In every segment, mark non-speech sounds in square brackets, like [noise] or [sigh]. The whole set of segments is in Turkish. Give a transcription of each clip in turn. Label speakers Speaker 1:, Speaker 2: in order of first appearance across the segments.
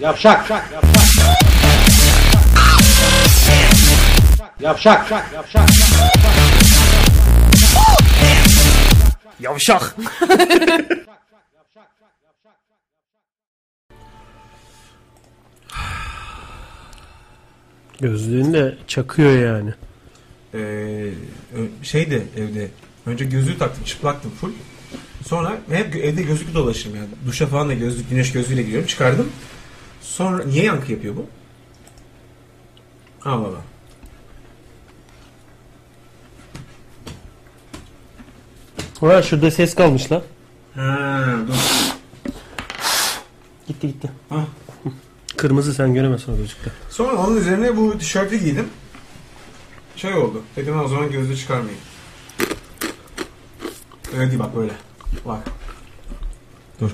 Speaker 1: Yavşak. Yavşak. Yavşak. Yavşak.
Speaker 2: Yavşak.
Speaker 3: Gözlüğün de çakıyor yani.
Speaker 2: Ee, ö- şeydi evde. Önce gözlüğü taktım. Çıplaktım full. Sonra hep gö- evde gözlüklü dolaşırım yani. Duşa falan da gözlük, güneş gözlüğüyle giriyorum. Çıkardım. Sonra niye yankı yapıyor bu? Allah Allah.
Speaker 3: Ha şurada ses kalmış lan.
Speaker 2: Ha, dur.
Speaker 3: Gitti gitti.
Speaker 2: Hah.
Speaker 3: Kırmızı sen göremezsin o gözlükte.
Speaker 2: Sonra onun üzerine bu tişörtü giydim. Şey oldu. Dedim "Ha, o zaman gözlüğü çıkarmayayım. Öyle değil bak böyle. Bak. Dur.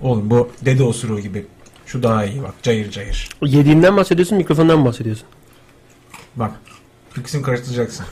Speaker 2: Oğlum bu dede osuruğu gibi. Şu daha iyi bak. Cayır cayır.
Speaker 3: Yediğinden bahsediyorsun mikrofondan mı bahsediyorsun.
Speaker 2: Bak. İkisini karıştıracaksın.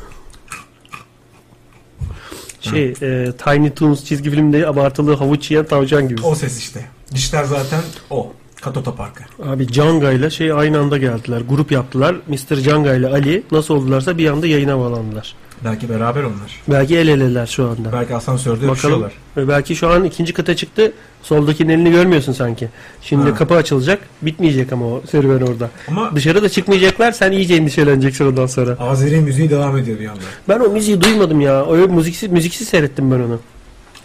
Speaker 3: Şey e, Tiny Toons çizgi filmde abartılı havuç yiyen tavşan gibi.
Speaker 2: O ses işte. Dişler zaten o. Kat otoparkı.
Speaker 3: Abi Canga ile şey aynı anda geldiler. Grup yaptılar. Mr. Canga ile Ali nasıl oldularsa bir anda yayına bağlandılar.
Speaker 2: Belki beraber onlar.
Speaker 3: Belki el eleler şu anda.
Speaker 2: Belki asansörde
Speaker 3: Bakalım.
Speaker 2: öpüşüyorlar.
Speaker 3: Ve belki şu an ikinci kata çıktı. Soldakinin elini görmüyorsun sanki. Şimdi
Speaker 2: Ha.
Speaker 3: kapı açılacak. Bitmeyecek ama o serüven orada.
Speaker 2: Ama
Speaker 3: Dışarı da çıkmayacaklar. Sen iyice endişeleneceksin ondan sonra.
Speaker 2: Azeri müziği devam ediyor bir anda.
Speaker 3: Ben o müziği duymadım ya. O müziksiz, müziksiz seyrettim ben onu.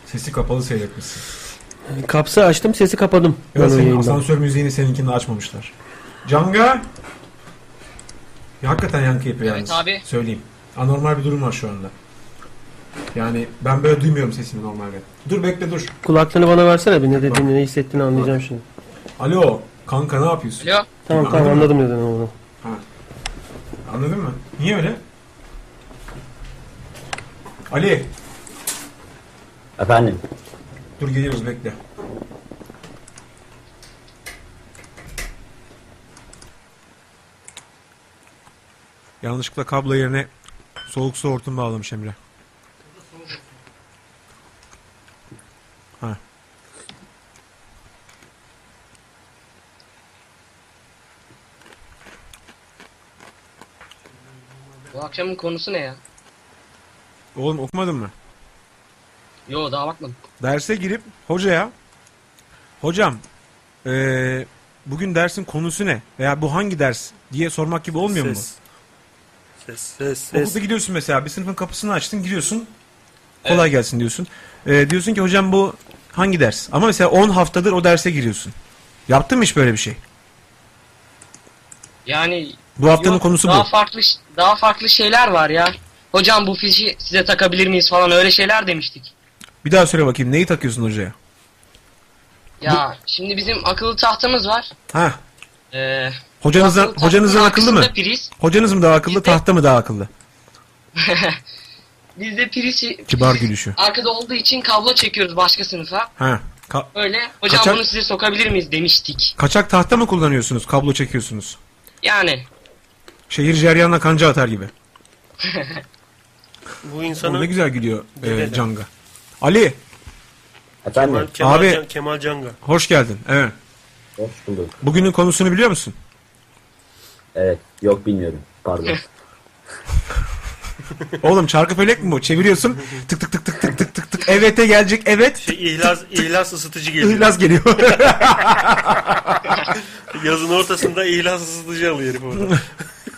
Speaker 2: Sesi kapalı seyretmişsin.
Speaker 3: Kapsı açtım sesi kapadım. Ben
Speaker 2: Evet,
Speaker 3: o
Speaker 2: senin
Speaker 3: yayından.
Speaker 2: asansör müziğini seninkini de açmamışlar. Canga! Ya hakikaten yankı yapıyor
Speaker 4: Evet
Speaker 2: yalnız.
Speaker 4: abi.
Speaker 2: Söyleyeyim. Anormal bir durum var şu anda. Yani ben böyle duymuyorum sesimi normalde. Dur bekle dur.
Speaker 3: Kulaklığını bana versene bir ne dediğini ne hissettiğini anlayacağım şimdi.
Speaker 2: Alo. Kanka ne yapıyorsun?
Speaker 4: Alo.
Speaker 3: Tamam
Speaker 2: Anladın
Speaker 3: tamam
Speaker 2: mı?
Speaker 3: anladım neden onu.
Speaker 2: Anladın mı? Niye öyle? Ali.
Speaker 5: Efendim.
Speaker 2: Dur geliyoruz bekle. Yanlışlıkla kablo yerine soğuk su hortum bağlamış Emre. Ha.
Speaker 4: Bu akşamın konusu ne ya?
Speaker 2: Oğlum okumadın mı?
Speaker 4: Yo daha bakmadım.
Speaker 2: Derse girip hocaya hocam eee, bugün dersin konusu ne? Veya bu hangi ders diye sormak gibi olmuyor mu?
Speaker 6: ses. Ses ses
Speaker 2: Okulda
Speaker 6: ses.
Speaker 2: gidiyorsun mesela bir sınıfın kapısını açtın gidiyorsun. Kolay gelsin diyorsun. Ee, diyorsun ki hocam bu hangi ders? Ama mesela 10 haftadır o derse giriyorsun. Yaptın mı hiç böyle bir şey?
Speaker 4: Yani
Speaker 2: Bu haftanın
Speaker 4: yok,
Speaker 2: konusu
Speaker 4: daha
Speaker 2: bu.
Speaker 4: farklı ş- daha farklı şeyler var ya. Hocam bu fişi size takabilir miyiz falan öyle şeyler demiştik.
Speaker 2: Bir daha söyle bakayım neyi takıyorsun hocaya?
Speaker 4: Ya şimdi bizim akıllı tahtamız var.
Speaker 2: Ha.
Speaker 4: Ee,
Speaker 2: Hocanızdan
Speaker 4: akıllı tahtanın
Speaker 2: hocanızdan akıllı mı?
Speaker 4: arkasında Priz. [laughs]
Speaker 2: Hocanız mı daha akıllı,
Speaker 4: Bizde-
Speaker 2: tahta mı daha akıllı?
Speaker 4: Bizde priz,
Speaker 2: Kibar
Speaker 4: priz
Speaker 2: gülüşü.
Speaker 4: arkada olduğu için kablo çekiyoruz başka sınıfa.
Speaker 2: Ha. Ka-
Speaker 4: Öyle hocam
Speaker 2: Kaçak-
Speaker 4: bunu size sokabilir miyiz demiştik.
Speaker 2: kaçak tahta mı kullanıyorsunuz? Kablo çekiyorsunuz.
Speaker 4: Yani
Speaker 2: Şehir ceryanla kanca atar gibi.
Speaker 3: Bu
Speaker 2: Oğlum Ne
Speaker 3: insanı
Speaker 2: güzel gülüyor e,
Speaker 3: Güzel.
Speaker 2: Canga. Ali
Speaker 5: Efendim.
Speaker 2: Kemal Abi- Can-
Speaker 3: Kemal Canga.
Speaker 2: hoş geldin. Evet.
Speaker 5: Hoş bulduk.
Speaker 2: Bugünün konusunu biliyor musun?
Speaker 5: Evet. Yok bilmiyorum. Pardon.
Speaker 2: [laughs] Oğlum çarkı felek mi bu? Çeviriyorsun tık tık tık tık tık tık tık tık. Evet'e gelecek evet.
Speaker 6: Şey, ihlaz, ihlaz ısıtıcı geliyor.
Speaker 2: İhlas geliyor.
Speaker 6: [laughs]
Speaker 2: [laughs]
Speaker 6: Yazın ortasında ihlaz ısıtıcı alıyor herif
Speaker 2: [laughs]
Speaker 6: orada.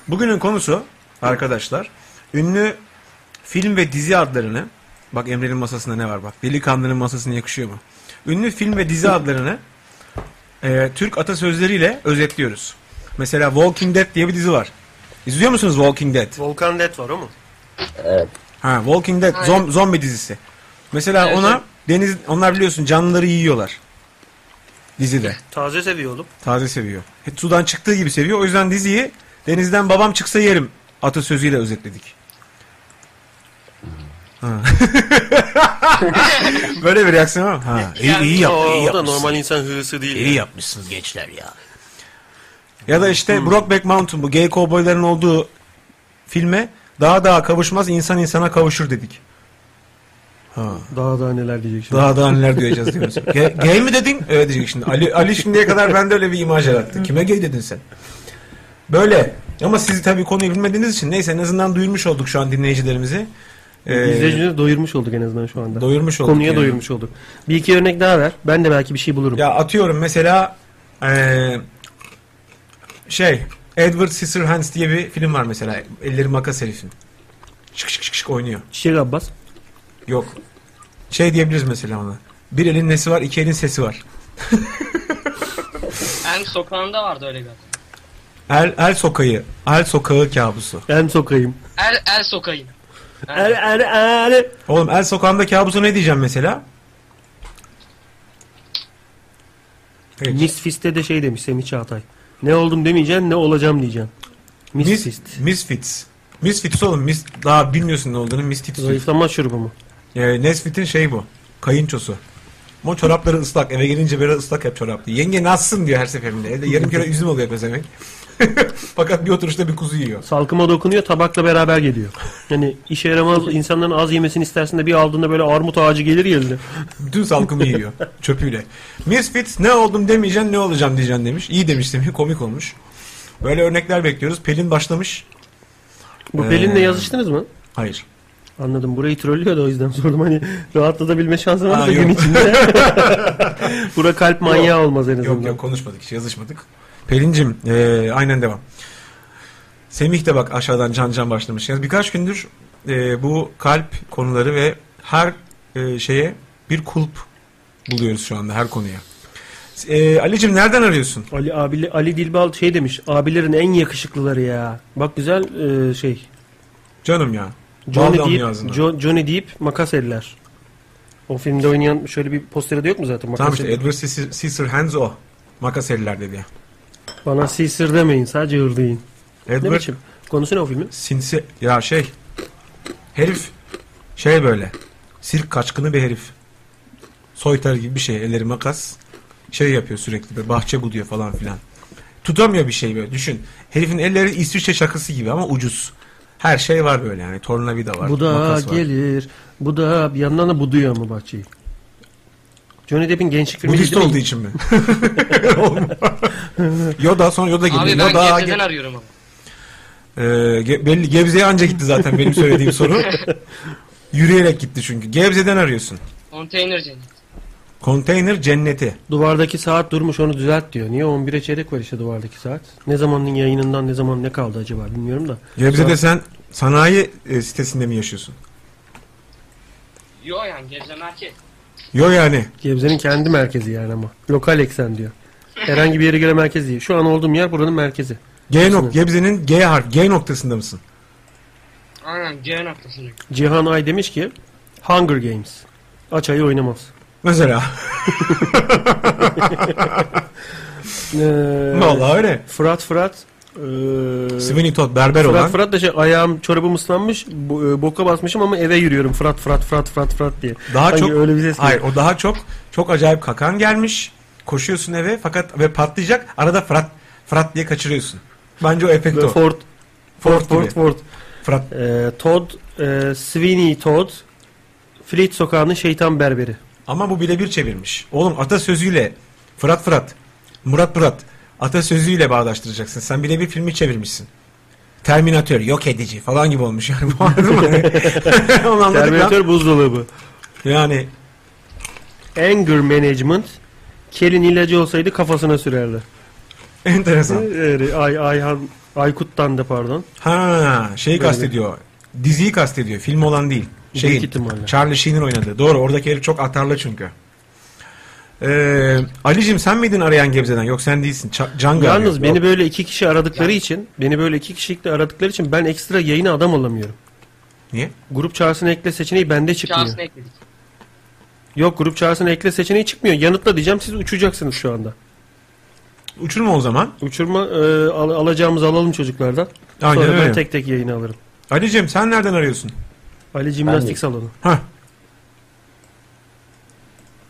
Speaker 2: Bugünün konusu arkadaşlar ünlü film ve dizi adlarını bak Emre'nin masasında ne var bak delikanlının masasına yakışıyor mu? Ünlü film ve dizi adlarını e, Türk atasözleriyle özetliyoruz. Mesela Walking Dead diye bir dizi var. İzliyor musunuz Walking Dead?
Speaker 6: Volkan Net var o mu?
Speaker 5: evet.
Speaker 2: Ha Walking Dead
Speaker 4: Aynen.
Speaker 2: zom- zombi dizisi. Mesela
Speaker 4: Evet,
Speaker 2: ona
Speaker 4: evet.
Speaker 2: deniz onlar biliyorsun canlıları yiyorlar. Dizide.
Speaker 6: Taze seviyor oğlum.
Speaker 2: Taze seviyor. Hep sudan çıktığı gibi seviyor. O yüzden diziyi denizden babam çıksa yerim atasözüyle özetledik. Ha. [laughs] Böyle bir reaksiyon var mı? Ha. İyi, iyi, yap,
Speaker 6: Aa,
Speaker 2: iyi
Speaker 6: o da
Speaker 2: yapmışsın.
Speaker 6: normal insan hırsı değil.
Speaker 2: İyi yapmışsınız gençler ya. Ya da işte
Speaker 6: Hmm.
Speaker 2: Brokeback Mountain bu gay kovboyların olduğu filme daha daha kavuşmaz insan insana kavuşur dedik. Ha.
Speaker 3: Daha daha neler diyecek şimdi.
Speaker 2: Daha daha neler
Speaker 6: [laughs]
Speaker 3: [laughs]
Speaker 2: duyacağız diyoruz. Ge- gay mi dedin? Öyle diyecek şimdi. Ali, Ali şimdiye kadar bende öyle bir imaj yarattı. Kime gay dedin sen? Böyle. Ama siz tabii konuyu bilmediğiniz için neyse en azından duyurmuş olduk şu an dinleyicilerimizi. Ee,
Speaker 3: İzleyicileri doyurmuş olduk en azından şu anda.
Speaker 2: Doyurmuş olduk
Speaker 3: Konuya
Speaker 2: yani.
Speaker 3: doyurmuş olduk. Bir iki örnek daha ver. Ben de belki bir şey bulurum.
Speaker 2: Ya atıyorum mesela eee, şey Edward Scissorhands diye bir film var mesela. Elleri makas herifin. Şık şık şık şık oynuyor.
Speaker 3: Çiçek Abbas.
Speaker 2: Yok. Şey diyebiliriz mesela ona. Bir elin nesi var, iki elin sesi var.
Speaker 4: En sokağında vardı öyle galiba.
Speaker 2: El, el sokağı, el sokağı kabusu.
Speaker 3: Elm sokayım.
Speaker 4: El, el sokayım.
Speaker 3: Er er er.
Speaker 2: Oğlum el sokağında kabusu ne diyeceğim mesela? Peki.
Speaker 3: Misfist'te de şey demiş Semih Çağatay. Ne oldum demeyeceksin ne olacağım diyeceksin.
Speaker 2: Mis-
Speaker 3: Misfist.
Speaker 2: Misfits. Misfits oğlum. Mis, daha bilmiyorsun ne olduğunu. Misfits.
Speaker 3: Zayıflama şurubu mu?
Speaker 2: Ee, Nesfit'in şey bu. Kayınçosu. Ama çorapları ıslak. Eve gelince böyle ıslak hep çoraplı. Yenge nasılsın diyor her seferinde. Evde yarım kilo üzüm oluyor pezevenk. [laughs] Fakat bir oturuşta bir kuzu yiyor.
Speaker 3: Salkıma dokunuyor tabakla beraber geliyor. Yani işe yaramaz insanların az yemesini istersin de bir aldığında böyle armut ağacı gelir ya eline.
Speaker 2: Bütün salkımı
Speaker 3: [laughs]
Speaker 2: yiyor. Çöpüyle. Misfits ne oldum demeyeceksin ne olacağım diyeceksin demiş. İyi demiş demiş. [laughs] Komik olmuş. Böyle örnekler bekliyoruz. Pelin başlamış.
Speaker 3: Bu
Speaker 2: Ee.
Speaker 3: Pelin'le yazıştınız mı?
Speaker 2: Hayır.
Speaker 3: Anladım burayı trollüyor da o yüzden [laughs] sordum hani rahatlatabilme şansı var
Speaker 2: Ha,
Speaker 3: da gün [laughs]
Speaker 2: yok. [laughs]
Speaker 3: içinde. Bura kalp manyağı olmaz en azından.
Speaker 2: Yok yok konuşmadık hiç yazışmadık. Pelin'cim ee, aynen devam. Semih de bak aşağıdan can can başlamış. Yani birkaç gündür ee, bu kalp konuları ve her ee, şeye bir kulp buluyoruz şu anda her konuya. E, Ali'cim nereden arıyorsun?
Speaker 3: Ali abi Ali Dilbal şey demiş. Abilerin en yakışıklıları ya. Bak güzel e, şey.
Speaker 2: Canım ya. Bal
Speaker 3: Johnny
Speaker 2: damlıyor
Speaker 3: deyip
Speaker 2: ağzına.
Speaker 3: Jo- Johnny deyip makas eller. O filmde oynayan şöyle bir posteri de yok mu zaten makas
Speaker 2: Tamam işte
Speaker 3: eller?
Speaker 2: Edward Scissorhands o. Makas eller dedi.
Speaker 3: Bana sisir demeyin sadece hırlayın. Ne
Speaker 2: Edward
Speaker 3: biçim? Konusu ne o filmin?
Speaker 2: sinsi ya şey herif şey böyle sirk kaçkını bir herif. Soytar gibi bir şey elleri makas şey yapıyor sürekli böyle bahçe buluyor falan filan. Tutamıyor bir şey böyle düşün. Herifin elleri İsviçre şakası gibi ama ucuz. Her şey var böyle yani tornavida var.
Speaker 3: Bu da
Speaker 2: makas var. [laughs]
Speaker 3: gelir. Bu da bir yandan da buduyor ama bahçeyi. Johnny Depp'in gençlik filmi
Speaker 2: Budist
Speaker 3: değil mi?
Speaker 2: olduğu için mi? [laughs]
Speaker 4: [laughs]
Speaker 2: Yoda sonra Yoda geliyor.
Speaker 4: Abi ben
Speaker 2: Yoda
Speaker 4: Gebze'den
Speaker 2: ge-
Speaker 4: arıyorum ama.
Speaker 2: Ee, Ge- belli, Gebze'ye anca gitti zaten
Speaker 3: [laughs]
Speaker 2: benim söylediğim soru. Yürüyerek gitti çünkü. Gebze'den arıyorsun.
Speaker 4: Konteyner cennet.
Speaker 2: Konteyner cenneti.
Speaker 3: Duvardaki saat durmuş onu düzelt diyor. Niye 11'e çeyrek var işte duvardaki saat. Ne zamanın yayınından ne zaman ne kaldı acaba bilmiyorum da.
Speaker 2: Gebze'de sen sanayi e, sitesinde mi yaşıyorsun?
Speaker 4: Yo yani Gebze merkez.
Speaker 2: Yo yani.
Speaker 3: Gebze'nin kendi merkezi yani ama. Lokal eksen diyor. Herhangi bir yere göre merkez değil. Şu an olduğum yer buranın merkezi.
Speaker 2: G nok Gebze'nin G harf G noktasında mısın?
Speaker 4: Aynen G noktasındayım.
Speaker 3: Cihan Ay demiş ki Hunger Games. Aç ayı oynamaz. [laughs]
Speaker 2: Mesela.
Speaker 3: Ee,
Speaker 2: Vallahi öyle.
Speaker 3: Fırat Fırat ee,
Speaker 2: Sweeney Todd berber olan.
Speaker 3: Fırat Fırat da şey ayağım çorabım ıslanmış bu- e, boka basmışım ama eve yürüyorum Fırat Fırat Fırat Fırat Fırat diye.
Speaker 2: Daha
Speaker 3: Sanki
Speaker 2: çok
Speaker 3: öyle bir ses geliyor.
Speaker 2: Hayır, o daha çok çok acayip kakan gelmiş. Koşuyorsun eve fakat ve patlayacak. Arada Fırat Fırat diye kaçırıyorsun. Bence o efekt
Speaker 3: Böyle
Speaker 2: o.
Speaker 3: Ford Ford
Speaker 2: Ford
Speaker 3: Ford
Speaker 2: gibi.
Speaker 3: Ford.
Speaker 2: Fırat.
Speaker 3: Ee, Todd e, Sweeney Todd Fleet Sokağı'nın şeytan berberi.
Speaker 2: Ama bu birebir çevirmiş. Oğlum [laughs] atasözüyle Fırat Fırat, Murat Murat atasözüyle bağdaştıracaksın. Sen birebir filmi çevirmişsin. Terminatör, yok edici falan gibi olmuş yani. [laughs]
Speaker 3: [laughs]
Speaker 2: Bu anladın mı? Onu anladık lan.
Speaker 3: Terminator buzdolabı.
Speaker 2: Yani
Speaker 3: Anger Management kelin ilacı olsaydı kafasına sürerdi.
Speaker 2: enteresan.
Speaker 3: Ee, Ay Ayhan Aykut'tan da pardon.
Speaker 2: Ha, şeyi kastediyor. Diziyi kastediyor. Film olan değil.
Speaker 3: Büyük
Speaker 2: Şeyin,
Speaker 3: ihtimalle.
Speaker 2: Charlie Sheen'in oynadığı. Doğru oradaki herif çok atarlı çünkü. Ee, Ali'cim sen miydin arayan Gebze'den? Yok sen değilsin. Ça- Can
Speaker 3: Yalnız beni
Speaker 2: Yok.
Speaker 3: böyle iki kişi aradıkları için, beni böyle iki kişilikle aradıkları için ben ekstra yayına adam olamıyorum.
Speaker 2: Niye?
Speaker 3: Grup çağrısını ekle seçeneği bende çıkmıyor.
Speaker 4: Şahsını ekledik.
Speaker 3: Yok grup çağrısını ekle seçeneği çıkmıyor. Yanıtla diyeceğim siz uçacaksınız şu anda.
Speaker 2: Uçurma o zaman.
Speaker 3: Uçurma e, al- alacağımızı alalım çocuklardan.
Speaker 2: Aynen
Speaker 3: Sonra ben
Speaker 2: öyle.
Speaker 3: tek tek yayını alırım.
Speaker 2: Ali'cim sen nereden arıyorsun?
Speaker 3: Ali Jimnastik
Speaker 5: Ben de-
Speaker 3: Salonu.
Speaker 2: Hah.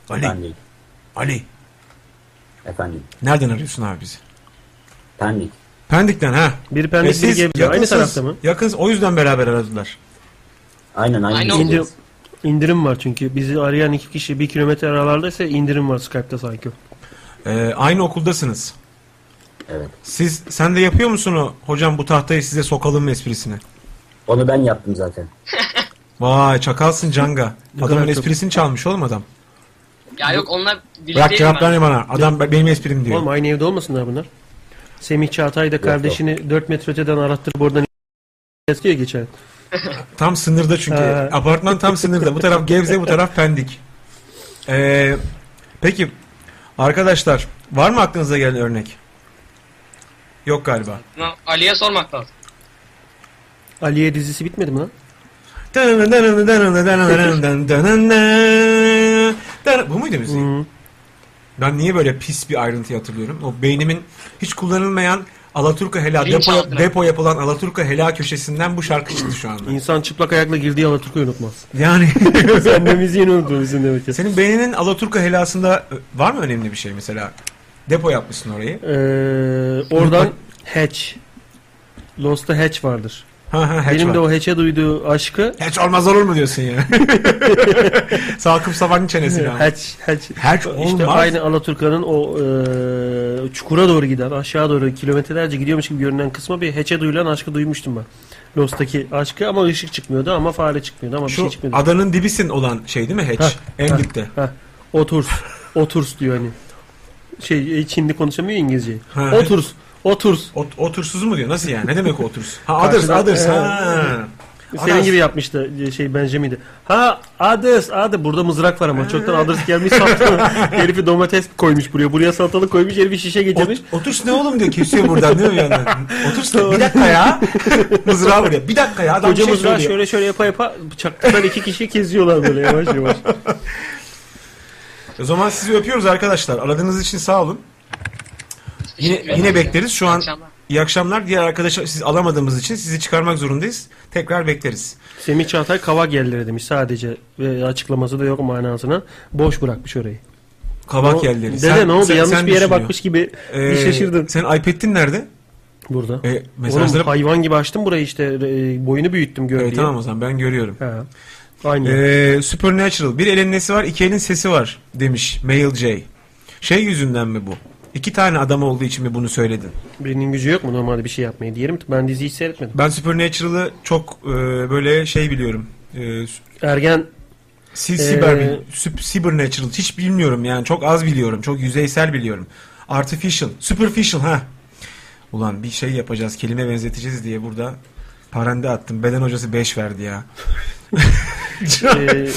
Speaker 2: Ali,
Speaker 5: Pendik.
Speaker 2: Ali.
Speaker 5: Efendim.
Speaker 2: Nereden arıyorsun abi bizi?
Speaker 5: Pendik.
Speaker 2: Pendik'ten ha. E
Speaker 3: Biri Pendik, biri Gebze. Aynı
Speaker 2: yakınsınız-
Speaker 3: tarafta mı?
Speaker 2: Yakınız. O yüzden beraber aradılar.
Speaker 5: Aynen aynen.
Speaker 4: Aynen.
Speaker 5: Aynen.
Speaker 3: İndi, İndirim var çünkü. Bizi arayan iki kişi bir kilometre aralardaysa indirim var Skype'da sanki.
Speaker 2: Ee, aynı okuldasınız.
Speaker 5: Evet.
Speaker 2: Siz sen de yapıyor musun o hocam bu tahtayı size sokalım esprisini?
Speaker 5: Onu ben yaptım zaten.
Speaker 2: Vay çakalsın Canga.
Speaker 3: Ne
Speaker 2: Adamın
Speaker 3: kadar çok-
Speaker 2: esprisini çalmış oğlum adam.
Speaker 4: Ya yok onunla birlikteyim
Speaker 2: Bırak cevap
Speaker 4: ben.
Speaker 2: verme bana. Adam be- benim esprim diyor.
Speaker 3: Oğlum aynı evde olmasınlar bunlar. Semih Çağatay da kardeşini 4 metre öteden arattırıp oradan [laughs] yazıyor geçen.
Speaker 2: [laughs] Tam sınırda çünkü.
Speaker 3: Ha.
Speaker 2: Apartman tam [laughs] sınırda. Bu taraf Gebze, bu taraf Pendik. Ee, peki arkadaşlar var mı aklınıza gelen örnek? Yok galiba.
Speaker 4: Buna Ali'ye sormak lazım.
Speaker 3: Aliye dizisi bitmedi mi lan?
Speaker 2: Bu muydu müziği?
Speaker 3: Hı.
Speaker 2: Ben niye böyle pis bir ayrıntıyı hatırlıyorum? O beynimin hiç kullanılmayan Alaturka Hela
Speaker 4: Linç
Speaker 2: depo,
Speaker 4: altına.
Speaker 2: depo yapılan Alaturka Hela köşesinden bu şarkı çıktı şu anda.
Speaker 3: İnsan çıplak ayakla girdiği Alaturka'yı unutmaz.
Speaker 2: Yani
Speaker 3: [laughs] Sen de müziğini unuttun
Speaker 2: [laughs]
Speaker 3: bizim demek ki.
Speaker 2: senin beyninin Alaturka Helasında var mı önemli bir şey mesela? Depo yapmışsın orayı.
Speaker 3: Ee, oradan Hatch. Lost'ta Hatch vardır.
Speaker 2: Ha ha hatch
Speaker 3: Benim
Speaker 2: var.
Speaker 3: de o Hatch'e duyduğu aşkı
Speaker 2: Hatch olmaz olur mu diyorsun ya? [laughs] Sakıp Sabancı çenesi ya.
Speaker 3: Hatch, Hatch.
Speaker 2: Hatch
Speaker 3: İşte
Speaker 2: olmaz.
Speaker 3: aynı Alaturka'nın o e, çukura doğru giden, aşağı doğru kilometrelerce gidiyormuş gibi görünen kısma bir heçe duyulan aşkı duymuştum ben. Lost'taki aşkı ama ışık çıkmıyordu ama fare çıkmıyordu ama bir
Speaker 2: Şu
Speaker 3: şey çıkmıyordu.
Speaker 2: adanın dibisin olan şey değil mi Hatch?
Speaker 3: Ha,
Speaker 2: en
Speaker 3: ha.
Speaker 2: dipte.
Speaker 3: Ha, oturs, oturs diyor hani. Şey e, Çinli konuşamıyor İngilizceyi.
Speaker 2: Ha.
Speaker 3: Oturs, oturs.
Speaker 2: Ot- otursuz mu diyor? Nasıl yani? Ne demek oturs? Ha others,
Speaker 3: Karşıdan-
Speaker 2: others.
Speaker 3: Evet.
Speaker 2: Ha.
Speaker 3: Ee, Senin
Speaker 2: Others.
Speaker 3: gibi [laughs] yapmıştı e, şey Benjamin'di. Ha Ades adı burada mızrak var ama çoktan adres gelmiş
Speaker 2: [laughs]
Speaker 3: salatalık. Herifi domates koymuş buraya. Buraya salatalık koymuş herifi şişe getirmiş.
Speaker 2: Ot- oturs ne oğlum diyor kesiyor buradan değil mi bir yandan? Oturs ne? Bir
Speaker 3: [laughs]
Speaker 2: dakika ya. Mızrağı vuruyor. Bir dakika ya. Adam bir
Speaker 3: Koca
Speaker 2: şey
Speaker 3: mızrağı
Speaker 2: söylüyor.
Speaker 3: şöyle şöyle yapa yapa bıçaktan iki kişi keziyorlar böyle yavaş yavaş.
Speaker 2: O zaman sizi öpüyoruz arkadaşlar. Aradığınız için sağ olun.
Speaker 4: Teşekkür
Speaker 2: Yine,
Speaker 4: ederim.
Speaker 2: yine bekleriz. Şu
Speaker 4: İyi
Speaker 2: an
Speaker 4: akşamlar.
Speaker 2: iyi akşamlar. Diğer arkadaşlar siz alamadığımız için sizi çıkarmak zorundayız. Tekrar bekleriz.
Speaker 3: Semih Çağatay kavak yerleri demiş sadece. Ve açıklaması da yok manasına. Boş bırakmış orayı.
Speaker 2: Kabak
Speaker 3: O-
Speaker 2: yerleri.
Speaker 3: Dede
Speaker 2: Sen-
Speaker 3: ne oldu
Speaker 2: sen-
Speaker 3: yanlış
Speaker 2: sen
Speaker 3: bir yere
Speaker 2: düşünüyor.
Speaker 3: bakmış gibi
Speaker 2: Ee,
Speaker 3: bir şaşırdın.
Speaker 2: Senin iPad'in nerede?
Speaker 3: Burada.
Speaker 2: E,
Speaker 3: Oğlum
Speaker 2: mesajları...
Speaker 3: hayvan gibi açtım burayı işte. e, boyunu büyüttüm gör
Speaker 2: Evet,
Speaker 3: diye.
Speaker 2: tamam o zaman ben görüyorum.
Speaker 3: Ha. Aynı.
Speaker 2: Ee, Supernatural. Bir elin nesi var, iki elin sesi var demiş Mail J. Şey yüzünden mi bu? İki tane adam olduğu için mi bunu söyledin?
Speaker 3: Birinin gücü yok mu normalde bir şey yapmaya diyelim. Ben diziyi hiç seyretmedim.
Speaker 2: Ben Supernatural'ı çok e, böyle şey biliyorum. E,
Speaker 3: Ergen
Speaker 2: si-
Speaker 3: Ee,
Speaker 2: siber, süp- Supernatural hiç bilmiyorum yani çok az biliyorum. Çok yüzeysel biliyorum. Artificial, superficial ha. Ulan bir şey yapacağız, kelime benzeteceğiz diye burada parende attım. Beden hocası 5 verdi ya.
Speaker 3: e,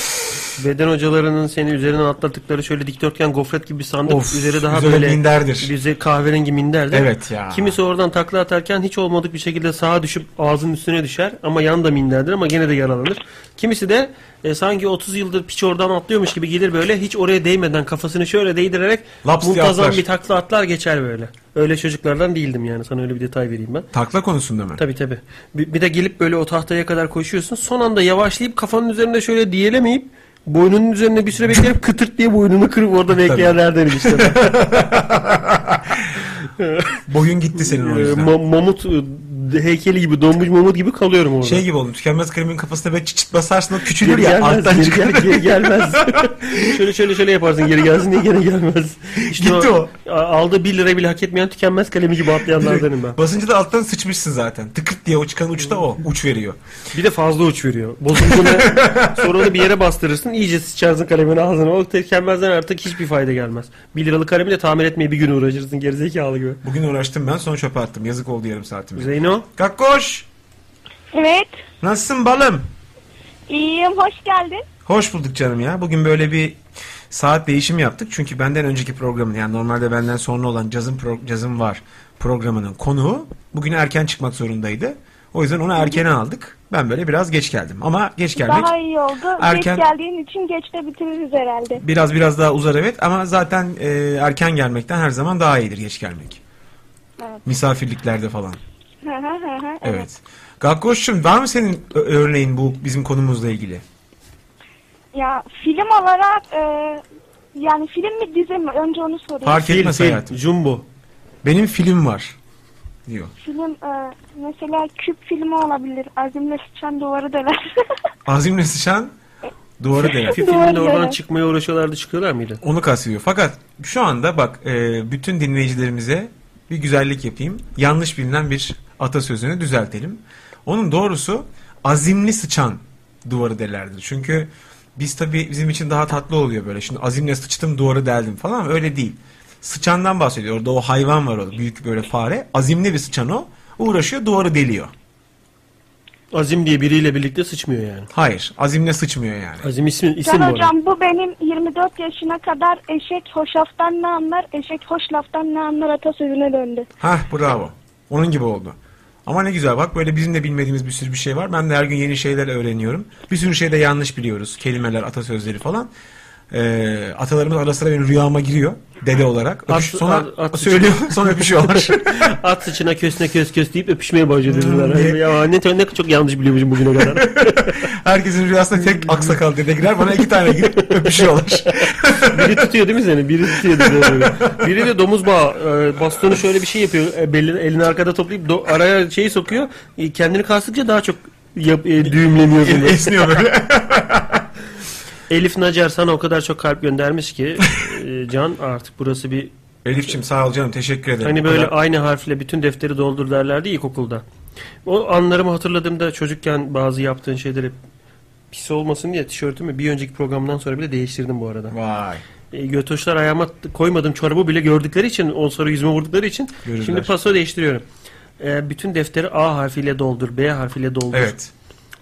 Speaker 3: beden hocalarının seni üzerinden atlattıkları şöyle dikdörtgen gofret gibi bir sandık.
Speaker 2: Of,
Speaker 3: üzeri daha
Speaker 2: üzeri
Speaker 3: böyle
Speaker 2: minderdir.
Speaker 3: Bize kahverengi minderdir.
Speaker 2: Evet ya.
Speaker 3: Kimisi oradan takla atarken hiç olmadık bir şekilde sağa düşüp ağzının üstüne düşer ama yan da minderdir ama gene de yaralanır. Kimisi de e, sanki 30 yıldır piç oradan atlıyormuş gibi gelir böyle hiç oraya değmeden kafasını şöyle değdirerek
Speaker 2: Laps diye
Speaker 3: muntazam
Speaker 2: atlar.
Speaker 3: bir takla atlar geçer böyle. Öyle çocuklardan değildim yani sana öyle bir detay vereyim ben.
Speaker 2: Takla konusunda mı?
Speaker 3: Tabii tabii. Bir, bir de gelip böyle o tahtaya kadar koşuyorsun. Son anda yavaşlayıp kafanın üzerinde şöyle diyelemeyip boynunun üzerine bir süre
Speaker 2: [laughs]
Speaker 3: bekleyip kıtırt diye boynunu kırıp orada bekleyenlerdenim işte. ben.
Speaker 2: Boyun gitti senin o
Speaker 3: Ee,
Speaker 2: yüzden.
Speaker 3: ma- mamut e, heykeli gibi, donmuş mamut gibi kalıyorum orada.
Speaker 2: Şey gibi oğlum tükenmez kremin kafasına böyle çıt çıt basarsın o küçülür
Speaker 3: geri
Speaker 2: ya
Speaker 3: gelmez,
Speaker 2: alttan
Speaker 3: geri,
Speaker 2: çıkar.
Speaker 3: gel- geri
Speaker 2: [laughs]
Speaker 3: gelmez. şöyle şöyle şöyle yaparsın geri gelsin diye gene gelmez. İşte
Speaker 2: Gitti o.
Speaker 3: a- Aldığı 1 lira bile hak etmeyen tükenmez kalemi gibi atlayanlardanım ben.
Speaker 2: Basınca da alttan sıçmışsın zaten. Tıkırt diye o çıkan uçta o. Uç veriyor.
Speaker 3: Hmm. Bir de fazla uç veriyor. Bozulduğunu sonra onu bir yere bastırırsın. iyice sıçarsın kalemin ağzına. O tükenmezden artık hiçbir fayda gelmez. 1 liralık kalemi de tamir etmeye bir gün uğraşırsın gerizekalı gibi.
Speaker 2: Bugün uğraştım ben sonra çöpe attım. Yazık oldu yarım saatimiz.
Speaker 3: Zeyno
Speaker 2: Kalk [laughs] koş.
Speaker 7: Evet,
Speaker 2: Nasılsın balım?
Speaker 7: iyiyim. Hoş geldin.
Speaker 2: Hoş bulduk canım ya. Bugün böyle bir saat değişimi yaptık. Çünkü benden önceki programın yani normalde benden sonra olan cazın pro- cazın var programının konuğu bugün erken çıkmak zorundaydı. O yüzden onu erkene aldık. Ben böyle biraz geç geldim. Ama geç gelmek
Speaker 7: Daha iyi oldu.
Speaker 2: Erken-
Speaker 7: Geç geldiğin için geç de bitiririz herhalde.
Speaker 2: Biraz biraz daha uzar evet ama zaten e, erken gelmekten her zaman daha iyidir geç gelmek.
Speaker 7: Evet.
Speaker 2: Misafirliklerde falan.
Speaker 7: Hı hı hı hı,
Speaker 2: Evet. Gakkoş'cum var mı senin ö- örneğin bu bizim konumuzla ilgili?
Speaker 7: Ya film olarak e, yani film mi dizi mi? Önce onu sorayım.
Speaker 2: Fark
Speaker 3: Fil
Speaker 2: etmez
Speaker 3: fil
Speaker 2: hayatım.
Speaker 3: Jumbo.
Speaker 2: Benim film var diyor.
Speaker 7: Film e,
Speaker 3: [laughs]
Speaker 7: mesela küp filmi olabilir. Azimle sıçan duvarı döver.
Speaker 2: Azimle Sıçan Doğru değil.
Speaker 3: Filmde
Speaker 7: Doğru,
Speaker 3: oradan
Speaker 7: evet.
Speaker 3: çıkmaya uğraşıyorlardı çıkıyorlar mıydı?
Speaker 2: Onu kastediyor. Fakat şu anda bak e, bütün dinleyicilerimize bir güzellik yapayım. Yanlış bilinen bir atasözünü düzeltelim. Onun doğrusu azimli sıçan duvarı delerdir. Çünkü biz tabii bizim için daha tatlı oluyor böyle. Şimdi azimle sıçtım duvarı deldim falan ama öyle değil. Sıçandan bahsediyor. Orada o hayvan var o büyük böyle fare. Azimli bir sıçan o. Uğraşıyor duvarı deliyor.
Speaker 3: Azim diye biriyle birlikte sıçmıyor yani.
Speaker 2: Hayır. Azimle sıçmıyor yani.
Speaker 3: Azim ismi, isim bu
Speaker 7: Can
Speaker 3: arada.
Speaker 7: hocam bu benim 24 yaşına kadar eşek hoşaftan ne anlar, eşek hoş laftan ne anlar atasözüne döndü.
Speaker 2: Hah bravo. Onun gibi oldu. Ama ne güzel bak böyle bizim de bilmediğimiz bir sürü bir şey var. Ben de her gün yeni şeyler öğreniyorum. Bir sürü şey de yanlış biliyoruz. Kelimeler, atasözleri falan. Ee, atalarımız ara sıra benim rüyama giriyor. Dede olarak. Öpüş,
Speaker 3: At-
Speaker 2: sonra
Speaker 3: at- at-
Speaker 2: söylüyor. [laughs] Sonra öpüşüyorlar.
Speaker 3: [laughs] At sıçına kösüne kös kös deyip öpüşmeye başladılar.
Speaker 2: Hmm, diye.
Speaker 3: ya ne, ne çok yanlış biliyormuşum bugüne kadar.
Speaker 2: [laughs]
Speaker 3: Hmm.
Speaker 2: Herkesin rüyasında tek aksakal dede girer. Bana iki tane girip öpüşüyorlar.
Speaker 3: [laughs] Biri tutuyor değil mi seni? Biri tutuyor dedi. Biri de domuz bağı e, bastonu şöyle bir şey yapıyor. E, belini, elini arkada toplayıp do- araya şeyi sokuyor. E, kendini kastıkça daha çok yap- e, düğümleniyor bunu. [laughs]
Speaker 2: Esniyor böyle.
Speaker 3: Elif Nacer sana o kadar çok kalp göndermiş
Speaker 2: [laughs]
Speaker 3: ki e, Can artık burası bir
Speaker 2: Elif'ciğim sağ ol canım. Teşekkür ederim.
Speaker 3: hani
Speaker 2: Bu
Speaker 3: böyle
Speaker 2: kadar-
Speaker 3: aynı harfle bütün defteri doldur derlerdi ya ilkokulda. O anlarımı hatırladığımda çocukken bazı yaptığın şeyleri pis olmasın diye tişörtümü bir önceki programdan sonra bile değiştirdim bu arada.
Speaker 2: Vay.
Speaker 3: E, götoşlar ayağıma t- koymadığım çorabı bile gördükleri için on sonra yüzüme vurdukları için
Speaker 2: Görürler.
Speaker 3: şimdi paso değiştiriyorum. E, bütün defteri A harfiyle doldur, B harfiyle doldur.
Speaker 2: Evet.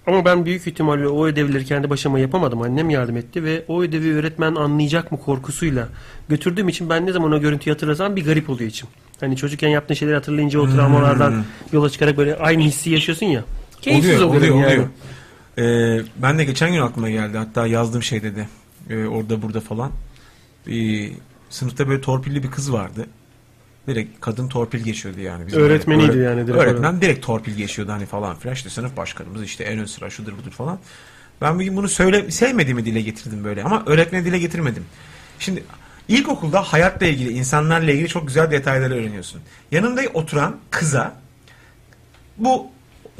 Speaker 3: Ama ben büyük ihtimalle o ödevleri kendi başıma yapamadım. Annem yardım etti ve o ödevi öğretmen anlayacak mı korkusuyla götürdüğüm için ben ne zaman o görüntüyü hatırlasam bir garip oluyor içim. Hani çocukken yaptığın şeyleri hatırlayınca
Speaker 2: Hmm.
Speaker 3: o travmalardan yola çıkarak böyle aynı hissi yaşıyorsun ya. Keyifsiz
Speaker 2: oluyor,
Speaker 3: oluyorum
Speaker 2: oluyor,
Speaker 3: yani.
Speaker 2: oluyor. Ee, ben de geçen gün aklıma geldi. Hatta yazdığım şey dedi. Ee, orada burada falan. Ee, sınıfta böyle torpilli bir kız vardı. Direkt kadın torpil geçiyordu yani. bizim
Speaker 3: Öğretmeniydi
Speaker 2: öğret-
Speaker 3: yani direkt
Speaker 2: öğretmen
Speaker 3: olarak.
Speaker 2: direkt torpil geçiyordu hani falan filan. İşte sınıf başkanımız işte en ön sıra şudur budur falan. Ben bugün bunu söyle sevmediğimi dile getirdim böyle ama öğretmeni dile getirmedim. Şimdi ilkokulda hayatla ilgili insanlarla ilgili çok güzel detayları öğreniyorsun. Yanında oturan kıza bu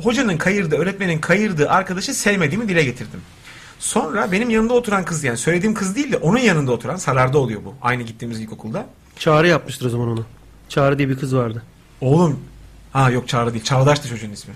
Speaker 2: hocanın kayırdığı, öğretmenin kayırdığı arkadaşı sevmediğimi dile getirdim. Sonra benim yanımda oturan kız yani söylediğim kız değil de onun yanında oturan sararda oluyor bu. Aynı gittiğimiz ilkokulda.
Speaker 3: Çağrı yapmıştır o zaman onu. Çağrı diye bir kız vardı.
Speaker 2: Oğlum ha yok Çağrı değil. Çağdaş'tı çocuğun ismi.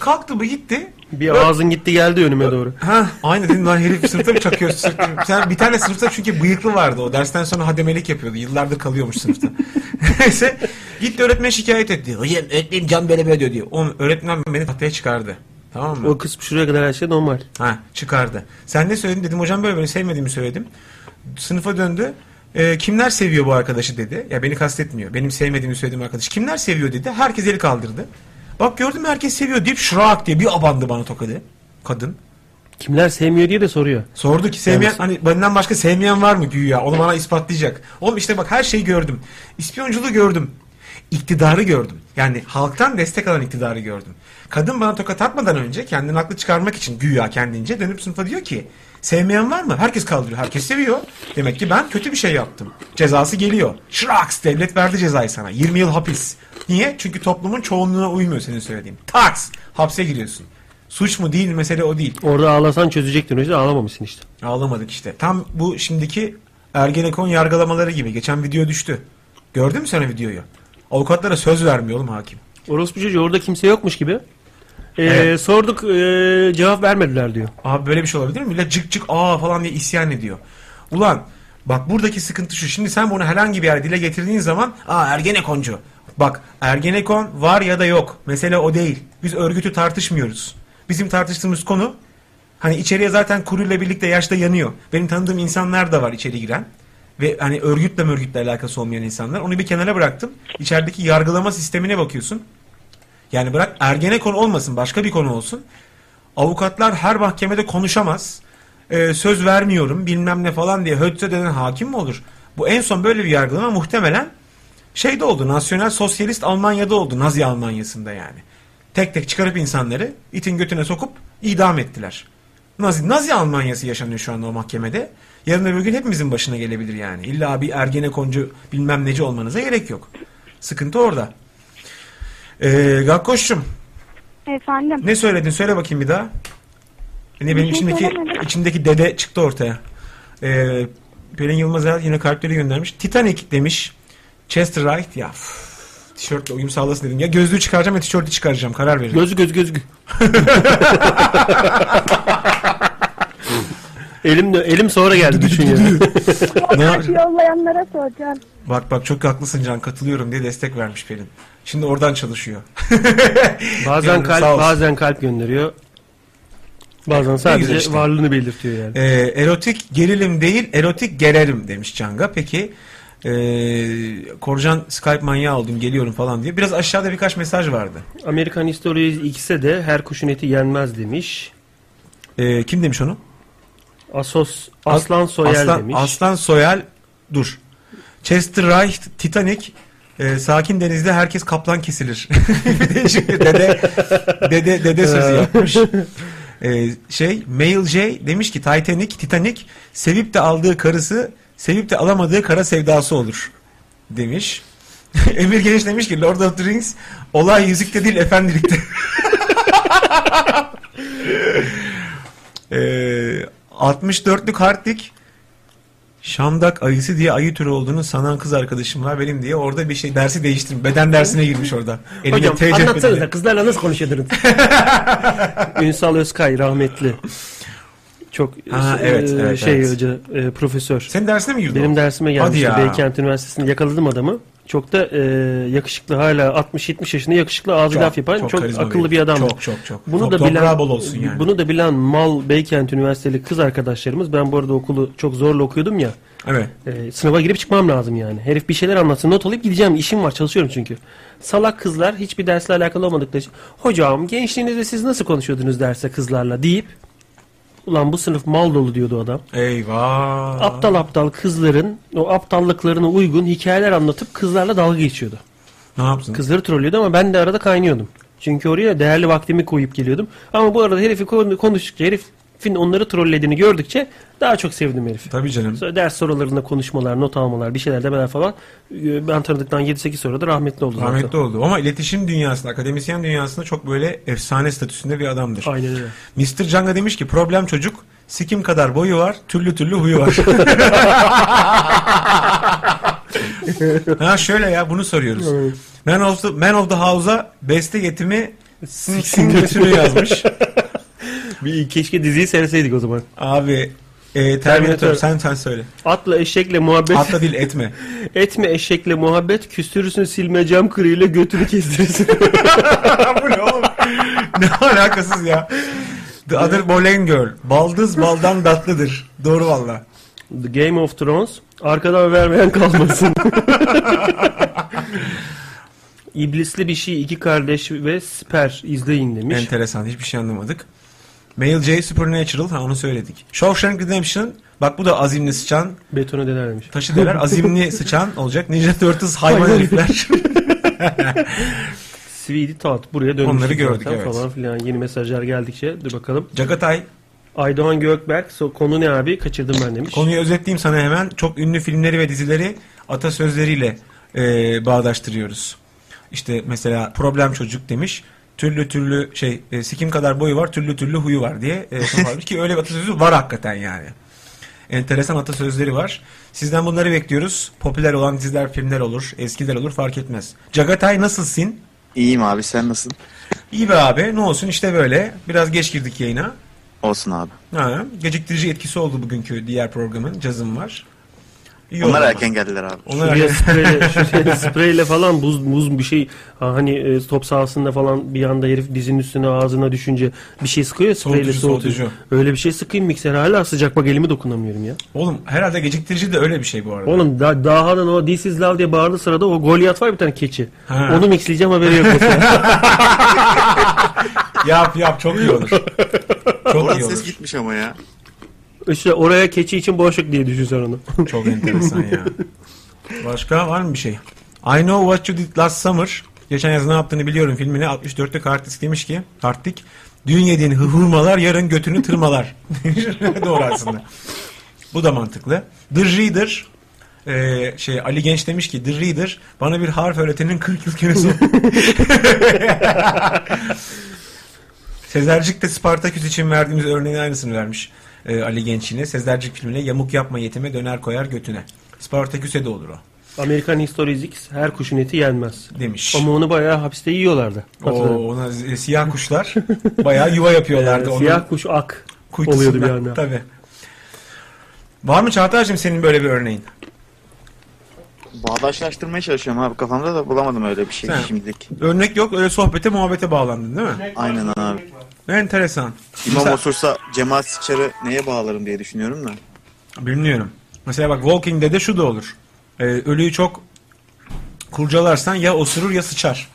Speaker 2: Kalktı bu gitti.
Speaker 3: Bir ağzın gitti geldi önüme doğru.
Speaker 2: Ha aynı dedim lan herif sınıfta mı çakıyor? Sınıfta- Sen bir tane sınıfta çünkü bıyıklı vardı o. Dersten sonra hademelik yapıyordu. Yıllardır kalıyormuş sınıfta. [laughs] Neyse gitti öğretmen şikayet etti. Hocam öğretmenim can böyle böyle diyor diyor. Oğlum öğretmen beni tahtaya çıkardı. Tamam mı?
Speaker 3: O kısmı şuraya kadar her şey normal.
Speaker 2: Ha çıkardı. Sen ne söyledin dedim hocam böyle böyle sevmediğimi söyledim. Sınıfa döndü. E, kimler seviyor bu arkadaşı dedi. Ya beni kastetmiyor. Benim sevmediğimi söylediğim arkadaş. Kimler seviyor dedi. Herkes eli kaldırdı. Bak gördün mü herkes seviyor deyip şırak diye bir abandı bana tokadı. Kadın.
Speaker 3: Kimler sevmiyor diye de soruyor.
Speaker 2: Sordu ki sevmeyen hani benden başka sevmeyen var mı güya? Onu bana ispatlayacak. Oğlum işte bak her şeyi gördüm. İspiyonculuğu gördüm. İktidarı gördüm. Yani halktan destek alan iktidarı gördüm. Kadın bana tokat atmadan önce kendini haklı çıkarmak için güya kendince dönüp sınıfa diyor ki sevmeyen var mı? Herkes kaldırıyor. Herkes seviyor. Demek ki ben kötü bir şey yaptım. Cezası geliyor. Şraks devlet verdi cezayı sana. 20 yıl hapis. Niye? Çünkü toplumun çoğunluğuna uymuyor senin söylediğin. Taks. Hapse giriyorsun. Suç mu değil mesele o değil.
Speaker 3: Orada ağlasan çözecektin önce de ağlamamışsın işte.
Speaker 2: Ağlamadık işte. Tam bu şimdiki Ergenekon yargılamaları gibi. Geçen video düştü. Gördün mü sen o videoyu? Avukatlara söz vermiyor oğlum hakim.
Speaker 3: Orospu çocuğu orada kimse yokmuş gibi. Ee,
Speaker 2: Evet.
Speaker 3: Sorduk ee, cevap vermediler diyor.
Speaker 2: Abi böyle bir şey olabilir mi? Millet cık cık aa falan diye isyan ediyor. Ulan bak buradaki sıkıntı şu. Şimdi sen bunu herhangi bir yere dile getirdiğin zaman aa Ergenekoncu. Bak Ergenekon var ya da yok. Mesele o değil. Biz örgütü tartışmıyoruz. Bizim tartıştığımız konu hani içeriye zaten kuruyla birlikte yaşta yanıyor. Benim tanıdığım insanlar da var içeri giren. Ve hani örgütle örgütle alakası olmayan insanlar. Onu bir kenara bıraktım. İçerideki yargılama sistemine bakıyorsun. Yani bırak Ergenekon olmasın başka bir konu olsun. Avukatlar her mahkemede konuşamaz. Ee, söz vermiyorum bilmem ne falan diye hötse denen hakim mi olur? Bu en son böyle bir yargılama muhtemelen şeyde oldu. Nasyonel Sosyalist Almanya'da oldu. Nazi Almanya'sında yani. Tek tek çıkarıp insanları itin götüne sokup idam ettiler. Nazi, Nazi Almanya'sı yaşanıyor şu anda o mahkemede. Yarın öbür gün hepimizin başına gelebilir yani. İlla bir ergenekoncu bilmem neci olmanıza gerek yok. Sıkıntı orada. Ee, Gakkoş'cum
Speaker 7: Efendim
Speaker 2: ne söyledin söyle bakayım bir daha. Yine
Speaker 7: Bir
Speaker 2: benim
Speaker 7: şey
Speaker 2: içimdeki,
Speaker 7: söylemedim.
Speaker 2: içimdeki dede çıktı ortaya. Ee, Pelin Yılmaz'a yine kalpleri göndermiş. Titanic demiş. Chester Wright ya üf, tişörtle uyum sağlasın dedim. Ya gözlüğü çıkaracağım ya tişörtü çıkaracağım. Karar verin.
Speaker 3: Gözü gözü
Speaker 2: [laughs]
Speaker 3: gözü. elim de- elim sonra geldi düşün yani.
Speaker 2: [laughs] ne yap-
Speaker 7: Yollayanlara şey soracağım.
Speaker 2: Bak bak çok haklısın Can katılıyorum diye destek vermiş Pelin. Şimdi oradan çalışıyor. [laughs]
Speaker 3: Bazen
Speaker 2: Yani sağ
Speaker 3: kalp
Speaker 2: olsun.
Speaker 3: bazen kalp gönderiyor. Bazen
Speaker 2: güzel
Speaker 3: sadece
Speaker 2: işte.
Speaker 3: varlığını belirtiyor yani.
Speaker 2: Ee, erotik gerilim değil erotik gererim demiş Canga. Peki ee, Korcan Skype manyağı oldum geliyorum falan diye. Biraz aşağıda birkaç mesaj vardı.
Speaker 3: Amerikan History X'e de her kuşun eti yenmez demiş.
Speaker 2: Ee, kim demiş onu?
Speaker 3: Asos Aslan Soyel
Speaker 2: Aslan,
Speaker 3: demiş.
Speaker 2: Aslan Soyal dur. Chester Wright Titanic e, sakin denizde herkes kaplan kesilir. [laughs] Bir de şimdi dede dede dede sözü yapmış. E, şey Mail J demiş ki Titanic Titanic sevip de aldığı karısı sevip de alamadığı kara sevdası olur demiş. [laughs] Emir Geniş demiş ki Lord of the Rings olay yüzükte değil efendilikte. Ee, 64'lük Hartlik Şamdak ayısı diye ayı türü olduğunu sanan kız arkadaşım var benim diye orada bir şey dersi değiştirmiş. Beden dersine girmiş orada. Elinde
Speaker 3: Hocam
Speaker 2: TCP 'de.
Speaker 3: anlatsanıza kızlarla nasıl
Speaker 2: [laughs]
Speaker 3: konuşuyordunuz? Ünsal Özkay rahmetli. Çok
Speaker 2: Ha,
Speaker 3: e,
Speaker 2: evet, evet,
Speaker 3: şey
Speaker 2: evet.
Speaker 3: hoca e, profesör.
Speaker 2: Senin dersine mi girdi o?
Speaker 3: Benim dersime
Speaker 2: Hadi
Speaker 3: gelmişti
Speaker 2: ya.
Speaker 3: Beykent Üniversitesi'nde yakaladım adamı. Çok da e, yakışıklı hala 60-70 yaşında yakışıklı ağzı
Speaker 2: Çok,
Speaker 3: laf yapan çok,
Speaker 2: karizma
Speaker 3: akıllı bir adamdı.
Speaker 2: Çok çok çok.
Speaker 3: Bunu
Speaker 2: Top-
Speaker 3: da bilen
Speaker 2: toprağı bol olsun yani.
Speaker 3: bunu da bilen mal Beykent Üniversiteli kız arkadaşlarımız ben bu arada okulu çok zorla okuyordum ya.
Speaker 2: Evet.
Speaker 3: Ee, sınava girip çıkmam lazım yani. Herif bir şeyler anlatsın. Not alıp gideceğim. İşim var. Çalışıyorum çünkü. Salak kızlar hiçbir dersle alakalı olmadıkları için hocam gençliğinizde siz nasıl konuşuyordunuz derse kızlarla deyip ulan bu sınıf mal dolu diyordu adam.
Speaker 2: Eyvah.
Speaker 3: Aptal aptal kızların o aptallıklarına uygun hikayeler anlatıp kızlarla dalga geçiyordu.
Speaker 2: Ne yaptın?
Speaker 3: Kızları trollüyordu ama ben de arada kaynıyordum. Çünkü oraya değerli vaktimi koyup geliyordum. Ama bu arada herifi konu- konuştukça herifin onları trollediğini gördükçe daha çok sevdim herifi.
Speaker 2: Tabii canım.
Speaker 3: Sonra ders sorularında konuşmalar, not almalar, bir şeyler demeler falan. Ee, Ben tanıdıktan 7-8 soruda rahmetli oldu zaten.
Speaker 2: Rahmetli oldu. Ama iletişim dünyasında, akademisyen dünyasında çok böyle efsane statüsünde bir adamdır.
Speaker 3: Aynen öyle.
Speaker 2: Mr. Canga demiş ki problem çocuk sikim kadar boyu var, türlü türlü
Speaker 3: [laughs]
Speaker 2: huyu var. ha şöyle ya bunu soruyoruz. Man of the, Man of the House'a beste yetimi siksin götürü yazmış.
Speaker 3: [laughs] Bir, keşke diziyi serseydik o zaman.
Speaker 2: Abi
Speaker 3: Terminator.
Speaker 2: e, Terminator sen sen söyle.
Speaker 3: Atla eşekle muhabbet
Speaker 2: Atla dil etme.
Speaker 3: [laughs] etme eşekle muhabbet küstürürsün silme cam kırığıyla götünü kestirirsin.
Speaker 2: [laughs] Bu ne oğlum? ne alakasız ya. The Other Boleyn Girl. Baldız baldan tatlıdır. Doğru valla.
Speaker 3: The Game of Thrones arkadan vermeyen
Speaker 2: [laughs]
Speaker 3: kalmasın. İblisli bir şey iki kardeş ve siper izleyin demiş.
Speaker 2: Enteresan. Hiçbir şey anlamadık. Mail J Supernatural. Ha onu söyledik. Shawshank Redemption. Bak bu da azimli sıçan.
Speaker 3: Betona denermiş.
Speaker 2: Taşı [laughs] deler
Speaker 3: [laughs]
Speaker 2: azimli sıçan olacak. Ninja Turtles hayvan herifler. [laughs]
Speaker 3: Sweetie Tat buraya dönmüş.
Speaker 2: Onları gördük,
Speaker 3: zaten
Speaker 2: evet.
Speaker 3: Falan filan yeni mesajlar geldikçe dur bakalım.
Speaker 2: Jagatay.
Speaker 3: Aydoğan Gökberk so, konu ne abi kaçırdım ben demiş.
Speaker 2: Konuyu özetleyeyim sana hemen. Çok ünlü filmleri ve dizileri atasözleriyle e, bağdaştırıyoruz. İşte mesela problem çocuk demiş. Türlü türlü şey e, sikim kadar boyu var, türlü türlü huyu var diye e,
Speaker 3: [laughs]
Speaker 2: toparlamış ki öyle bir atasözü var hakikaten yani. Enteresan atasözleri var. Sizden bunları bekliyoruz. Popüler olan diziler, filmler olur, eskiler olur fark etmez. Cagatay nasılsın?
Speaker 8: İyiyim abi sen nasılsın?
Speaker 2: İyi be abi. Ne olsun işte böyle. Biraz geç girdik yayına.
Speaker 8: Olsun abi.
Speaker 2: Ha, geciktirici etkisi oldu bugünkü diğer programın. Cazım var. İyi
Speaker 8: Onlar
Speaker 2: oldu.
Speaker 8: erken geldiler abi.
Speaker 2: Onlar
Speaker 3: Şuraya
Speaker 2: erken- [laughs]
Speaker 3: spreyle, şuraya spreyle falan buz buz bir şey ha, hani e, top sahasında falan bir anda herif dizinin üstüne ağzına düşünce bir şey sıkıyor ya spreyle
Speaker 2: Soğutucu,
Speaker 3: soğutucu.
Speaker 2: soğutucu.
Speaker 3: Öyle bir şey sıkayım mikser hala sıcak bak elimi dokunamıyorum ya.
Speaker 2: Oğlum herhalde geciktirici de öyle bir şey
Speaker 3: [laughs]
Speaker 2: bu arada.
Speaker 3: Oğlum da, Daha'nın o This is Love diye bağırdığı sırada o Goliath var bir tane keçi.
Speaker 2: Ha.
Speaker 3: Onu mixleyeceğim haberi yok mesela.
Speaker 2: [laughs] Yap yap çok iyi olur. Çok iyi
Speaker 8: Oradan ses
Speaker 2: olur.
Speaker 8: gitmiş ama ya.
Speaker 3: işte oraya keçi için boşluk diye düşünsen onu.
Speaker 2: [laughs] Çok enteresan ya. Başka var mı bir şey? I Know What You Did Last Summer. Geçen yaz ne yaptığını biliyorum filmini. 64'lük Hartlik demiş ki. Hartlik. Dün yediğin hı- hurmalar yarın götünü tırmalar. [laughs] Doğru aslında. Bu da mantıklı. The Reader. Ee, şey Ali Genç demiş ki The Reader bana bir harf öğretenin 40 yıl kenesi oldu. Sezercik de Spartaküs için verdiğimiz örneğin aynısını vermiş e, Ali Genç yine. Sezercik filmine yamuk yapma yetime döner koyar götüne. Spartaküs'e de olur o
Speaker 3: American History X her kuşun eti yenmez.
Speaker 2: demiş.
Speaker 3: Ama onu bayağı hapiste yiyorlardı.
Speaker 2: O
Speaker 3: Hatırlarım.
Speaker 2: ona e, siyah kuşlar [laughs] bayağı yuva
Speaker 3: Yani [laughs]
Speaker 2: yapıyorlardı. onun
Speaker 3: siyah kuş ak
Speaker 2: kuytusundan.
Speaker 3: oluyordu bir anda.
Speaker 2: Tabii. Var mı Çağatay'cığım senin böyle bir örneğin?
Speaker 8: Bağdaşlaştırmaya çalışıyorum abi. Kafamda da bulamadım öyle bir şey
Speaker 2: Sen-
Speaker 8: şimdilik.
Speaker 2: Örnek yok öyle sohbete muhabbete bağlandın değil mi?
Speaker 8: Aynen abi.
Speaker 2: Enteresan.
Speaker 8: İmam
Speaker 2: Mesela-
Speaker 8: osursa cemaat sıçarı neye bağlarım diye düşünüyorum da.
Speaker 2: Bilmiyorum. Mesela bak Walking Dead'de şu da olur. Ee, ölüyü çok kurcalarsan ya osurur ya sıçar.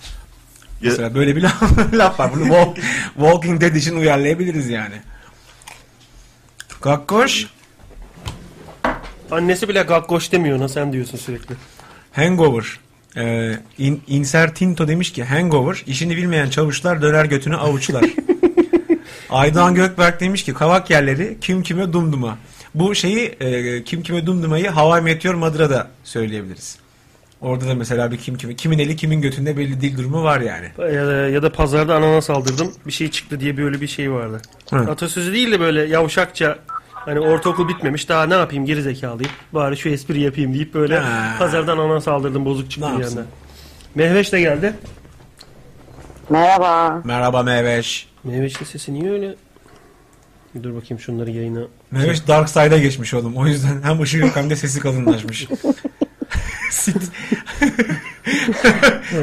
Speaker 8: Ya-
Speaker 2: Mesela böyle bir [laughs] laf, laf var. Bunu walk, Walking Dead için uyarlayabiliriz yani. Kakkoş,
Speaker 3: Annesi bile gakkoş demiyor ona sen diyorsun sürekli.
Speaker 2: Hangover. Ee, in, Insertinto demiş ki Hangover, işini bilmeyen çavuşlar döner götünü avuçlar. Aydoğan Gökberk demiş ki kavak yerleri kim kime dumduma. Bu şeyi e, kim kime dumdumayı Hawaii Meteor Madra'da söyleyebiliriz. Orada da mesela bir kim kime, kimin eli kimin götünde belli değil durumu var yani.
Speaker 3: Ya da, ya da pazarda ananas aldırdım bir şey çıktı diye böyle bir şey vardı.
Speaker 2: Evet.
Speaker 3: Atasözü değil de böyle yavşakça hani ortaokul bitmemiş daha ne yapayım geri zekalıyım. Bari şu espri yapayım deyip böyle
Speaker 2: Ha.
Speaker 3: pazardan ananas aldırdım bozuk çıktı
Speaker 2: Ne
Speaker 3: bir
Speaker 2: yapsın?
Speaker 3: anda. Mehveş de geldi.
Speaker 9: Merhaba.
Speaker 2: Merhaba Mehveş.
Speaker 3: Mehveş'in sesi niye öyle? Bir dur bakayım şunları yayına.
Speaker 2: Mehveş Dark Side'a geçmiş oğlum. O yüzden hem ışığı yok hem de sesi kalınlaşmış. [laughs] Sit.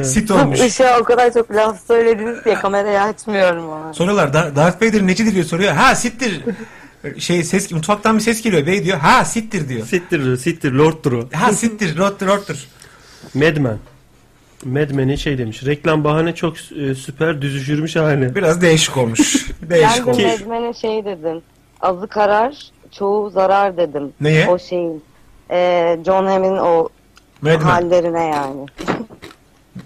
Speaker 2: Sit olmuş.
Speaker 9: Işığa şey, o kadar çok laf söylediniz ki kamerayı açmıyorum ona.
Speaker 2: Soruyorlar "Da- Darth Vader necidir diyor soruyor. Ha sittir. Şey ses mutfaktan bir ses geliyor bey diyor. Ha sittir diyor.
Speaker 3: Sittir, sittir, lordtur o.
Speaker 2: Ha sittir. Rottur rottur.
Speaker 3: Madman. Madman'e şey demiş. Reklam bahane çok e, süper düzüşürmüş hali.
Speaker 2: Biraz
Speaker 3: [laughs]
Speaker 2: değişik olmuş.
Speaker 9: Ben
Speaker 2: değişik
Speaker 9: de
Speaker 2: olmuş.
Speaker 9: Nedmen'e şey dedim. Azı karar, çoğu zarar dedim.
Speaker 2: Neye?
Speaker 9: O şeyin. Ee, John Hamm'in o
Speaker 2: Madman.
Speaker 9: hallerine yani.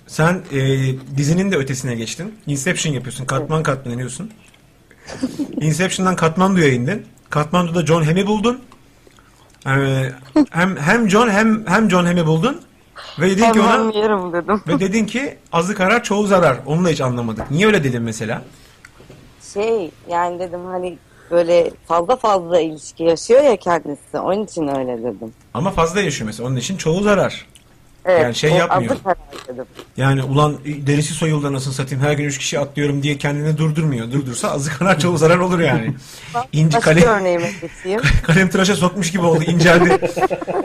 Speaker 2: Sen e, dizinin de ötesine geçtin. Inception yapıyorsun. Katman katman iniyorsun. Inception'dan Katmandu'ya indin. Katmandu'da John Hamm'i buldun. Ee, hem hem John hem hem John Hamm'i buldun. Ve dedin ki ona
Speaker 9: Hemen yerim dedim.
Speaker 2: ve dedin ki azı karar çoğu zarar. Onu da hiç anlamadık. Niye öyle dedin mesela?
Speaker 9: Şey yani dedim hani böyle fazla fazla ilişki yaşıyor ya kendisi. Onun için öyle dedim.
Speaker 2: Ama fazla yaşıyor mesela. Onun için çoğu zarar.
Speaker 9: Evet,
Speaker 2: Yani şey
Speaker 9: o
Speaker 2: yapmıyor.
Speaker 9: Azı karar dedim.
Speaker 2: Yani ulan e, derisi soyuldu nasıl satayım her gün üç kişi atlıyorum diye kendini durdurmuyor. Durdursa azı karar çoğu zarar
Speaker 9: [laughs]
Speaker 2: olur yani. İnci
Speaker 9: Başka
Speaker 2: kalem,
Speaker 9: örneğime geçeyim.
Speaker 2: kalem tıraşa sokmuş gibi oldu inceldi.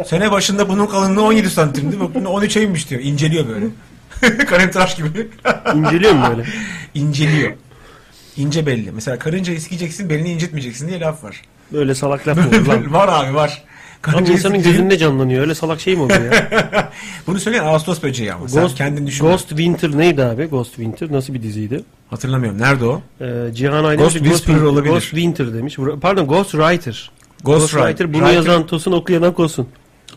Speaker 2: Sene başında bunun kalınlığı 17 santim değil mi? Bunu 13'e inmiş diyor. İnceliyor böyle. [laughs] kalem tıraş gibi.
Speaker 3: İnceliyor mu böyle?
Speaker 2: İnceliyor. İnce belli. Mesela karıncayı sikeceksin belini incitmeyeceksin diye laf var.
Speaker 3: Böyle salak laf mı olur lan?
Speaker 2: [laughs] var abi var.
Speaker 3: Abi
Speaker 2: Karıncayı
Speaker 3: insanın
Speaker 2: sikeceksin-
Speaker 3: gözünde canlanıyor. Öyle salak şey mi olur ya?
Speaker 2: [laughs] Bunu söyleyen Ağustos böceği ama. Sen
Speaker 3: Ghost,
Speaker 2: kendin düşün.
Speaker 3: Ghost Winter neydi abi? Ghost Winter nasıl bir diziydi?
Speaker 2: Hatırlamıyorum. Nerede o?
Speaker 3: Ee, Cihan Aydın
Speaker 2: Ghost
Speaker 3: demiş,
Speaker 2: Whisperer
Speaker 3: Win-
Speaker 2: olabilir.
Speaker 3: Ghost Winter demiş. Bur- Pardon Ghost Writer.
Speaker 2: Ghost, Rider.
Speaker 3: Bunu
Speaker 2: Rider-
Speaker 3: yazan Tosun okuyana Kosun.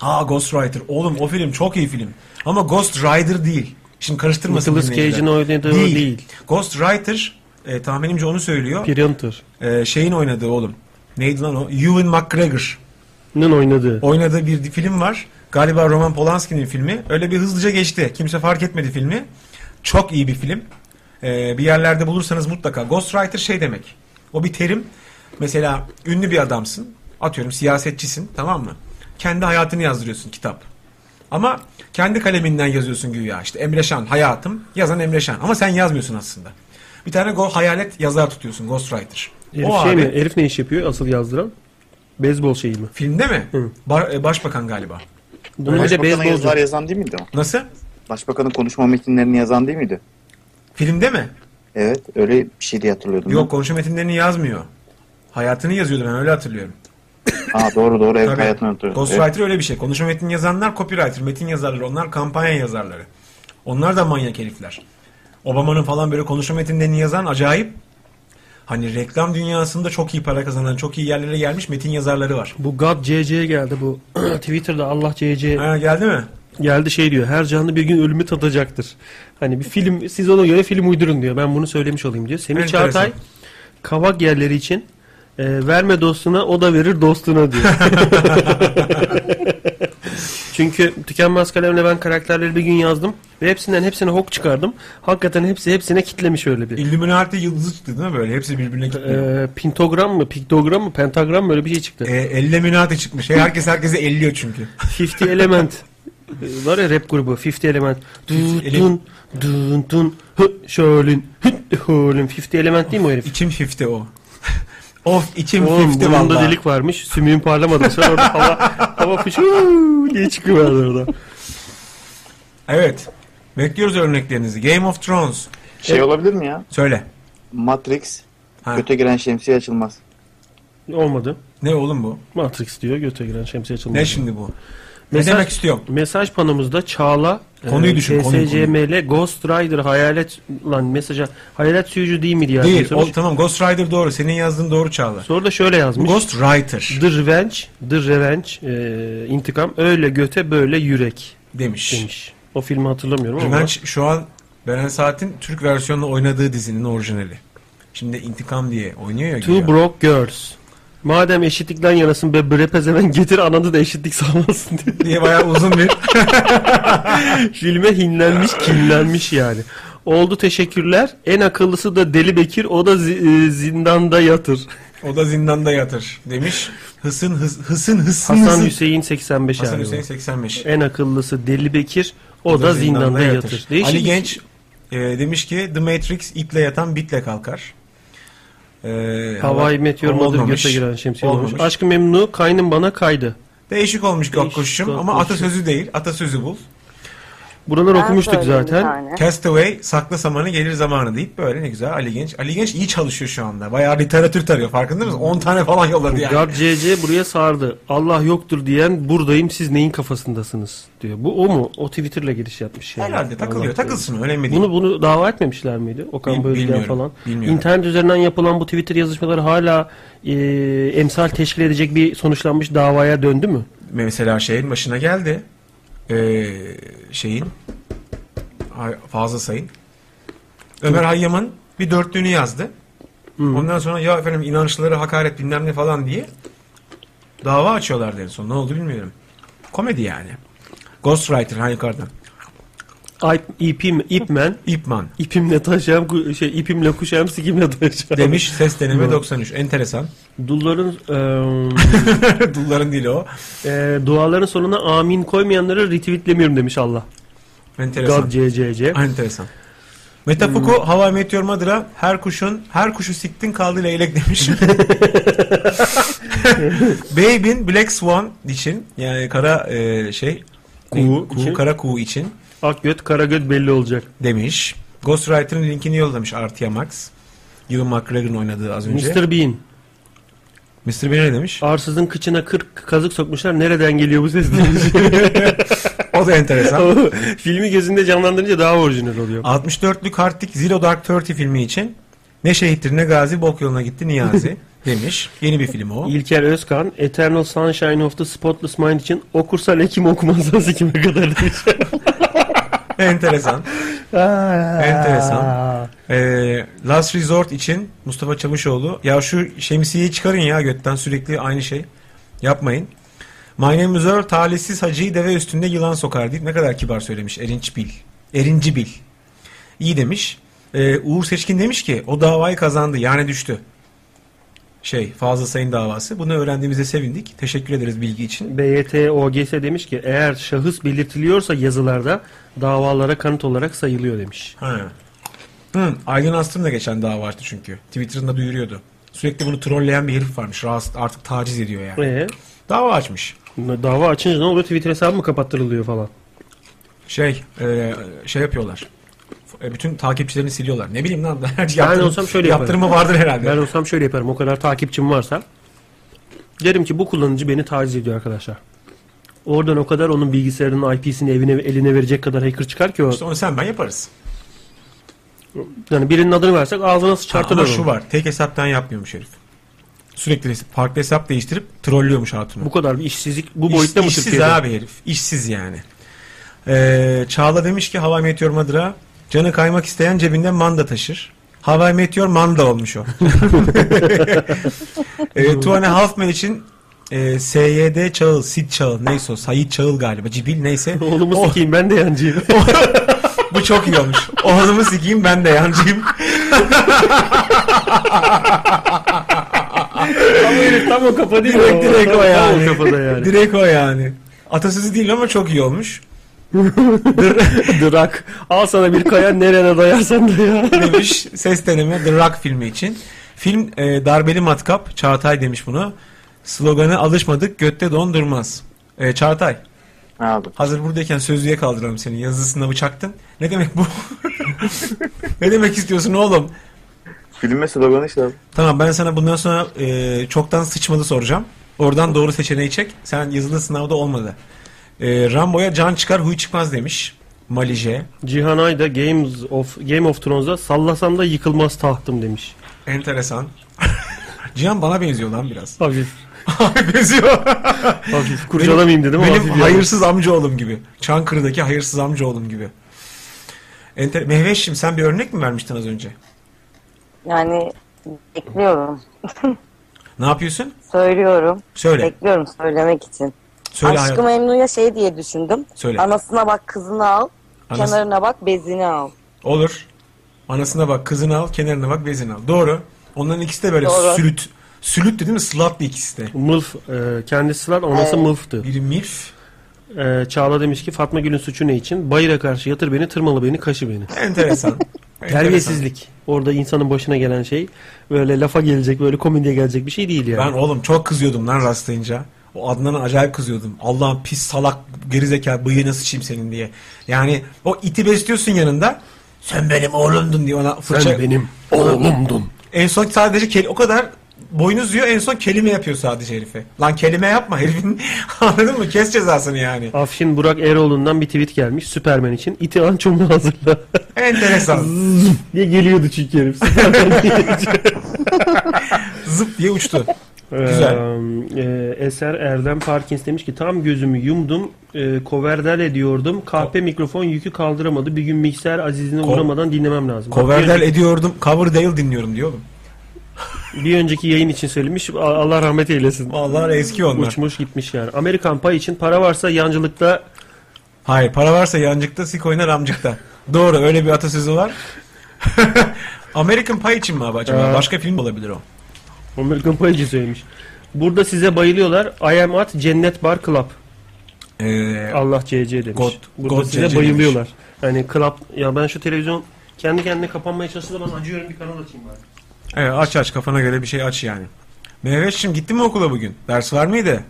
Speaker 2: Aa Ghost Rider. Oğlum o film çok iyi film. Ama Ghost Rider değil. Şimdi karıştırmasın
Speaker 3: Nicolas
Speaker 2: dinleyiciler.
Speaker 3: Cage'in oynadığı o değil.
Speaker 2: Ghost Rider e, tahminimce onu söylüyor.
Speaker 3: Piranter'ın
Speaker 2: E, şeyin oynadığı oğlum. Neydi lan o? Ewan McGregor.
Speaker 3: oynadığı.
Speaker 2: Oynadığı bir film var. Galiba Roman Polanski'nin filmi. Öyle bir hızlıca geçti. Kimse fark etmedi filmi. Çok iyi bir film. E, bir yerlerde bulursanız mutlaka. Ghost Rider şey demek. O bir terim. Mesela ünlü bir adamsın. Atıyorum siyasetçisin tamam mı? Kendi hayatını yazdırıyorsun kitap. Ama kendi kaleminden yazıyorsun güya. İşte Emre Şan, hayatım. Yazan Emre Şan. Ama sen yazmıyorsun aslında. Bir tane go hayalet yazar tutuyorsun. Ghostwriter.
Speaker 3: Herif
Speaker 2: o
Speaker 3: şey
Speaker 2: abi
Speaker 3: mi? Herif ne iş yapıyor asıl yazdıran? Beyzbol şeyi mi?
Speaker 2: filmde mi?
Speaker 3: Hı.
Speaker 2: Ba- e, başbakan galiba.
Speaker 3: Bunun bir de
Speaker 8: Başbakan'a
Speaker 3: beyzbolcu.
Speaker 8: yazılar yazan değil miydi o?
Speaker 2: Nasıl?
Speaker 8: Başbakanın konuşma metinlerini yazan değil miydi?
Speaker 2: Filmde mi?
Speaker 8: Evet öyle bir şey diye hatırlıyordum.
Speaker 2: Yok konuşma metinlerini yazmıyor. Hayatını yazıyordu ben öyle hatırlıyorum.
Speaker 8: ben. Aa, doğru doğru evet
Speaker 2: Tabii.
Speaker 8: hayatını hatırlıyorum. Evet.
Speaker 2: Ghostwriter öyle bir şey. Konuşma metini yazanlar copywriter, metin yazarları. Onlar kampanya yazarları. Onlar da manyak herifler. Obama'nın falan böyle konuşma metinlerini yazan acayip. Hani reklam dünyasında çok iyi para kazanan, çok iyi yerlere gelmiş metin yazarları var.
Speaker 3: Bu God CC geldi bu. [clears throat] Twitter'da Allah CC
Speaker 2: Ha, geldi mi?
Speaker 3: geldi şey diyor. Her canlı bir gün ölümü tadacaktır. Hani bir film siz ona göre film uydurun diyor. Ben bunu söylemiş olayım diyor. Semih
Speaker 2: Enteresan.
Speaker 3: Çağatay kavak yerleri için e, verme dostuna o da verir dostuna diyor. [laughs] Çünkü tükenmez kalemle ben karakterleri bir gün yazdım. Ve hepsinden hepsine hok çıkardım. Hakikaten hepsi hepsine kitlemiş öyle bir.
Speaker 2: Illuminati yıldızı çıktı değil mi böyle? Hepsi birbirine gitti.
Speaker 3: Ee, pintogram mı, piktogram mı, pentagram mı öyle bir şey çıktı.
Speaker 2: E, Elleminati çıkmış. Hey, Şey, herkes herkese elliyor çünkü.
Speaker 3: 50
Speaker 2: [laughs]
Speaker 3: Element. Ee, Var ya rap grubu 50 Element. Dun dun dun dun hı şölün hı şölün 50 Element değil mi o herif?
Speaker 2: İçim şifte o. [laughs] of içim
Speaker 3: Oğlum
Speaker 2: şifte
Speaker 3: burnunda
Speaker 2: valla.
Speaker 3: delik varmış. Sümüğün parlamadı. Sen orada
Speaker 2: [laughs]
Speaker 3: hava, hava fışı diye çıkıverdi orada.
Speaker 2: Evet. Bekliyoruz örneklerinizi. Game of Thrones.
Speaker 8: Şey
Speaker 3: E,
Speaker 8: olabilir mi ya?
Speaker 2: Söyle.
Speaker 8: Matrix.
Speaker 2: Ha.
Speaker 8: Göte giren şemsiye açılmaz.
Speaker 3: Olmadı.
Speaker 2: Ne oğlum bu?
Speaker 3: Matrix diyor. Göte giren şemsiye açılmadı.
Speaker 2: Ne şimdi bu?
Speaker 3: Mesaj-
Speaker 2: Ne demek istiyorum?
Speaker 3: Mesaj panomuzda Çağla e,
Speaker 2: Konuyu düşün, konuyu,
Speaker 3: TSCML Ghost Rider hayalet lan mesaja hayalet suyucu değil mi diye
Speaker 2: Değil.
Speaker 3: yazmış.
Speaker 2: O, tamam Ghost Rider doğru. Senin yazdığın doğru Çağla.
Speaker 3: Soru şey- da şöyle yazmış.
Speaker 2: Ghost Rider
Speaker 3: The Revenge, The Revenge, e, intikam öyle göte böyle yürek
Speaker 2: demiş.
Speaker 3: demiş. O filmi hatırlamıyorum ama.
Speaker 2: Revenge şu an Beren Saat'in Türk versiyonunu oynadığı dizinin orijinali. Şimdi intikam diye oynuyor ya.
Speaker 3: Two
Speaker 2: güya.
Speaker 3: Broke Girls. Madem eşitlikten yanasın be bre pezeven getir ananı da eşitlik [laughs] sağlasın diye.
Speaker 2: diye bayağı uzun bir
Speaker 3: [laughs] Filme hinlenmiş kinlenmiş yani. Oldu teşekkürler. En akıllısı da Deli Bekir o da zi- e, zindanda yatır.
Speaker 2: o da zindanda yatır demiş. Hısın hıs, hısın hısın
Speaker 3: Hasan
Speaker 2: hısın.
Speaker 3: Hüseyin 85
Speaker 2: Hasan
Speaker 3: abi.
Speaker 2: Hüseyin 85.
Speaker 3: En akıllısı Deli Bekir o, da, zindanda, yatır. Değişik
Speaker 2: Ali
Speaker 3: bir- şey.
Speaker 2: Genç e, demiş ki The Matrix itle yatan bitle kalkar. E,
Speaker 3: Havai
Speaker 2: hava-
Speaker 3: meteor
Speaker 2: hava
Speaker 3: mudur
Speaker 2: olmamış.
Speaker 3: göte giren şemsiye olmuş.
Speaker 2: Olmamış.
Speaker 3: Aşkı memnu kaynım bana kaydı.
Speaker 2: Değişik olmuş
Speaker 3: Değişik
Speaker 2: Gökkuş'um ama
Speaker 3: Gökkuş'um.
Speaker 2: atasözü değil. Atasözü bul.
Speaker 3: Buraları
Speaker 9: Ben
Speaker 3: okumuştuk
Speaker 9: söyleyeyim bir
Speaker 3: zaten.
Speaker 9: tane.
Speaker 2: Castaway sakla samanı gelir zamanı deyip böyle ne güzel Ali Genç. Ali Genç iyi çalışıyor şu anda. Bayağı literatür tarıyor farkında mısınız? 10 tane falan yolladı yani.
Speaker 3: Gab CC buraya sardı. Allah yoktur diyen buradayım siz neyin kafasındasınız diyor. Bu o mu? O Twitter'la giriş yapmış yani.
Speaker 2: Herhalde takılıyor.
Speaker 3: Allah
Speaker 2: Takılsın önemli değil.
Speaker 3: Bunu bunu dava etmemişler miydi? Okan
Speaker 2: Bil-
Speaker 3: Bayülgen
Speaker 2: bilmiyorum,
Speaker 3: falan.
Speaker 2: bilmiyorum.
Speaker 3: İnternet üzerinden yapılan bu Twitter yazışmaları hala e, emsal teşkil edecek bir sonuçlanmış davaya döndü mü?
Speaker 2: Mesela şeyin başına geldi. Ee, şeyin Hay- fazla sayın. Ömer Hayyam'ın bir dörtlüğünü yazdı. Ondan sonra ya efendim inançları hakaret bilmem ne falan diye dava açıyorlar en son. Ne oldu bilmiyorum. Komedi yani. Ghostwriter ha yukarıdan.
Speaker 3: Ay- İpim, ipmen,
Speaker 2: İpman
Speaker 3: ipimle taşıyam, gu- şey, ipimle kuşağım, sikimle taşıyam.
Speaker 2: demiş ses deneme 93. Enteresan. [laughs]
Speaker 3: Dulların,
Speaker 2: Dulların dili o.
Speaker 3: e, e, duaların sonuna amin koymayanları retweetlemiyorum demiş Allah.
Speaker 2: Enteresan. Ah,
Speaker 3: Gab CCC.
Speaker 2: Enteresan.
Speaker 3: Hmm.
Speaker 2: Metafuku hava meteor madra her kuşun her kuşu siktin kaldı leylek
Speaker 3: [laughs]
Speaker 2: demiş. Babe'in Black Swan için yani kara e, şey
Speaker 3: Kuğu
Speaker 2: kuğu,
Speaker 3: için.
Speaker 2: kara kuğu için
Speaker 3: Ak göt, kara göt belli olacak.
Speaker 2: demiş. Ghostwriter'ın linkini yollamış Artıya Max. Ewan McGregor'ın oynadığı az önce. Mr.
Speaker 3: Mr. Bean.
Speaker 2: Bean ne demiş?
Speaker 3: Arsızın kıçına 40 kazık sokmuşlar. Nereden geliyor bu ses demiş.
Speaker 2: [laughs] O da
Speaker 3: [laughs]
Speaker 2: enteresan.
Speaker 3: Filmi gözünde canlandırınca daha orijinal oluyor.
Speaker 2: 64'lük Hartik Zero Dark Thirty filmi için ne şehittir ne gazi bok yoluna
Speaker 3: [laughs]
Speaker 2: gitti Niyazi demiş. Yeni bir film o.
Speaker 3: İlker Özkan, Eternal Sunshine of the Spotless Mind için okursan Ekim okumazsan Ekim'e kadar demiş.
Speaker 2: [laughs] enteresan. Enteresan. Ee, Last Resort için Mustafa Çavuşoğlu ya şu şemsiyeyi çıkarın ya götten sürekli aynı şey yapmayın. My name is Earl, talihsiz hacıyı deve üstünde yılan sokar deyip ne kadar kibar söylemiş Erinç Bil. Erinci Bil. İyi demiş. Ee, Uğur Seçkin demiş ki o davayı kazandı yani düştü. Şey fazla sayın davası. Bunu öğrendiğimize sevindik. Teşekkür ederiz bilgi için.
Speaker 3: BYT OGS demiş ki eğer şahıs belirtiliyorsa yazılarda davalara kanıt olarak sayılıyor demiş.
Speaker 2: Ha. Hı, Aydın Astım da geçen dava açtı çünkü. Twitter'ında duyuruyordu. Sürekli bunu trolleyen bir herif varmış. Rahatsız, artık taciz ediyor yani.
Speaker 3: Ee,
Speaker 2: Dava açmış.
Speaker 3: dava açınca ne oluyor? Twitter hesabı mı kapattırılıyor falan?
Speaker 2: Şey, e, şey yapıyorlar. E, bütün takipçilerini siliyorlar. Ne bileyim lan. [laughs] ben
Speaker 3: olsam şöyle yaparım.
Speaker 2: Yaptırımı vardır herhalde.
Speaker 3: Ben olsam şöyle yaparım. O kadar takipçim varsa derim ki bu kullanıcı beni taciz ediyor arkadaşlar. Oradan o kadar onun bilgisayarının IP'sini evine eline verecek kadar hacker çıkar ki o.
Speaker 2: İşte onu sen ben yaparız.
Speaker 3: Yani birinin adını versek ağzına sıçartırlar
Speaker 2: Ama şu
Speaker 3: onu.
Speaker 2: var. Tek hesaptan yapmıyormuş herif. Sürekli farklı hesap değiştirip trollüyormuş hatunu.
Speaker 3: Bu kadar bir işsizlik bu boyutta
Speaker 2: İş-
Speaker 3: mı
Speaker 2: işsiz
Speaker 3: Türkiye'de?
Speaker 2: abi herif. İşsiz yani. Ee, Çağla demiş ki Havai Meteor Madra canı kaymak isteyen cebinden manda taşır.
Speaker 3: [laughs]
Speaker 2: Havai Meteor manda olmuş o. e, Tuane Ee, Halfman için e, SYD Çağıl, Sit Çağıl neyse o Sayit Çağıl galiba Cibil neyse.
Speaker 3: Oğlumu
Speaker 2: O-
Speaker 3: sikeyim ben de
Speaker 2: [laughs]
Speaker 3: yancıyım.
Speaker 2: Bu çok iyi olmuş. Oğlumu sikeyim ben de yancıyım.
Speaker 3: Tam herif tam o kafa değil.
Speaker 2: direkt
Speaker 3: o.
Speaker 2: direkt o
Speaker 3: Tam
Speaker 2: yani.
Speaker 3: o kafada yani.
Speaker 2: Direkt o yani. Atasözü değil ama çok iyi olmuş.
Speaker 3: Drak. Al sana bir kaya nerene dayarsan da ya.
Speaker 2: demiş ses deneme The Rock filmi için. Film e, darbeli matkap Çağatay demiş bunu. Sloganı alışmadık götte dondurmaz. E, Çağatay
Speaker 8: Ne oldu?
Speaker 2: hazır buradayken sözlüğe kaldıralım seni. Yazısına bıçaktın. Ne demek
Speaker 3: [laughs]
Speaker 2: bu? ne demek istiyorsun oğlum?
Speaker 8: Filme sloganı işte abi.
Speaker 2: Tamam ben sana bundan sonra e, çoktan sıçmalı soracağım. Oradan doğru seçeneği çek. Sen yazılı sınavda olmadı. E, Rambo'ya can çıkar huy çıkmaz demiş. Malije.
Speaker 3: Cihan Ayda Games of Game of Thrones'a sallasam da yıkılmaz tahtım demiş.
Speaker 2: Enteresan. Cihan bana benziyor lan biraz. [laughs]
Speaker 3: Hafif.
Speaker 2: benziyor.
Speaker 3: Hafif [laughs] kurcalamayayım dedim ama
Speaker 2: Benim
Speaker 3: hafif yani.
Speaker 2: hayırsız amcaoğlum gibi. Çankırı'daki hayırsız amcaoğlum gibi. Enter Mehveş'im sen bir örnek mi vermiştin az önce?
Speaker 9: Yani bekliyorum.
Speaker 2: Ne yapıyorsun?
Speaker 9: Söylüyorum.
Speaker 2: Söyle.
Speaker 9: Bekliyorum söylemek için.
Speaker 2: Söyle
Speaker 9: Aşkı
Speaker 2: hayatım.
Speaker 9: Memnu'ya şey diye düşündüm.
Speaker 2: Söyle.
Speaker 9: Anasına bak kızını al.
Speaker 2: Anası-
Speaker 9: Kenarına bak bezini al.
Speaker 2: Olur. Anasına bak, kızını al, kenarına bak, bezini al. Doğru. Onların ikisi de böyle
Speaker 9: Doğru.
Speaker 2: sülüt. Sülüt de değil mi? Slatlı ikisi de.
Speaker 3: Mılf e, kendisi var onası
Speaker 9: Evet.
Speaker 3: mılftı.
Speaker 2: Biri milf.
Speaker 3: E, Çağla demiş ki Fatma Gül'ün suçu ne için? Bayıra karşı yatır beni, tırmalı beni, kaşı beni.
Speaker 2: Enteresan. Enteresan.
Speaker 3: [laughs] Terbiyesizlik. Orada insanın başına gelen şey böyle lafa gelecek, böyle komediye gelecek bir şey değil yani.
Speaker 2: Ben oğlum çok kızıyordum lan rastlayınca. O Adnan'a acayip kızıyordum. Allah'ın pis salak gerizekalı bıyığını sıçayım senin diye. Yani o iti besliyorsun yanında. Sen benim oğlumdun diye ona fırça.
Speaker 3: benim oğlumdun.
Speaker 2: En son sadece kel- o kadar boynuz diyor en son kelime yapıyor sadece herife. Lan kelime yapma herifin [laughs] anladın mı? Kes cezasını yani.
Speaker 3: Afşin Burak Eroğlu'ndan bir tweet gelmiş. Süpermen için. İti ançomunu hazırla. [laughs]
Speaker 2: Enteresan.
Speaker 3: diye geliyordu çünkü herif.
Speaker 2: [laughs]
Speaker 3: Süpermen diye.
Speaker 2: Zıp diye uçtu. Güzel.
Speaker 3: Ee, e, Eser Erdem Parkins demiş ki tam gözümü yumdum. E, koverdal ediyordum. Kahpe mikrofon yükü kaldıramadı. Bir gün mikser azizine
Speaker 2: Ko-
Speaker 3: uğramadan dinlemem lazım. Bak, bir,
Speaker 2: Coverdale
Speaker 3: önceki,
Speaker 2: ediyordum. Coverdale dinliyorum diyor oğlum.
Speaker 3: bir önceki yayın için söylemiş. A- Allah rahmet eylesin.
Speaker 2: Vallahi eski onlar.
Speaker 3: Uçmuş gitmiş yani. Amerikan pay için para varsa yancılıkta
Speaker 2: Hayır para varsa yancıkta sik oynar amcıkta. Doğru öyle bir atasözü var. [laughs] American Pie için mi abi acaba?
Speaker 3: Ee.
Speaker 2: Başka film olabilir o.
Speaker 3: Amerikan pay için söylemiş. Burada size bayılıyorlar. I am at Cennet Bar Club.
Speaker 2: Ee,
Speaker 3: Allah CC demiş.
Speaker 2: God-
Speaker 3: Burada
Speaker 2: God
Speaker 3: size
Speaker 2: CC
Speaker 3: bayılıyorlar. Yani club ya ben şu televizyon kendi kendine kapanmaya çalıştığı zaman acıyorum bir kanal açayım bari.
Speaker 2: evet, aç aç kafana göre bir şey aç yani. Mehveş'cim gittin mi okula bugün? Ders var mıydı?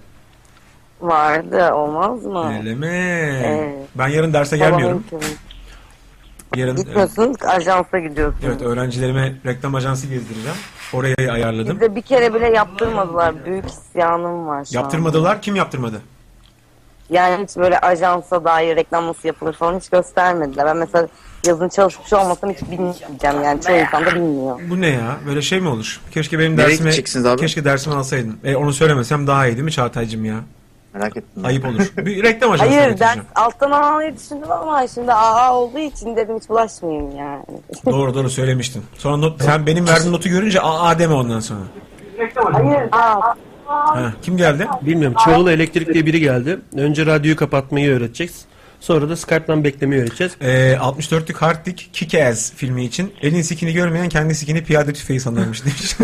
Speaker 9: Vardı olmaz mı?
Speaker 2: Öyle mi?
Speaker 9: Evet.
Speaker 2: Ben yarın derse
Speaker 9: Babam
Speaker 2: gelmiyorum.
Speaker 9: imkanı-
Speaker 2: Yarın e,
Speaker 9: Gitmiyorsun ajansa gidiyorsun.
Speaker 2: evet öğrencilerime reklam ajansı gezdireceğim. Orayı ayarladım.
Speaker 9: Bize bir kere bile yaptırmadılar. Büyük isyanım var şu an.
Speaker 2: Yaptırmadılar. Kim yaptırmadı?
Speaker 9: Yani hiç böyle ajansa dair reklam nasıl yapılır falan hiç göstermediler. Ben mesela yazın çalışmış olmasam hiç bilmeyeceğim yani. Çoğu insan da bilmiyor.
Speaker 2: Bu ne ya? Böyle şey mi olur? Keşke benim
Speaker 8: Nereye
Speaker 2: dersime
Speaker 8: gideceksiniz abi?
Speaker 2: keşke dersimi alsaydın. E, onu söylemesem daha iyi değil mi Çağatay'cım ya?
Speaker 8: Merak ettim.
Speaker 2: Ayıp olur. Bir şey reklam ajansına
Speaker 9: Hayır ders
Speaker 2: götüreceğim.
Speaker 9: alttan almayı düşündüm ama şimdi AA olduğu için dedim hiç bulaşmayayım yani.
Speaker 2: Doğru doğru söylemiştin. Sonra not, sen benim verdiğim notu görünce aa deme ondan sonra.
Speaker 9: Hayır aa,
Speaker 2: Ha, kim geldi?
Speaker 3: Bilmiyorum. Çağıl Elektrik diye biri geldi. Önce radyoyu kapatmayı öğreteceğiz. Sonra da Skype'dan beklemeyi öğreteceğiz.
Speaker 2: Ee, 64'lük Hardlik Kick-Ass filmi için elin sikini görmeyen kendi sikini piyade tüfeği sanırmış demiş.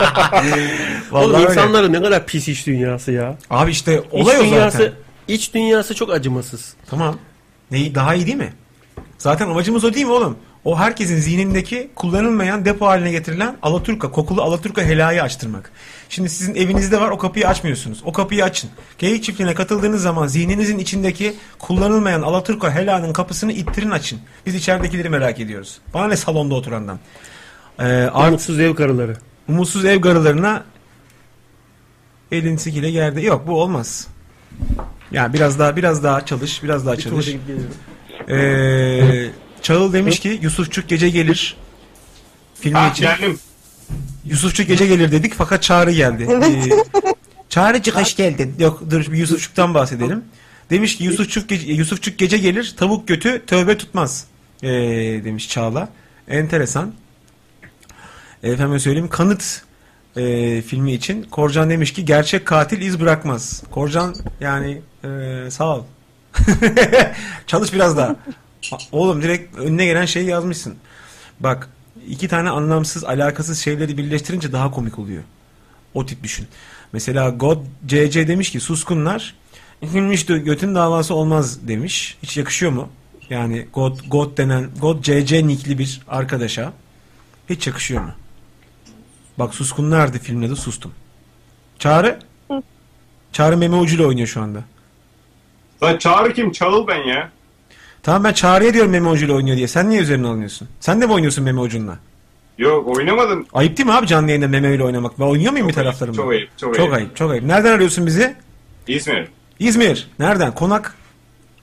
Speaker 2: Vallahi
Speaker 3: Oğlum
Speaker 2: öyle.
Speaker 3: insanların ne kadar pis iş dünyası ya.
Speaker 2: Abi işte olay
Speaker 3: iç
Speaker 2: o
Speaker 3: dünyası,
Speaker 2: zaten.
Speaker 3: İç dünyası çok acımasız.
Speaker 2: Tamam. Neyi daha iyi değil mi? Zaten amacımız o değil mi oğlum? O herkesin zihnindeki kullanılmayan depo haline getirilen Alaturka, kokulu Alaturka helayı açtırmak. Şimdi sizin evinizde var o kapıyı açmıyorsunuz. O kapıyı açın. Geyik çiftliğine katıldığınız zaman zihninizin içindeki kullanılmayan Alaturka helanın kapısını ittirin açın. Biz içeridekileri merak ediyoruz. Bana ne salonda oturandan. Ee, art,
Speaker 3: Armutsuz ev karıları.
Speaker 2: umutsuz ev garılarına elin sikiyle geldi. Yok bu olmaz. Ya biraz daha biraz daha çalış, biraz daha çalış. Ee, Çağıl demiş ki Yusufçuk gece gelir. Filmi için.
Speaker 1: geldim.
Speaker 2: Yusufçuk gece gelir dedik fakat Çağrı geldi. Ee, Çağrıcık hoş geldin. Yok dur bir Yusufçuk'tan bahsedelim. Demiş ki Yusufçuk gece, Yusufçuk gece gelir tavuk götü tövbe tutmaz. Ee, demiş Çağla. Enteresan. Efendim söyleyeyim kanıt e, filmi için. Korcan demiş ki gerçek katil iz bırakmaz. Korcan yani e, sağ ol. [laughs] Çalış biraz daha. A- Oğlum direkt önüne gelen şeyi yazmışsın. Bak iki tane anlamsız alakasız şeyleri birleştirince daha komik oluyor. O tip düşün. Mesela God CC demiş ki suskunlar Gülmüş de götün davası olmaz demiş. Hiç yakışıyor mu? Yani God, God denen God CC nikli bir arkadaşa hiç yakışıyor mu? Bak suskunlardı filmde de sustum. Çağrı? Çağrı meme ucuyla oynuyor şu anda.
Speaker 10: Lan Çağrı kim? Çağıl ben ya.
Speaker 2: Tamam ben Çağrı'ya diyorum meme ucuyla oynuyor diye. Sen niye üzerine alınıyorsun? Sen de mi oynuyorsun meme ucunla?
Speaker 10: Yok oynamadım.
Speaker 2: Ayıp değil mi abi canlı yayında memeyle oynamak? Ben oynuyor muyum bir taraflarımla?
Speaker 10: Çok ayıp. Çok,
Speaker 2: Çok ayıp, çok ayıp. Nereden arıyorsun bizi?
Speaker 10: İzmir.
Speaker 2: İzmir. Nereden? Konak.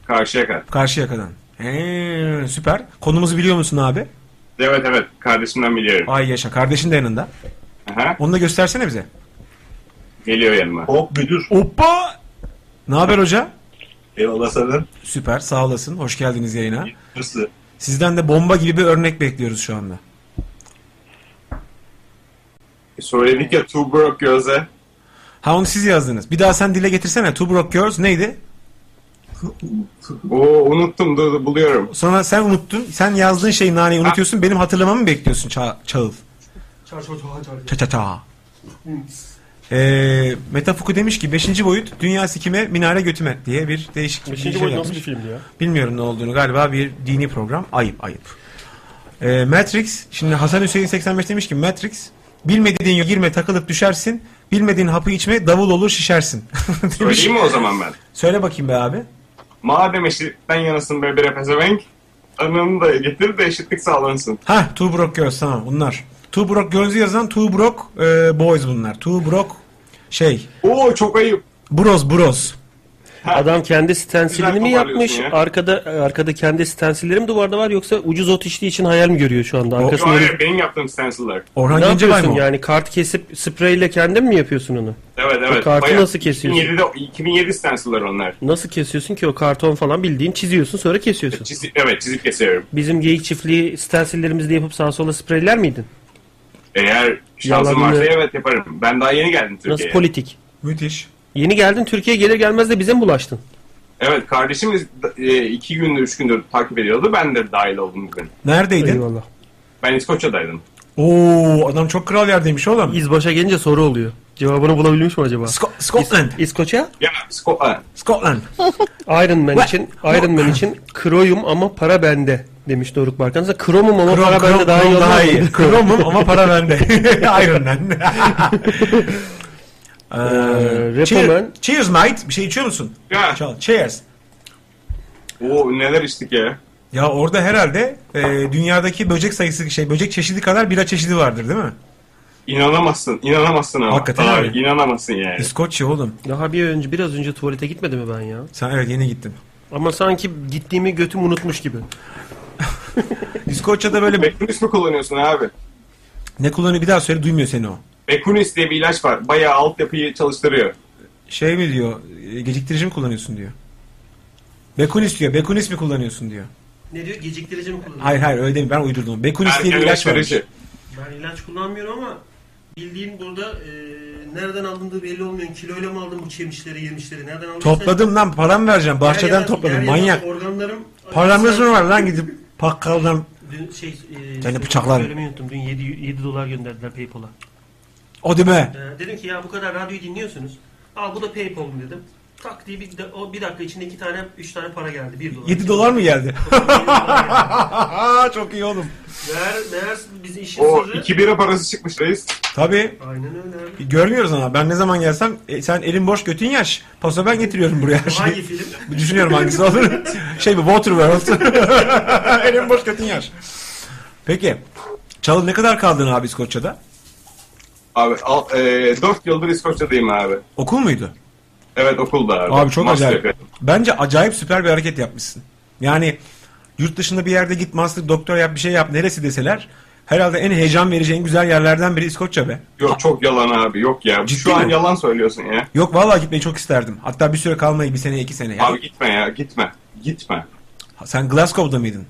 Speaker 10: Karşıyaka.
Speaker 2: Karşıyaka'dan. He, süper. Konumuzu biliyor musun abi?
Speaker 10: Evet evet. Kardeşimden biliyorum.
Speaker 2: Ay yaşa. Kardeşin de yanında.
Speaker 10: Aha.
Speaker 2: Onu da göstersene bize.
Speaker 10: Geliyor yanıma.
Speaker 11: Hop müdür.
Speaker 2: Hoppa! Ne haber hoca?
Speaker 11: Eyvallah senden.
Speaker 2: Süper. Sağ olasın. Hoş geldiniz yayına. Sizden de bomba gibi bir örnek bekliyoruz şu anda.
Speaker 10: E, Söyledik ya Two Broke Girls'e.
Speaker 2: Ha onu siz yazdınız. Bir daha sen dile getirsene. Two Broke Girls neydi?
Speaker 10: Oo unuttum dur, dur, buluyorum.
Speaker 2: Sonra sen unuttun. Sen yazdığın şeyi naneyi unutuyorsun. Benim hatırlamamı mı bekliyorsun Ça Çağıl? Ça ça ça.
Speaker 3: Hmm.
Speaker 2: Ee, Metafuku demiş ki 5. boyut dünya sikime minare götüme diye bir değişik bir
Speaker 3: Beşinci
Speaker 2: şey
Speaker 3: boyut nasıl
Speaker 2: yapmış.
Speaker 3: bir filmdi ya?
Speaker 2: Bilmiyorum ne olduğunu galiba bir dini program. Ayıp ayıp. Ee, Matrix şimdi Hasan Hüseyin 85 demiş ki Matrix bilmediğin yola girme takılıp düşersin. Bilmediğin hapı içme davul olur şişersin. [laughs] Demiş.
Speaker 10: Söyleyeyim mi o zaman ben?
Speaker 2: Söyle bakayım be abi.
Speaker 10: Madem eşitlikten yanasın be bir pezevenk. Ananı da getir de eşitlik sağlansın.
Speaker 2: Ha, Two Broke Girls tamam bunlar. Two Broke Girls'ü yazan Two Broke e, Boys bunlar. Two Broke şey.
Speaker 10: Oo çok ayıp.
Speaker 2: Bros Bros.
Speaker 3: Adam kendi stensilini
Speaker 2: Güzel
Speaker 3: mi yapmış?
Speaker 2: toparlıyorsun ya.
Speaker 3: Arkada arkada kendi stensilleri mi duvarda var yoksa ucuz ot içtiği için hayal mi görüyor şu anda?
Speaker 10: Yok
Speaker 3: Arkasında
Speaker 10: hayır benim yaptığım stencil'lar.
Speaker 3: ne yapıyorsun yani? Kart kesip spreyle kendin mi yapıyorsun onu?
Speaker 10: Evet evet.
Speaker 3: O kartı
Speaker 10: Bayağı-
Speaker 3: nasıl kesiyorsun?
Speaker 10: 2007'de 2007 stencil'lar onlar.
Speaker 3: Nasıl kesiyorsun ki o karton falan bildiğin çiziyorsun sonra kesiyorsun.
Speaker 10: E, Çizi- evet çizip kesiyorum.
Speaker 3: Bizim geyik çiftliği stencillerimizle yapıp sağa sola spreyler miydin?
Speaker 10: Eğer şansım
Speaker 3: Yalanını-
Speaker 10: varsa evet yaparım. Ben daha yeni geldim
Speaker 3: Nasıl
Speaker 10: Türkiye'ye.
Speaker 3: politik?
Speaker 2: Müthiş.
Speaker 3: Yeni geldin Türkiye'ye gelir gelmez de bize mi bulaştın?
Speaker 10: Evet kardeşimiz e, iki gündür üç gündür takip ediyordu. Ben de dahil oldum bugün.
Speaker 2: Neredeydin?
Speaker 10: Ben İskoçya'daydım.
Speaker 2: Oo adam çok kral yerdeymiş oğlum.
Speaker 3: İzbaş'a gelince soru oluyor. Cevabını bulabilmiş mi acaba?
Speaker 2: Scotland.
Speaker 3: İskoçya?
Speaker 10: Ya Scotland.
Speaker 2: Scotland.
Speaker 3: [laughs] Iron Man için Iron Man için kroyum ama para bende demiş Doruk Barkan. Aslında Kromum ama
Speaker 2: Krom-
Speaker 3: para
Speaker 2: krom-
Speaker 3: bende daha iyi
Speaker 2: krom
Speaker 3: olmaz mı?
Speaker 2: daha iyi.
Speaker 3: [laughs]
Speaker 2: Kromum ama para bende. [laughs] Iron Man. Ee, şey, cheer- cheers mate. Bir şey içiyor musun? Çal. Cheers.
Speaker 10: Oo neler içtik ya.
Speaker 2: Ya orada herhalde e, dünyadaki böcek sayısı şey böcek çeşidi kadar bira çeşidi vardır değil mi?
Speaker 10: İnanamazsın. inanamazsın ama.
Speaker 2: Hakikaten
Speaker 10: Abi,
Speaker 2: öyle.
Speaker 10: İnanamazsın yani.
Speaker 2: İskoçya oğlum.
Speaker 3: Daha bir önce biraz önce tuvalete gitmedi mi ben ya?
Speaker 2: Sen evet yeni gittin.
Speaker 3: Ama sanki gittiğimi götüm unutmuş gibi.
Speaker 2: İskoçya'da böyle
Speaker 10: Bekunis mi kullanıyorsun abi?
Speaker 2: Ne kullanıyor bir daha söyle duymuyor seni o.
Speaker 10: Bekunis diye bir ilaç var. Bayağı altyapıyı çalıştırıyor.
Speaker 2: Şey mi diyor e, geciktirici mi kullanıyorsun diyor. Bekunis diyor. Bekunis mi kullanıyorsun diyor.
Speaker 3: Ne diyor? Geciktirici mi kullanıyor?
Speaker 2: Hayır hayır öyle değil ben uydurdum. Bekunis diye bir ilaç varmış.
Speaker 3: Ben ilaç kullanmıyorum ama bildiğin burada e, nereden alındığı belli olmuyor. Kiloyla mı aldım bu çemişleri, yemişleri? Nereden aldım?
Speaker 2: Topladım lan param vereceğim. Bahçeden topladım manyak.
Speaker 3: Organlarım
Speaker 2: Paramız mı var lan gidip bakkaldan
Speaker 3: Dün şey, e,
Speaker 2: Seni bıçaklarım.
Speaker 3: Söylemeyi unuttum. Dün 7, 7 dolar gönderdiler PayPal'a.
Speaker 2: Hadi be.
Speaker 3: Ee, dedim ki ya bu kadar radyoyu dinliyorsunuz. Al bu da PayPal'ım dedim. Tak diye bir, de- o bir dakika içinde iki tane, üç tane para geldi. Bir dolar.
Speaker 2: 7 dolar mı geldi? [laughs] Çok iyi oğlum.
Speaker 3: Meğer, meğer bizi işin
Speaker 10: O
Speaker 3: sırrı...
Speaker 10: iki bira parası çıkmış reis.
Speaker 2: Tabii.
Speaker 3: Aynen öyle abi.
Speaker 2: Görmüyoruz ama ben ne zaman gelsem e, sen elin boş götün yaş. Paso ben getiriyorum buraya her şeyi.
Speaker 3: Hangi film?
Speaker 2: Düşünüyorum hangisi
Speaker 3: [laughs]
Speaker 2: olur. şey bir Waterworld. [laughs] elin boş götün yaş. [laughs] Peki. Çalın ne kadar kaldın abi İskoçya'da?
Speaker 10: Abi al, e, dört yıldır İskoçya'dayım abi.
Speaker 2: Okul muydu?
Speaker 10: Evet okulda abi.
Speaker 2: Abi çok
Speaker 10: Master
Speaker 2: acayip.
Speaker 10: yapıyorum.
Speaker 2: Bence acayip süper bir hareket yapmışsın. Yani yurt dışında bir yerde git master doktor yap bir şey yap neresi deseler herhalde en heyecan verici en güzel yerlerden biri İskoçya be.
Speaker 10: Yok çok yalan abi yok ya.
Speaker 2: Ciddi
Speaker 10: Şu an
Speaker 2: mi?
Speaker 10: yalan söylüyorsun ya.
Speaker 2: Yok vallahi gitmeyi çok isterdim. Hatta bir süre kalmayı bir sene iki sene. Yani
Speaker 10: Abi gitme ya gitme. Gitme.
Speaker 2: sen Glasgow'da mıydın?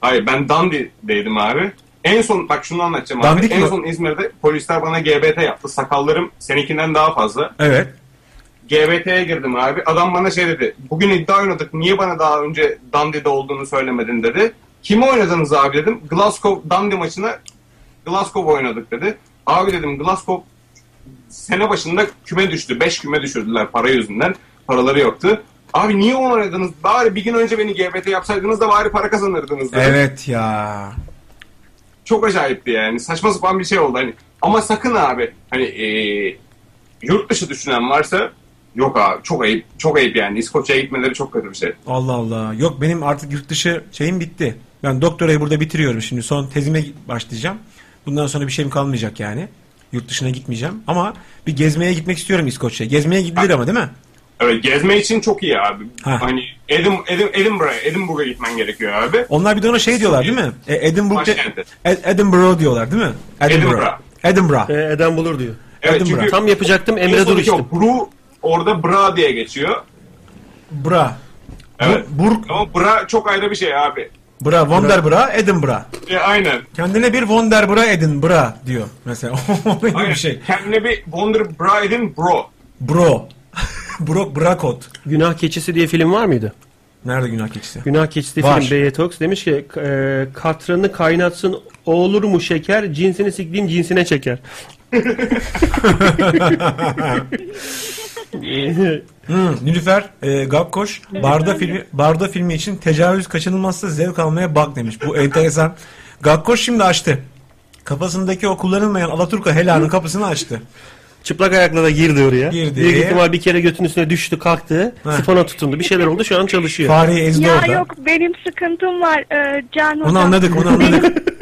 Speaker 10: Hayır ben Dundee'deydim abi. En son bak şunu anlatacağım
Speaker 2: Dandik
Speaker 10: abi. En
Speaker 2: mi?
Speaker 10: son İzmir'de polisler bana GBT yaptı. Sakallarım seninkinden daha fazla.
Speaker 2: Evet.
Speaker 10: GBT'ye girdim abi. Adam bana şey dedi. Bugün iddia oynadık. Niye bana daha önce Dundee'de olduğunu söylemedin dedi. Kimi oynadınız abi dedim. Glasgow Dundee maçına Glasgow oynadık dedi. Abi dedim Glasgow sene başında küme düştü. 5 küme düşürdüler para yüzünden. Paraları yoktu. Abi niye onu oynadınız? Bari bir gün önce beni GBT yapsaydınız da bari para kazanırdınız. dedi.
Speaker 2: Evet ya.
Speaker 10: Çok acayipti yani. Saçma sapan bir şey oldu. Hani, ama sakın abi hani eee, yurt dışı düşünen varsa yok abi çok ayıp. Çok ayıp yani. İskoçya'ya gitmeleri çok kötü bir şey.
Speaker 2: Allah Allah. Yok benim artık yurt dışı şeyim bitti. Ben doktorayı burada bitiriyorum şimdi. Son tezime başlayacağım. Bundan sonra bir şeyim kalmayacak yani. Yurt dışına gitmeyeceğim. Ama bir gezmeye gitmek istiyorum İskoçya'ya. Gezmeye gidilir ama değil mi?
Speaker 10: Evet gezme için çok iyi abi.
Speaker 2: Ha.
Speaker 10: Hani Edim, Edim, Edinburgh'a Edinburgh'a gitmen gerekiyor abi.
Speaker 2: Onlar bir de ona şey diyorlar değil mi? E, Edinburgh'da,
Speaker 10: Başkenti.
Speaker 2: Ed- Edinburgh diyorlar değil mi?
Speaker 10: Edinburgh.
Speaker 2: Edinburgh.
Speaker 3: E, Eden bulur diyor.
Speaker 10: Evet,
Speaker 2: Edinburgh.
Speaker 10: çünkü
Speaker 3: Tam yapacaktım Emre Dur
Speaker 10: Buradaki
Speaker 3: içtim.
Speaker 10: o Bru orada Bra diye geçiyor.
Speaker 2: Bra.
Speaker 10: Evet.
Speaker 2: Burg.
Speaker 10: Ama Bra çok ayrı bir şey abi.
Speaker 2: Bra. Wonderbra. Edinburgh.
Speaker 10: E, aynen.
Speaker 2: Kendine bir Wonderbra Edinburgh diyor mesela. [laughs] O gibi
Speaker 10: aynen.
Speaker 2: bir şey.
Speaker 10: Kendine bir Wonder Bra edin Bro.
Speaker 2: Bro. [laughs] Bro, Brakot.
Speaker 3: Günah Keçisi diye film var mıydı?
Speaker 2: Nerede günah keçisi?
Speaker 3: Günah Keçisi
Speaker 2: Var.
Speaker 3: film BY Talks demiş ki e, katranı kaynatsın o olur mu şeker cinsini siktiğim cinsine
Speaker 2: [laughs]
Speaker 3: çeker.
Speaker 2: Hmm, Nilüfer e, Gapkoş barda filmi barda filmi için tecavüz kaçınılmazsa zevk almaya bak demiş. Bu enteresan. Gapkoş şimdi açtı. Kafasındaki o kullanılmayan Alaturka helanın kapısını açtı.
Speaker 3: Çıplak ayakla da girdi oraya.
Speaker 2: Girdi.
Speaker 3: Büyük ihtimal bir kere götünün üstüne düştü kalktı.
Speaker 2: Heh.
Speaker 3: Sifona tutundu. Bir şeyler oldu şu an çalışıyor.
Speaker 2: Fareyi ezdi
Speaker 7: Ya
Speaker 2: orada.
Speaker 7: yok benim sıkıntım var e, Can Hocam.
Speaker 2: Onu anladık, onu anladık. [laughs]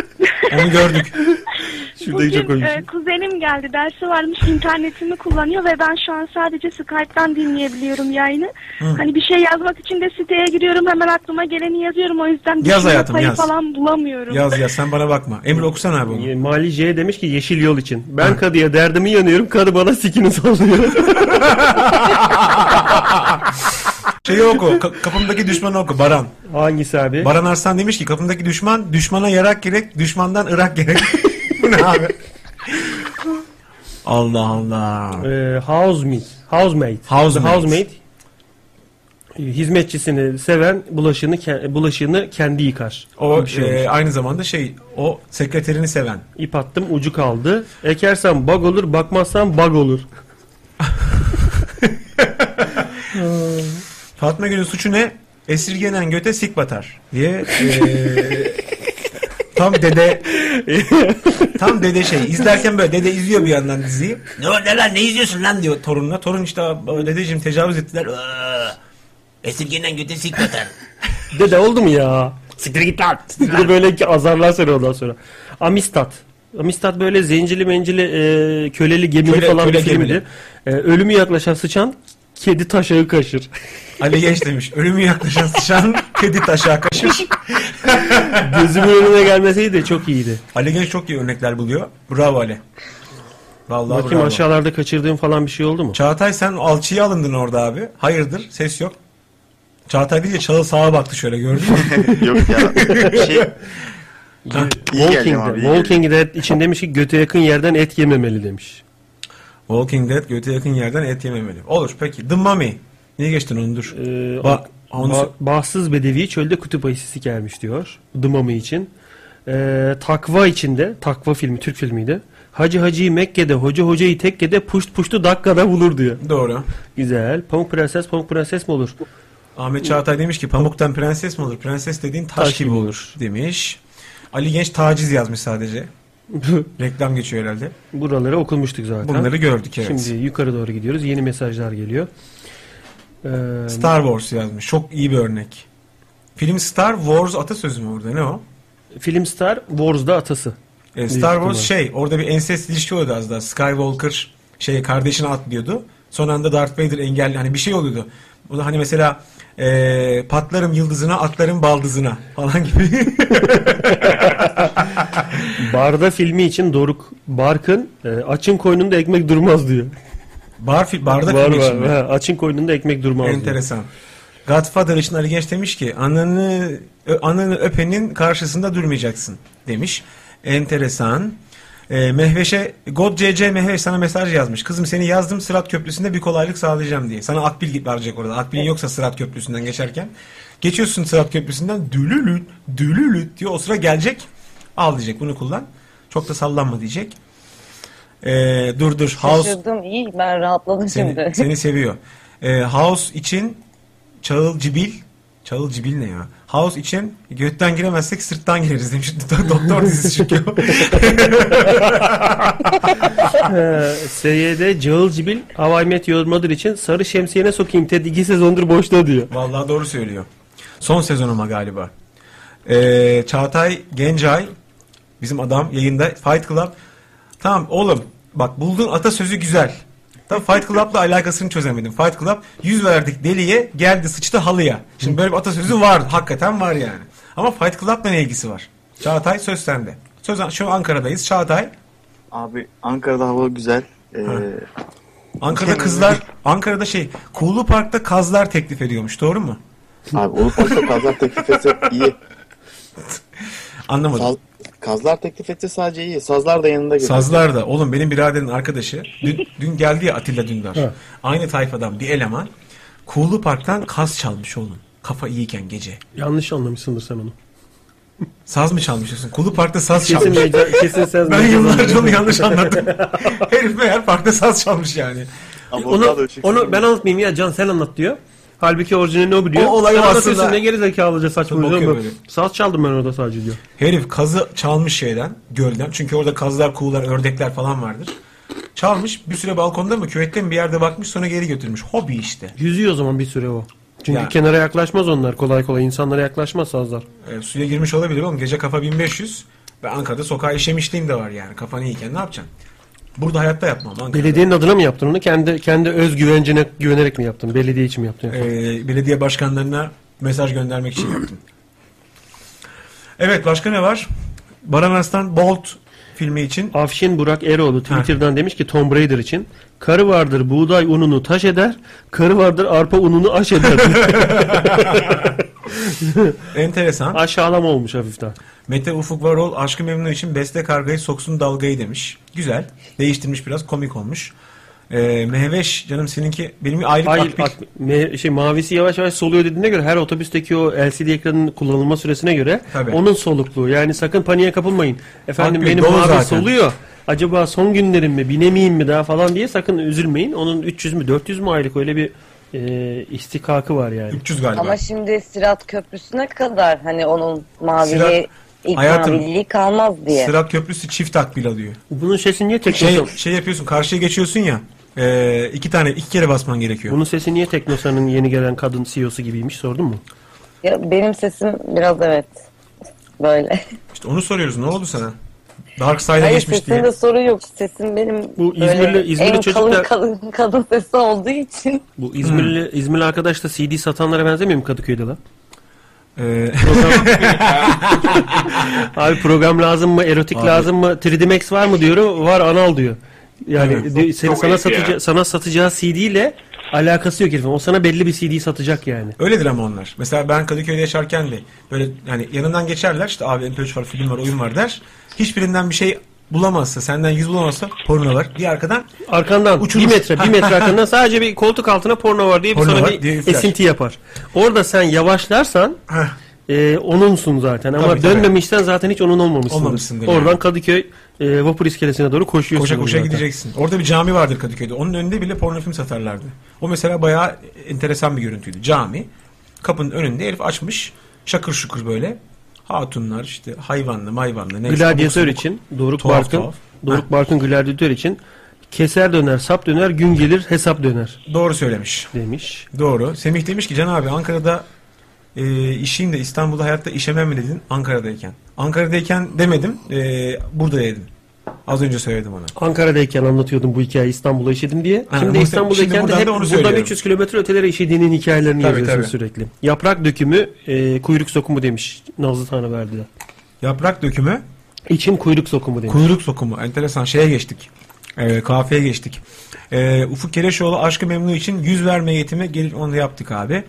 Speaker 7: [laughs]
Speaker 2: onu gördük.
Speaker 3: çok
Speaker 7: Bugün
Speaker 3: oyuncu.
Speaker 7: e, kuzenim geldi dersi varmış internetimi kullanıyor ve ben şu an sadece Skype'tan dinleyebiliyorum yayını. Hani bir şey yazmak için de siteye giriyorum hemen aklıma geleni yazıyorum o yüzden düşünme
Speaker 2: hayatım,
Speaker 7: payı
Speaker 2: yaz.
Speaker 7: falan bulamıyorum.
Speaker 2: Yaz yaz sen bana bakma. Emre okusana abi onu.
Speaker 3: E, Mali J demiş ki yeşil yol için. Ben kadıya derdimi yanıyorum kadı bana sikini sallıyor.
Speaker 2: Şeyi oku. ka- kapımdaki düşmanı oku. Baran.
Speaker 3: Hangisi abi?
Speaker 2: Baran Arslan demiş ki kapımdaki düşman düşmana yarak gerek, düşmandan ırak gerek. [laughs] Bu ne abi? Allah Allah.
Speaker 3: e, housemate. Housemate.
Speaker 2: Housemate.
Speaker 3: The housemate. e, Hizmetçisini seven bulaşığını ke- bulaşığını kendi yıkar.
Speaker 2: O
Speaker 3: Bir şey
Speaker 2: e,
Speaker 3: olmuş.
Speaker 2: aynı zamanda şey o sekreterini seven.
Speaker 3: İp attım ucu kaldı. Ekersen bug olur, bakmazsan bug
Speaker 2: [laughs]
Speaker 3: olur.
Speaker 2: Fatma Gül'ün suçu ne? Esirgenen göte sik batar diye
Speaker 7: [laughs]
Speaker 2: e, tam [laughs] dede tam dede şey izlerken böyle dede izliyor bir yandan diziyi. Ne var ne lan ne izliyorsun lan diyor torununa. Torun işte "Aa, dedeciğim tecavüz ettiler. Aa, Esirgenen göte sik batar.
Speaker 3: Dede oldu mu ya? Siktir git lan. Bir de böyle ki azarlar seni ondan sonra. Amistad. Amistad böyle zencili mencili e, köleli gemili
Speaker 2: Köle-
Speaker 3: falan
Speaker 2: köle
Speaker 3: bir filmdi.
Speaker 2: gemili.
Speaker 3: E, ölümü yaklaşan sıçan kedi taşağı kaşır.
Speaker 2: Ali Genç demiş. [laughs] Ölümü yaklaşan sıçan kedi taşa kaşır. [laughs]
Speaker 3: Gözümün önüne gelmeseydi de çok iyiydi.
Speaker 2: Ali Genç çok iyi örnekler buluyor. Bravo Ali. Vallahi
Speaker 3: [laughs] Bakayım
Speaker 2: bravo.
Speaker 3: aşağılarda kaçırdığım falan bir şey oldu mu?
Speaker 2: Çağatay sen alçıya alındın orada abi. Hayırdır? Ses yok. Çağatay deyince Çağıl sağa baktı şöyle gördün mü?
Speaker 8: [laughs] Yok ya. Şey, iyi geldim
Speaker 3: Walking
Speaker 8: abi. iyi
Speaker 3: Dead.
Speaker 8: geldim.
Speaker 3: Walking Dead için demiş ki göte yakın yerden et yememeli demiş.
Speaker 2: Walking Dead göte yakın yerden et yememeli. Olur peki. The Mummy. Niye geçtin onu dur.
Speaker 3: Ee,
Speaker 2: Ba- onu
Speaker 3: Ba-
Speaker 2: sö-
Speaker 3: bahtsız bedevi çölde kutup ayısı sikermiş diyor. Dımamı için. Ee, takva içinde, takva filmi, Türk filmiydi. Hacı Hacı'yı Mekke'de, Hoca Hoca'yı Tekke'de puşt puştu dakikada bulur diyor.
Speaker 2: Doğru.
Speaker 3: Güzel. Pamuk Prenses, Pamuk Prenses mi olur?
Speaker 2: Ahmet Çağatay demiş ki pamuktan prenses mi olur? Prenses dediğin taş,
Speaker 3: Taş
Speaker 2: gibi
Speaker 3: gibi
Speaker 2: olur demiş. Ali Genç taciz
Speaker 3: [laughs]
Speaker 2: yazmış sadece. Reklam geçiyor herhalde.
Speaker 3: Buraları okumuştuk zaten.
Speaker 2: Bunları gördük evet.
Speaker 3: Şimdi yukarı doğru gidiyoruz. Yeni mesajlar geliyor. Ee,
Speaker 2: Star Wars yazmış. Çok iyi bir örnek. Film Star Wars atasözü mü orada? Ne o?
Speaker 3: film Star Wars'da atası.
Speaker 2: E, Star
Speaker 3: ihtimal.
Speaker 2: Wars şey orada bir ensest ilişki oluyordu az daha. Skywalker şey kardeşine atlıyordu. Son anda Darth Vader engelli hani bir şey oluyordu. Bu da hani mesela e, patlarım yıldızına atlarım baldızına falan gibi.
Speaker 3: Barda filmi için Doruk Barkın e, açın koynunda ekmek durmaz diyor.
Speaker 2: Bar fi- barda
Speaker 3: var,
Speaker 2: film
Speaker 3: var,
Speaker 2: için mi?
Speaker 3: ha, açın koynunda ekmek durmaz diyor. [laughs]
Speaker 2: Enteresan. Godfather için Ali Genç demiş ki ananı ö- ananı öpenin karşısında durmayacaksın demiş. Enteresan. E, Mehveş'e God CC Mehveş sana mesaj yazmış. Kızım seni yazdım Sırat Köprüsü'nde bir kolaylık sağlayacağım diye. Sana Akbil verecek orada. Akbil'in yoksa Sırat Köprüsü'nden geçerken. Geçiyorsun Sırat Köprüsü'nden dülülüt dülülüt diyor. O sıra gelecek. Al diyecek bunu kullan. Çok da sallanma diyecek. E, dur dur. House
Speaker 9: Şaşırdım iyi ben rahatladım
Speaker 2: seni,
Speaker 9: şimdi. [laughs]
Speaker 2: seni seviyor. Ee, House için Çağıl Cibil. Çağıl Cibil ne ya? House için götten giremezsek sırttan gireriz demiş. [laughs] Doktor dizisi çünkü.
Speaker 3: Ee, SYD Cağıl Cibil How I Met Your Mother için sarı şemsiyene sokayım Ted iki sezondur boşta diyor.
Speaker 2: Vallahi doğru söylüyor. Son sezon ama galiba. Ee, Çağatay Gencay bizim adam yayında Fight Club. Tamam oğlum bak bulduğun atasözü güzel. Tam Fight Club'la alakasını çözemedim. Fight Club yüz verdik deliye geldi sıçtı halıya. Şimdi böyle bir atasözü var. Hakikaten var yani. Ama Fight Club'la ne ilgisi var? Çağatay söz sende. Söz, şu an Ankara'dayız. Çağatay.
Speaker 8: Abi Ankara'da hava güzel. Ee,
Speaker 2: Ankara'da kızlar, Ankara'da şey, Kuğulu Park'ta kazlar teklif ediyormuş. Doğru mu?
Speaker 8: Abi onu fazla kazlar teklif etse iyi.
Speaker 2: Anlamadım.
Speaker 8: Saz- kazlar teklif etse sadece iyi. Sazlar da yanında gelir.
Speaker 2: Sazlar da. Oğlum benim biraderin arkadaşı. Dün, dün geldi ya Atilla Dündar.
Speaker 8: Evet.
Speaker 2: Aynı tayfadan bir eleman. Kuğulu Park'tan kaz çalmış oğlum. Kafa iyiyken gece.
Speaker 3: Yanlış anlamışsındır sen onu.
Speaker 2: Saz mı çalmışsın? Kuğulu Park'ta saz
Speaker 3: Kesin
Speaker 2: çalmış. [laughs]
Speaker 3: meca- kesin saz
Speaker 2: ben
Speaker 3: mecalı.
Speaker 2: yıllarca onu yanlış anlattım. [laughs] Herif meğer parkta saz çalmış yani.
Speaker 3: onu, onu ben anlatmayayım ya Can sen anlat diyor. Halbuki orijinali o biliyor.
Speaker 2: O olayı
Speaker 3: sen
Speaker 2: aslında-
Speaker 3: anlatıyorsun ne gerizekalıca
Speaker 2: Bakıyor
Speaker 3: saçmalıyorsun.
Speaker 2: böyle.
Speaker 3: Saz çaldım ben orada sadece diyor.
Speaker 2: Herif kazı çalmış şeyden, gölden. Çünkü orada kazlar, kuğular, ördekler falan vardır. Çalmış, bir süre balkonda mı, küvette mi bir yerde bakmış, sonra geri götürmüş. Hobi işte.
Speaker 3: Yüzüyor o zaman bir süre o. Çünkü
Speaker 2: Ya.
Speaker 3: kenara yaklaşmaz onlar kolay kolay. insanlara yaklaşmaz sazlar.
Speaker 2: E, suya girmiş olabilir oğlum. Gece kafa 1500 ve Ankara'da sokağa işemişliğim de var yani. Kafan iyiyken ne yapacaksın? Burada hayatta yapmam Ankara'da.
Speaker 3: Belediyenin adına mı yaptın onu? Kendi kendi öz güvencine güvenerek mi yaptın? Belediye için mi yaptın?
Speaker 2: E, belediye başkanlarına mesaj göndermek için
Speaker 3: [clears throat]
Speaker 2: yaptım. Evet başka ne var? Baran Arslan Bolt filmi için.
Speaker 3: Afşin Burak Eroğlu Twitter'dan demiş ki Tom Raider için karı vardır buğday ununu taş eder, karı vardır arpa ununu aş
Speaker 2: [laughs]
Speaker 3: eder.
Speaker 2: Enteresan.
Speaker 3: Aşağılama olmuş hafiften.
Speaker 2: Mete Ufuk Varol Aşkı Memnu için Beste Kargayı Soksun Dalgayı demiş. Güzel. Değiştirmiş biraz komik olmuş. E, Mehveş canım seninki benim aylık
Speaker 3: Ay,
Speaker 2: akbil.
Speaker 3: ak- me- şey, mavisi yavaş yavaş soluyor dediğine göre her otobüsteki o LCD ekranın kullanılma süresine göre
Speaker 2: Tabii.
Speaker 3: onun solukluğu. Yani sakın paniğe kapılmayın. Efendim
Speaker 2: Akbil
Speaker 3: benim
Speaker 2: dolu
Speaker 3: mavi
Speaker 2: zaten.
Speaker 3: soluyor. Acaba son günlerim mi binemeyeyim mi daha falan diye sakın üzülmeyin. Onun 300 mü 400 mü aylık öyle bir e, istikakı var yani.
Speaker 2: 300
Speaker 9: Ama şimdi Sırat Köprüsü'ne kadar hani onun
Speaker 2: Sırat-
Speaker 9: maviliği, ilk
Speaker 2: Hayatım,
Speaker 9: maviliği kalmaz diye.
Speaker 2: Sırat Köprüsü çift akbil alıyor.
Speaker 3: Bunun sesi niye
Speaker 2: Şey,
Speaker 3: teknosan?
Speaker 2: şey yapıyorsun karşıya geçiyorsun ya e, iki tane iki kere basman gerekiyor.
Speaker 3: Bunun sesi niye Teknosa'nın yeni gelen kadın CEO'su gibiymiş sordun mu?
Speaker 9: Ya benim sesim biraz evet böyle.
Speaker 2: İşte onu soruyoruz ne oldu sana? Dark Side'a
Speaker 9: Hayır
Speaker 2: geçmiş diye.
Speaker 9: sesimde sorun yok. Sesim benim
Speaker 3: Bu
Speaker 9: böyle
Speaker 3: İzmirli- İzmirli
Speaker 9: en
Speaker 3: çocuk da-
Speaker 9: kalın, kalın kadın sesi olduğu için. [laughs]
Speaker 3: Bu İzmirli
Speaker 2: Hmm.
Speaker 3: İzmirli arkadaş da CD satanlara benzemiyor mu Kadıköy'de lan?
Speaker 2: Ee,
Speaker 3: [laughs] Abi program lazım mı? Erotik
Speaker 2: Abi.
Speaker 3: lazım mı? 3D Max var mı diyorum. Var anal diyor. Yani
Speaker 2: Evet.
Speaker 3: di- seni
Speaker 2: Çok
Speaker 3: sana
Speaker 2: ayıp
Speaker 3: satacağı
Speaker 2: ya.
Speaker 3: sana satacağı CD ile alakası yok herifin. O sana belli bir CD satacak yani.
Speaker 2: Öyledir ama onlar. Mesela ben Kadıköy'de yaşarken de böyle yani yanından geçerler işte abi MP3 var film var oyun var der. Hiçbirinden bir şey bulamazsa senden yüz bulamazsa porno var. Bir arkadan
Speaker 3: Arkandan bir metre bir metre
Speaker 2: [laughs]
Speaker 3: arkandan sadece bir koltuk altına porno var diye bir
Speaker 2: Porno
Speaker 3: sana
Speaker 2: var
Speaker 3: bir
Speaker 2: diye üfler.
Speaker 3: esinti yapar. Orada sen yavaşlarsan e, onunsun zaten ama
Speaker 2: Tabii, tabii.
Speaker 3: dönmemişten zaten hiç onun olmamışsındır.
Speaker 2: Olmamışsındır
Speaker 3: Oradan
Speaker 2: yani.
Speaker 3: Kadıköy e, vapur iskelesine doğru koşuyorsun.
Speaker 2: koşa koşa
Speaker 3: zaten.
Speaker 2: gideceksin. Orada bir cami vardır Kadıköy'de. Onun önünde bile porno film satarlardı. O mesela bayağı enteresan bir görüntüydü. Cami. Kapının önünde herif açmış. Şakır şukur böyle. Hatunlar işte hayvanlı mayvanlı. neyse, abuk
Speaker 3: Gladyatör
Speaker 2: sabuk.
Speaker 3: için Doruk
Speaker 2: Tuhaf
Speaker 3: Barkın
Speaker 2: tuhaf.
Speaker 3: Doruk Barkın gladyatör için keser döner, sap döner, gün gelir, hesap döner.
Speaker 2: Doğru söylemiş.
Speaker 3: Demiş.
Speaker 2: Doğru. Semih demiş ki Can abi Ankara'da e, işeyim de İstanbul'da hayatta işemem mi dedin Ankara'dayken. Ankara'dayken demedim. E, burada dedim. Az önce söyledim ona.
Speaker 3: Ankara'dayken anlatıyordum bu hikayeyi İstanbul'a işedim diye.
Speaker 2: Ha,
Speaker 3: şimdi
Speaker 2: bu- şimdi
Speaker 3: İstanbul'dayken de
Speaker 2: buradan
Speaker 3: hep
Speaker 2: da onu
Speaker 3: buradan
Speaker 2: söylüyorum.
Speaker 3: 300 kilometre ötelere işediğinin hikayelerini
Speaker 2: Tabii,
Speaker 3: yazıyorsun
Speaker 2: tabii.
Speaker 3: sürekli. Yaprak dökümü, e, kuyruk sokumu demiş Nazlı Tanrıverdi'de.
Speaker 2: Yaprak dökümü?
Speaker 3: İçin kuyruk sokumu demiş.
Speaker 2: Kuyruk sokumu. Enteresan şeye geçtik. E, kafeye geçtik. E, Ufuk Kereşoğlu Aşkı Memnu için yüz verme eğitimi gelip onu yaptık abi.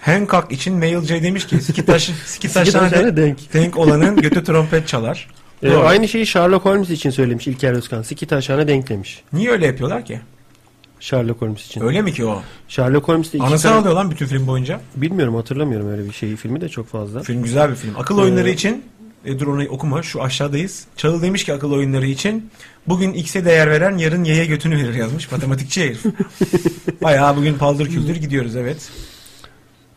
Speaker 2: Hancock için Mail J demiş ki Siki taşı, siki
Speaker 3: Siki [laughs]
Speaker 2: taşlarına
Speaker 3: taşlarına
Speaker 2: denk.
Speaker 3: denk. [laughs]
Speaker 2: olanın götü trompet çalar.
Speaker 3: Ee,
Speaker 2: Doğru.
Speaker 3: aynı şeyi Sherlock Holmes için söylemiş İlker Özkan. Siki taşağına denk demiş.
Speaker 2: Niye öyle yapıyorlar ki?
Speaker 3: Sherlock Holmes için.
Speaker 2: Öyle mi ki o?
Speaker 3: Sherlock Holmes de iki
Speaker 2: Anası
Speaker 3: tane-
Speaker 2: alıyor lan bütün film boyunca.
Speaker 3: Bilmiyorum hatırlamıyorum öyle bir şeyi. Filmi de çok fazla.
Speaker 2: Film güzel bir film. Akıl oyunları
Speaker 3: Ee,
Speaker 2: için e, dur onu okuma şu aşağıdayız. Çağıl demiş ki akıl oyunları için bugün X'e değer veren yarın Y'ye götünü verir yazmış. Matematikçi
Speaker 3: [laughs]
Speaker 2: herif. Bayağı bugün paldır küldür gidiyoruz evet.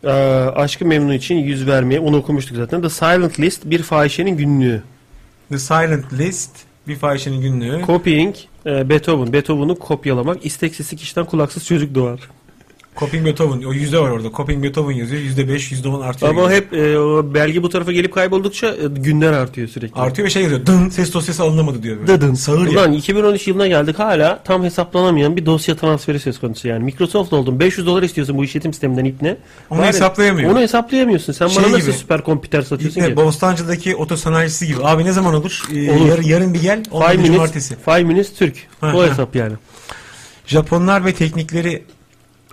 Speaker 3: Ee, Aşkı Memnu için yüz vermeye onu okumuştuk zaten. The Silent List bir fahişenin günlüğü.
Speaker 2: The Silent List bir fahişenin günlüğü.
Speaker 3: Copying e, Beethoven. Beethoven'u kopyalamak. İsteksizlik kişiden kulaksız çocuk doğar.
Speaker 2: Coping Beethoven. O yüzde var orada. Coping Beethoven yazıyor. Yüzde beş, yüzde on artıyor.
Speaker 3: Ama hep e, o belge bu tarafa gelip kayboldukça e, günler artıyor sürekli.
Speaker 2: Artıyor ve şey yazıyor. Dın ses dosyası alınamadı diyor. Böyle.
Speaker 3: Dıdın.
Speaker 2: Sağır ya.
Speaker 3: Ulan 2013 yılına geldik hala tam hesaplanamayan bir dosya transferi söz konusu yani. Microsoft'la oldun 500 dolar istiyorsun bu işletim sisteminden ipne.
Speaker 2: Onu
Speaker 3: Bari-
Speaker 2: hesaplayamıyor.
Speaker 3: Onu hesaplayamıyorsun. Sen
Speaker 2: Şey
Speaker 3: bana nasıl
Speaker 2: gibi.
Speaker 3: süper kompüter satıyorsun
Speaker 2: İlk de
Speaker 3: ki?
Speaker 2: Bostancı'daki oto sanayicisi gibi. Abi ne zaman olur? Ee,
Speaker 3: Olur.
Speaker 2: Yarın, yarın bir gel. Ondan
Speaker 3: Five
Speaker 2: bir
Speaker 3: minutes,
Speaker 2: cumartesi.
Speaker 3: five minutes Türk.
Speaker 2: Ha,
Speaker 3: o
Speaker 2: ha.
Speaker 3: hesap yani.
Speaker 2: Japonlar ve teknikleri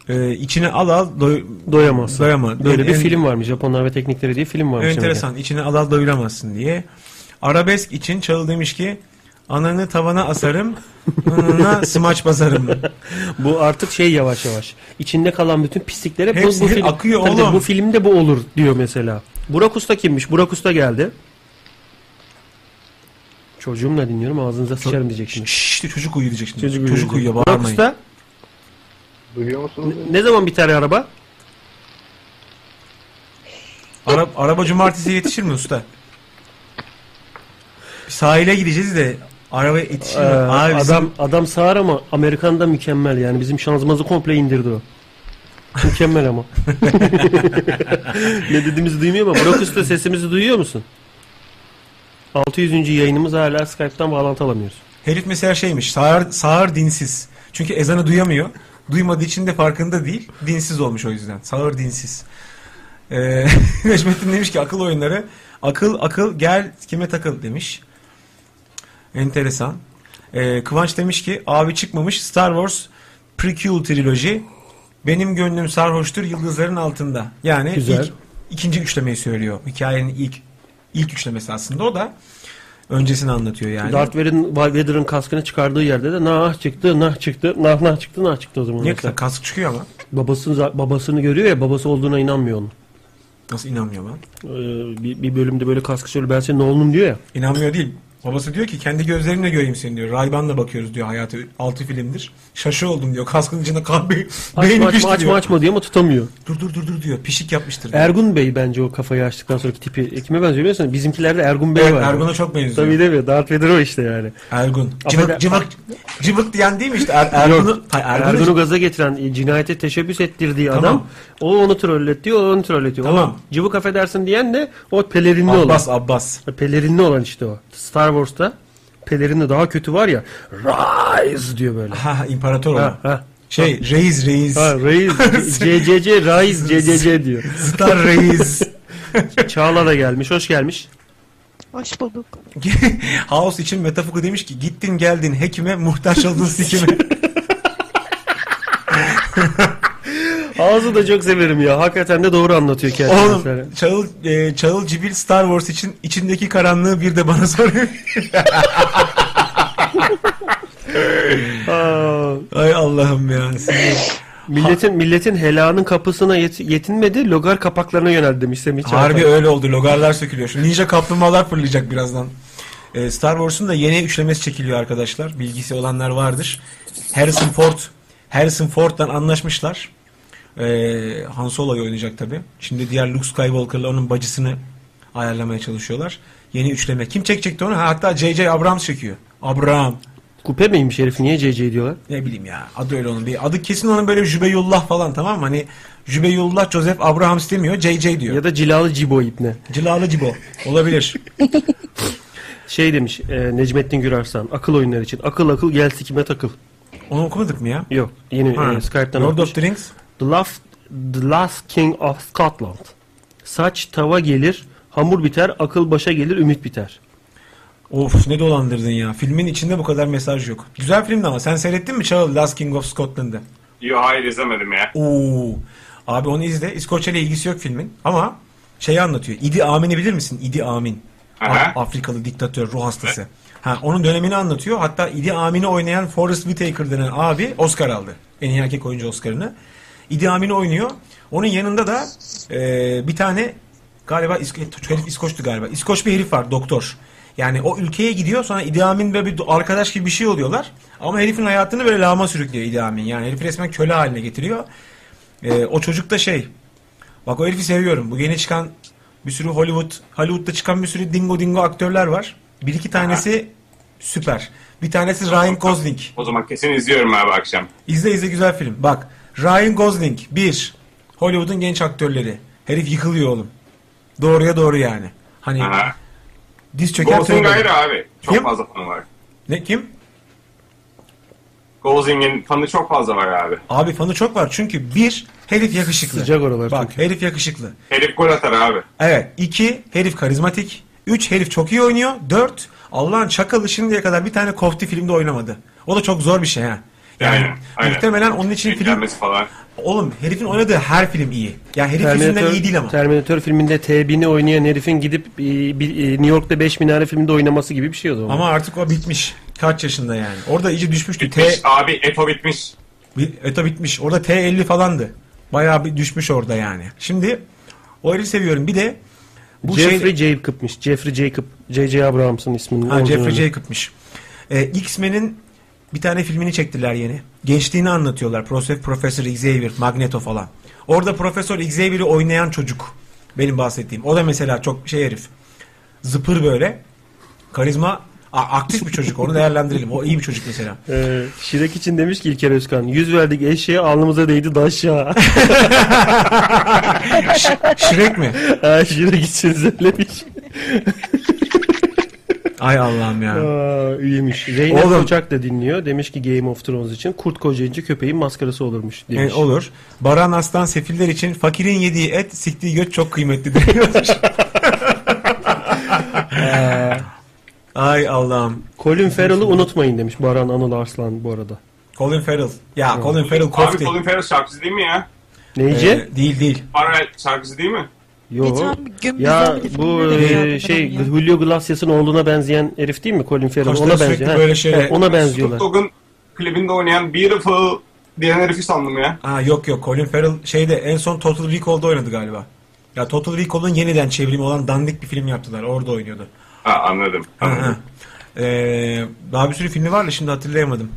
Speaker 2: e, içine al al doy-
Speaker 3: Doyamazsın.
Speaker 2: doyama.
Speaker 3: Böyle bir
Speaker 2: En-
Speaker 3: film varmış. Japonlar ve teknikleri diye film varmış.
Speaker 2: Enteresan. içine al al doyuramazsın diye. Arabesk için Çağıl demiş ki ananı tavana asarım,
Speaker 3: [laughs]
Speaker 2: anana smaç basarım.
Speaker 3: Bu artık şey yavaş yavaş. İçinde kalan bütün pisliklere bu,
Speaker 2: Hepsi
Speaker 3: bu film
Speaker 2: akıyor
Speaker 3: Tabii
Speaker 2: oğlum.
Speaker 3: Bu filmde bu olur diyor mesela. Burak Usta kimmiş? Burak Usta geldi. Çocuğumla dinliyorum ağzınıza sıçarım diyecek şimdi.
Speaker 2: Şşş çocuk uyuyor diyecek şimdi.
Speaker 3: Çocuk uyuyor
Speaker 2: Çocuk, uyuyor
Speaker 3: diyecek. Burak
Speaker 2: bağırmayın.
Speaker 3: Usta
Speaker 11: Duyuyor musunuz?
Speaker 3: ne zaman biter araba?
Speaker 2: Ara, araba cumartesi yetişir mi usta? Bir sahile gideceğiz de araba yetişir
Speaker 3: Ee,
Speaker 2: mi? Abi bizim-
Speaker 3: adam adam sağır ama Amerikan'da mükemmel yani bizim şanzımanı komple indirdi o. Mükemmel
Speaker 2: [laughs]
Speaker 3: ama. ne dediğimizi duymuyor ama Burak Usta sesimizi duyuyor musun? 600. yayınımız hala Skype'tan bağlantı alamıyoruz.
Speaker 2: Herif mesela şeymiş sağır, sağır dinsiz. Çünkü ezanı duyamıyor. Duymadığı için de farkında değil. Dinsiz olmuş o yüzden. Sağır dinsiz. Ee, [laughs] Necmettin demiş ki akıl oyunları. Akıl akıl gel kime takıl demiş. Enteresan. Ee, Kıvanç demiş ki abi çıkmamış Star Wars prequel triloji. Benim gönlüm sarhoştur yıldızların altında. Yani
Speaker 3: Güzel.
Speaker 2: ilk, ikinci üçlemeyi söylüyor. Hikayenin ilk ilk üçlemesi aslında o da öncesini anlatıyor yani.
Speaker 3: Darth Vader'ın, Vader'ın kaskını çıkardığı yerde de nah çıktı, nah çıktı, nah nah çıktı, nah çıktı o zaman.
Speaker 2: Niye
Speaker 3: mesela.
Speaker 2: kask çıkıyor ama?
Speaker 3: Babasını, za- babasını görüyor ya, babası olduğuna inanmıyor onun.
Speaker 2: Nasıl inanmıyor lan?
Speaker 3: Ee, bir, bir bölümde böyle kaskı söylüyor, ben senin oğlunum diyor ya.
Speaker 2: İnanmıyor değil. Babası diyor ki kendi gözlerimle göreyim seni diyor. Rayban'la bakıyoruz diyor hayatı. 6 filmdir. Şaşı oldum diyor. Kaskın içinde kan be beyni
Speaker 3: Açma açma,
Speaker 2: pişti
Speaker 3: açma
Speaker 2: diyor.
Speaker 3: açma diyor ama tutamıyor.
Speaker 2: Dur dur dur dur diyor. Pişik yapmıştır diyor.
Speaker 3: Ergun Bey bence o kafayı açtıktan sonraki tipi. E, kime benziyor biliyor musun? Bizimkilerde Ergun Bey
Speaker 2: Evet,
Speaker 3: var.
Speaker 2: Ergun'a çok benziyor.
Speaker 3: Tabii değil mi? Darth Vader o işte yani.
Speaker 2: Ergun.
Speaker 3: Affeder-
Speaker 2: Cıvık cıvık cıvık diyen değil mi işte? Er, Ergun'u
Speaker 3: Yok,
Speaker 2: Hayır, Ergun'u-
Speaker 3: Ergun'u gaza getiren, e, cinayete teşebbüs ettirdiği
Speaker 2: Tamam.
Speaker 3: adam o onu trolletiyor, o onu trolletiyor.
Speaker 2: Tamam.
Speaker 3: O cıvık affedersin diyen de o pelerinli olan.
Speaker 2: Abbas Abbas.
Speaker 3: Pelerinli olan işte o. Star Wars'ta pelerinli daha kötü var ya. Rise diyor böyle.
Speaker 2: Ha, ha, imparator olan.
Speaker 3: Ha, ha.
Speaker 2: Şey reis reis.
Speaker 3: Ha, reis.
Speaker 2: [laughs]
Speaker 3: CCC Rise CCC diyor.
Speaker 2: Star reis.
Speaker 3: [laughs] Çağla da gelmiş. Hoş gelmiş.
Speaker 12: Hoş bulduk.
Speaker 2: House için metafoku demiş ki gittin geldin hekime muhtaç oldun sikime.
Speaker 3: Ağzı da çok severim ya. Hakikaten de doğru anlatıyor kendisi.
Speaker 2: Oğlum Çağıl, e, Çağıl Cibil Star Wars için içindeki karanlığı bir de bana soruyor.
Speaker 3: [laughs] Aa,
Speaker 2: Ay Allah'ım ya. Sizi...
Speaker 3: Milletin milletin helanın kapısına yet- yetinmedi, logar kapaklarına yöneldi demiş Semih Çağatay.
Speaker 2: Harbi öyle oldu. Logarlar sökülüyor. Şu ninja kaplumbağalar fırlayacak birazdan. E, Star Wars'un da yeni üçlemesi çekiliyor arkadaşlar. Bilgisi olanlar vardır. Harrison Ford Harrison Ford'dan anlaşmışlar. E, Han Solo'yu oynayacak tabi. Şimdi diğer Luke Skywalker'la onun bacısını ayarlamaya çalışıyorlar. Yeni üçleme. Kim çekecekti onu? Ha, hatta J.J. Abrams çekiyor. Abraham.
Speaker 3: Kupe miymiş herif niye CC diyorlar?
Speaker 2: Ne bileyim ya adı öyle onun bir adı kesin onun böyle Jübeyullah falan tamam mı? Hani Jübeyullah Joseph Abrahams demiyor JJ diyor.
Speaker 3: Ya da Cilalı Cibo ipne.
Speaker 2: Cilalı Cibo olabilir.
Speaker 3: [laughs] Şey demiş e, Necmettin Gürarsan akıl oyunları için. Akıl akıl gel sikime takıl.
Speaker 2: Onu okumadık mı ya?
Speaker 3: Yok yeni
Speaker 2: Ha.
Speaker 3: e, Skype'dan
Speaker 2: Lord
Speaker 3: atmış.
Speaker 2: of the Rings.
Speaker 3: The Last, The Last King of Scotland. Saç tava gelir, hamur biter, akıl başa gelir, ümit biter.
Speaker 2: Of ne dolandırdın ya. Filmin içinde bu kadar mesaj yok. Güzel filmdi ama sen seyrettin mi Çağıl Last King of Scotland'ı?
Speaker 10: Yo hayır izlemedim ya.
Speaker 2: Oo. Abi onu izle. İskoçya ile ilgisi yok filmin ama şeyi anlatıyor. İdi Amin'i bilir misin? İdi Amin. Af- Afrikalı diktatör, ruh hastası. Ha, onun dönemini anlatıyor. Hatta İdi Amin'i oynayan Forrest Whitaker denen abi Oscar aldı. En iyi erkek oyuncu Oscar'ını. İdi Amin'i oynuyor. Onun yanında da e, bir tane galiba İsko- herif İskoç'tu galiba. İskoç bir herif var doktor. Yani o ülkeye gidiyor sonra İdi Amin böyle bir do- arkadaş gibi bir şey oluyorlar. Ama herifin hayatını böyle lağma sürüklüyor İdi Amin. Yani herifi resmen köle haline getiriyor. E, o çocuk da şey Bak o herifi seviyorum. Bu yeni çıkan bir sürü Hollywood, Hollywood'da çıkan bir sürü dingo dingo aktörler var. Bir iki tanesi süper. Bir tanesi Ryan Gosling.
Speaker 10: O zaman kesin izliyorum abi akşam.
Speaker 2: İzle izle güzel film. Bak Ryan Gosling bir Hollywood'un genç aktörleri. Herif yıkılıyor oğlum. Doğruya doğru yani. Hani
Speaker 10: Aha.
Speaker 2: diz çöker.
Speaker 10: Gosling
Speaker 2: tövbe.
Speaker 10: ayrı abi. Çok
Speaker 2: Kim?
Speaker 10: fazla fanı var.
Speaker 2: Ne kim?
Speaker 10: Gosling'in fanı çok fazla var abi.
Speaker 2: Abi fanı çok var çünkü bir herif yakışıklı. Sıcak oralar. Bak herif yakışıklı.
Speaker 10: Herif gol atar abi.
Speaker 2: Evet. iki herif karizmatik. Üç herif çok iyi oynuyor. Dört Allah'ın çakalı şimdiye kadar bir tane kofti filmde oynamadı. O da çok zor bir şey ha. Yani
Speaker 10: Aynen, aynen. Şey,
Speaker 2: muhtemelen onun için film...
Speaker 10: Gelmesi falan.
Speaker 2: Oğlum herifin oynadığı her film iyi. Yani herif yüzünden iyi değil ama.
Speaker 3: Terminator filminde T-1000'i oynayan herifin gidip e, bir- e, New York'ta 5 minare filminde oynaması gibi bir şey o zaman.
Speaker 2: Ama artık o bitmiş. Kaç yaşında yani. Orada iyice düşmüştü. T,
Speaker 10: Abi Eto bitmiş.
Speaker 2: Bir- Eto bitmiş. Orada T50 falandı. Bayağı bir düşmüş orada yani. Şimdi o herifi seviyorum. Bir de bu
Speaker 3: Jeffrey
Speaker 2: şey...
Speaker 3: Jacob'mış. Jeffrey Jacob. J.J. Abrahams'ın isminin.
Speaker 2: Ha,
Speaker 3: orijinali.
Speaker 2: Jeffrey Jacob'mış. Ee, X-Men'in bir tane filmini çektiler yeni. Gençliğini anlatıyorlar. Profesör, Profesör Xavier, Magneto falan. Orada Profesör Xavier'i oynayan çocuk. Benim bahsettiğim. O da mesela çok şey herif. Zıpır böyle. Karizma a- aktif bir çocuk. Onu değerlendirelim. O iyi bir çocuk mesela.
Speaker 3: Ee, Şirek için demiş ki İlker Özkan. Yüz verdik eşeğe alnımıza değdi daş ya.
Speaker 2: [laughs] Şirek mi?
Speaker 3: Ha, Şirek için söylemiş.
Speaker 2: Ay Allah'ım ya.
Speaker 3: Aa, üyemiş. Zeynep
Speaker 2: Oğlum.
Speaker 3: Koçak da dinliyor. Demiş ki Game of Thrones için kurt kocayınca köpeğin maskarası olurmuş demiş.
Speaker 2: E, olur. Baran Aslan sefiller için fakirin yediği et, siktiği göt çok kıymetlidir.
Speaker 3: [laughs]
Speaker 2: Ee, Ay Allah'ım.
Speaker 3: Colin Farrell'ı unutmayın demiş Baran Anıl Arslan bu arada.
Speaker 2: Colin Farrell. Ya Colin Farrell
Speaker 10: Abi
Speaker 2: kofti.
Speaker 10: Colin Farrell şarkıcı değil mi ya?
Speaker 3: Neyci?
Speaker 2: Ee, değil değil.
Speaker 10: Farrell şarkıcısı değil mi?
Speaker 3: Yo.
Speaker 10: Geçen gün
Speaker 3: Ya
Speaker 10: güzel bir
Speaker 3: bu
Speaker 10: filmde
Speaker 3: e,
Speaker 10: gördüm ben
Speaker 3: şey
Speaker 10: onu ya.
Speaker 3: Julio Iglesias'ın oğluna benzeyen herif değil mi Colin Farrell?
Speaker 10: Kaşları
Speaker 3: ona
Speaker 10: sürekli
Speaker 3: benziyor. ha.
Speaker 10: böyle şeyle-
Speaker 3: Ha, ona benziyorlar.
Speaker 10: Snoop Dogg'un klibinde oynayan Beautiful diyen herifi sandım ya.
Speaker 2: Aa, yok yok Colin Farrell şeyde en son Total Recall'da oynadı galiba. Ya Total Recall'un yeniden çevrimi olan dandik bir film yaptılar. Orada oynuyordu.
Speaker 10: Ha anladım.
Speaker 2: Hı hı. Ee, daha bir sürü filmi var da şimdi hatırlayamadım.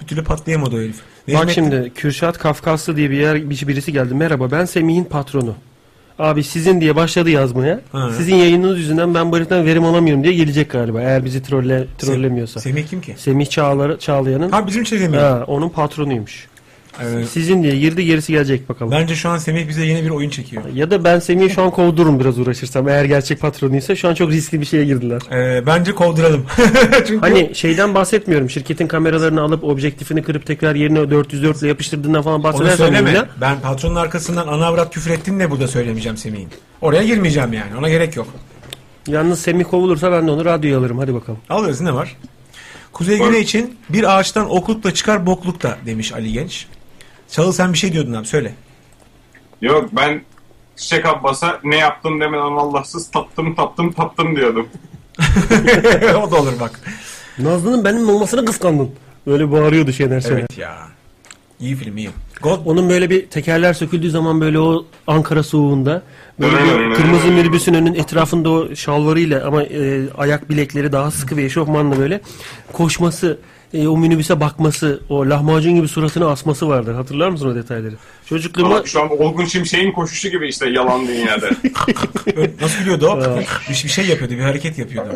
Speaker 2: Bir türlü patlayamadı o herif.
Speaker 3: Bak
Speaker 2: Necmettin-
Speaker 3: şimdi Kürşat Kafkaslı diye bir yer bir- birisi geldi. Merhaba ben Semih'in patronu. Abi sizin diye başladı yazmaya.
Speaker 2: Ha.
Speaker 3: Sizin yayınınız yüzünden ben bu heriften verim alamıyorum diye gelecek galiba. Eğer bizi trolle, trollemiyorsa.
Speaker 2: Semih kim ki?
Speaker 3: Semih Çağlar, Çağlayan'ın.
Speaker 2: Ha bizim şey Semih.
Speaker 3: Ha, onun patronuymuş.
Speaker 2: Evet.
Speaker 3: Sizin diye girdi gerisi gelecek bakalım.
Speaker 2: Bence şu an Semih bize yeni bir oyun çekiyor.
Speaker 3: Ya da ben Semih'i şu an kovdururum biraz uğraşırsam. Eğer gerçek patronuysa şu an çok riskli bir şeye girdiler.
Speaker 2: Ee, bence kovduralım. [laughs]
Speaker 3: Hani şeyden bahsetmiyorum. Şirketin kameralarını alıp objektifini kırıp tekrar yerine 404 ile yapıştırdığından falan
Speaker 2: Onu
Speaker 3: bahsedersem
Speaker 2: söyleme.
Speaker 3: yine-
Speaker 2: Ben patronun arkasından ana avrat küfür ettin de burada söylemeyeceğim Semih'in. Oraya girmeyeceğim yani. Ona gerek yok.
Speaker 3: Yalnız Semih kovulursa ben de onu radyoya alırım. Hadi bakalım.
Speaker 2: Alırız ne var? Kuzey Güney için bir ağaçtan oklukla çıkar boklukla demiş Ali Genç. Çağıl sen bir şey diyordun abi söyle.
Speaker 10: Yok ben Çiçek Abbas'a ne yaptım demeden Allahsız taptım taptım taptım diyordum.
Speaker 2: [laughs] o da olur bak.
Speaker 3: Nazlı'nın benim olmasına kıskandın. Böyle bağırıyordu şeyden sonra.
Speaker 2: Evet ya. İyi film iyi.
Speaker 3: Onun böyle bir tekerler söküldüğü zaman böyle o Ankara soğuğunda böyle bir kırmızı minibüsün önünün etrafında o şalvarıyla ama e, ayak bilekleri daha sıkı ve eşofmanla böyle koşması e, o minibüse bakması o lahmacun gibi suratını asması vardır. Hatırlar mısın o detayları? Çocukluğuma
Speaker 10: Ama şu an Olgun Şimşek'in koşuşu gibi işte yalan dünyada.
Speaker 2: Nasıl gülüyordu o? bir, bir şey yapıyordu. Bir hareket yapıyordu.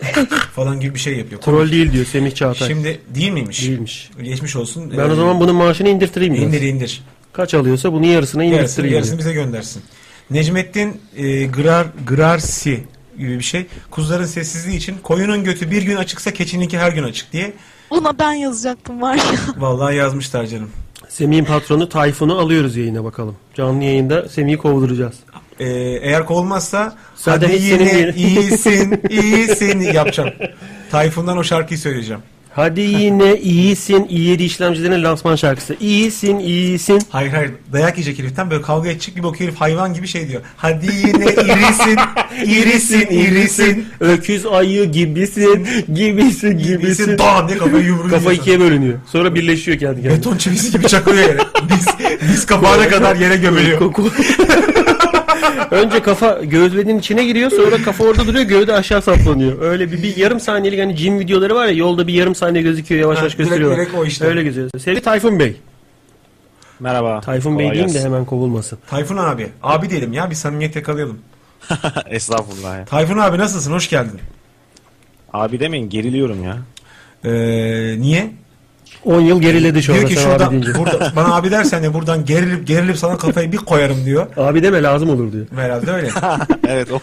Speaker 10: [laughs]
Speaker 2: Falan gibi bir şey yapıyor.
Speaker 3: troll değil diyor Semih Çağatay.
Speaker 2: Şimdi değil miymiş?
Speaker 3: Değilmiş.
Speaker 2: Geçmiş olsun. Ee,
Speaker 3: ben o zaman bunun maaşını indirtireyim. biraz.
Speaker 2: İndir indir.
Speaker 3: Kaç alıyorsa bunun yarısına
Speaker 2: Yarısını,
Speaker 3: indirtireyim.
Speaker 2: yarısını bize göndersin. Necmettin e, Grar, Grarsi gibi bir şey. Kuzuların sessizliği için koyunun götü bir gün açıksa keçininki her gün açık diye.
Speaker 12: Buna ben yazacaktım var ya. [laughs]
Speaker 2: Vallahi yazmışlar canım.
Speaker 3: Semih'in patronu Tayfun'u alıyoruz yayına bakalım. Canlı yayında Semih'i kovduracağız.
Speaker 2: E,
Speaker 3: [laughs]
Speaker 2: eğer kovulmazsa
Speaker 3: Zaten
Speaker 2: hadi
Speaker 3: hep senin
Speaker 2: yine
Speaker 3: yerin." [laughs]
Speaker 2: iyisin, iyisin yapacağım. Tayfun'dan o şarkıyı söyleyeceğim.
Speaker 3: Hadi yine iyisin i7 işlemcilerinin lansman şarkısı. İyisin iyisin.
Speaker 2: Hayır hayır dayak yiyecek heriften böyle kavga edecek gibi o herif hayvan gibi şey diyor. Hadi yine irisin, irisin, irisin.
Speaker 3: Öküz ayı gibisin, gibisin, gibisin.
Speaker 2: Daha ne kafayı yumruyor.
Speaker 3: Kafa ikiye bölünüyor. Sonra birleşiyor kendi kendine.
Speaker 2: Beton çivisi gibi çakılıyor yere. Diz, diz kapağına kadar yere gömülüyor.
Speaker 3: [laughs] Önce kafa göğüslerin içine giriyor sonra kafa orada duruyor gövde aşağı saplanıyor. Öyle bir, bir yarım saniyelik hani cim videoları var ya yolda bir yarım saniye gözüküyor yavaş
Speaker 2: Ha,
Speaker 3: yavaş
Speaker 2: direkt-
Speaker 3: gösteriyorlar.
Speaker 2: direkt o işte.
Speaker 3: Öyle gözüküyor. Sevgili Tayfun Bey.
Speaker 13: Merhaba.
Speaker 3: Tayfun Bey diyeyim de hemen kovulmasın.
Speaker 2: Tayfun abi. Abi diyelim ya bir samimiyet yakalayalım.
Speaker 13: [laughs] Estağfurullah ya.
Speaker 2: Tayfun abi nasılsın? Hoş geldin.
Speaker 13: Abi demeyin geriliyorum ya.
Speaker 2: Ee, niye?
Speaker 3: 10 yıl geriledi şu
Speaker 2: diyor
Speaker 3: anda
Speaker 2: ki
Speaker 3: sen abi
Speaker 2: şuradan,
Speaker 3: deyince. [laughs]
Speaker 2: burada, bana abi dersen de buradan gerilip gerilip sana kafayı bir koyarım diyor.
Speaker 3: Abi deme lazım olur diyor.
Speaker 2: Herhalde öyle.
Speaker 13: [laughs] evet o.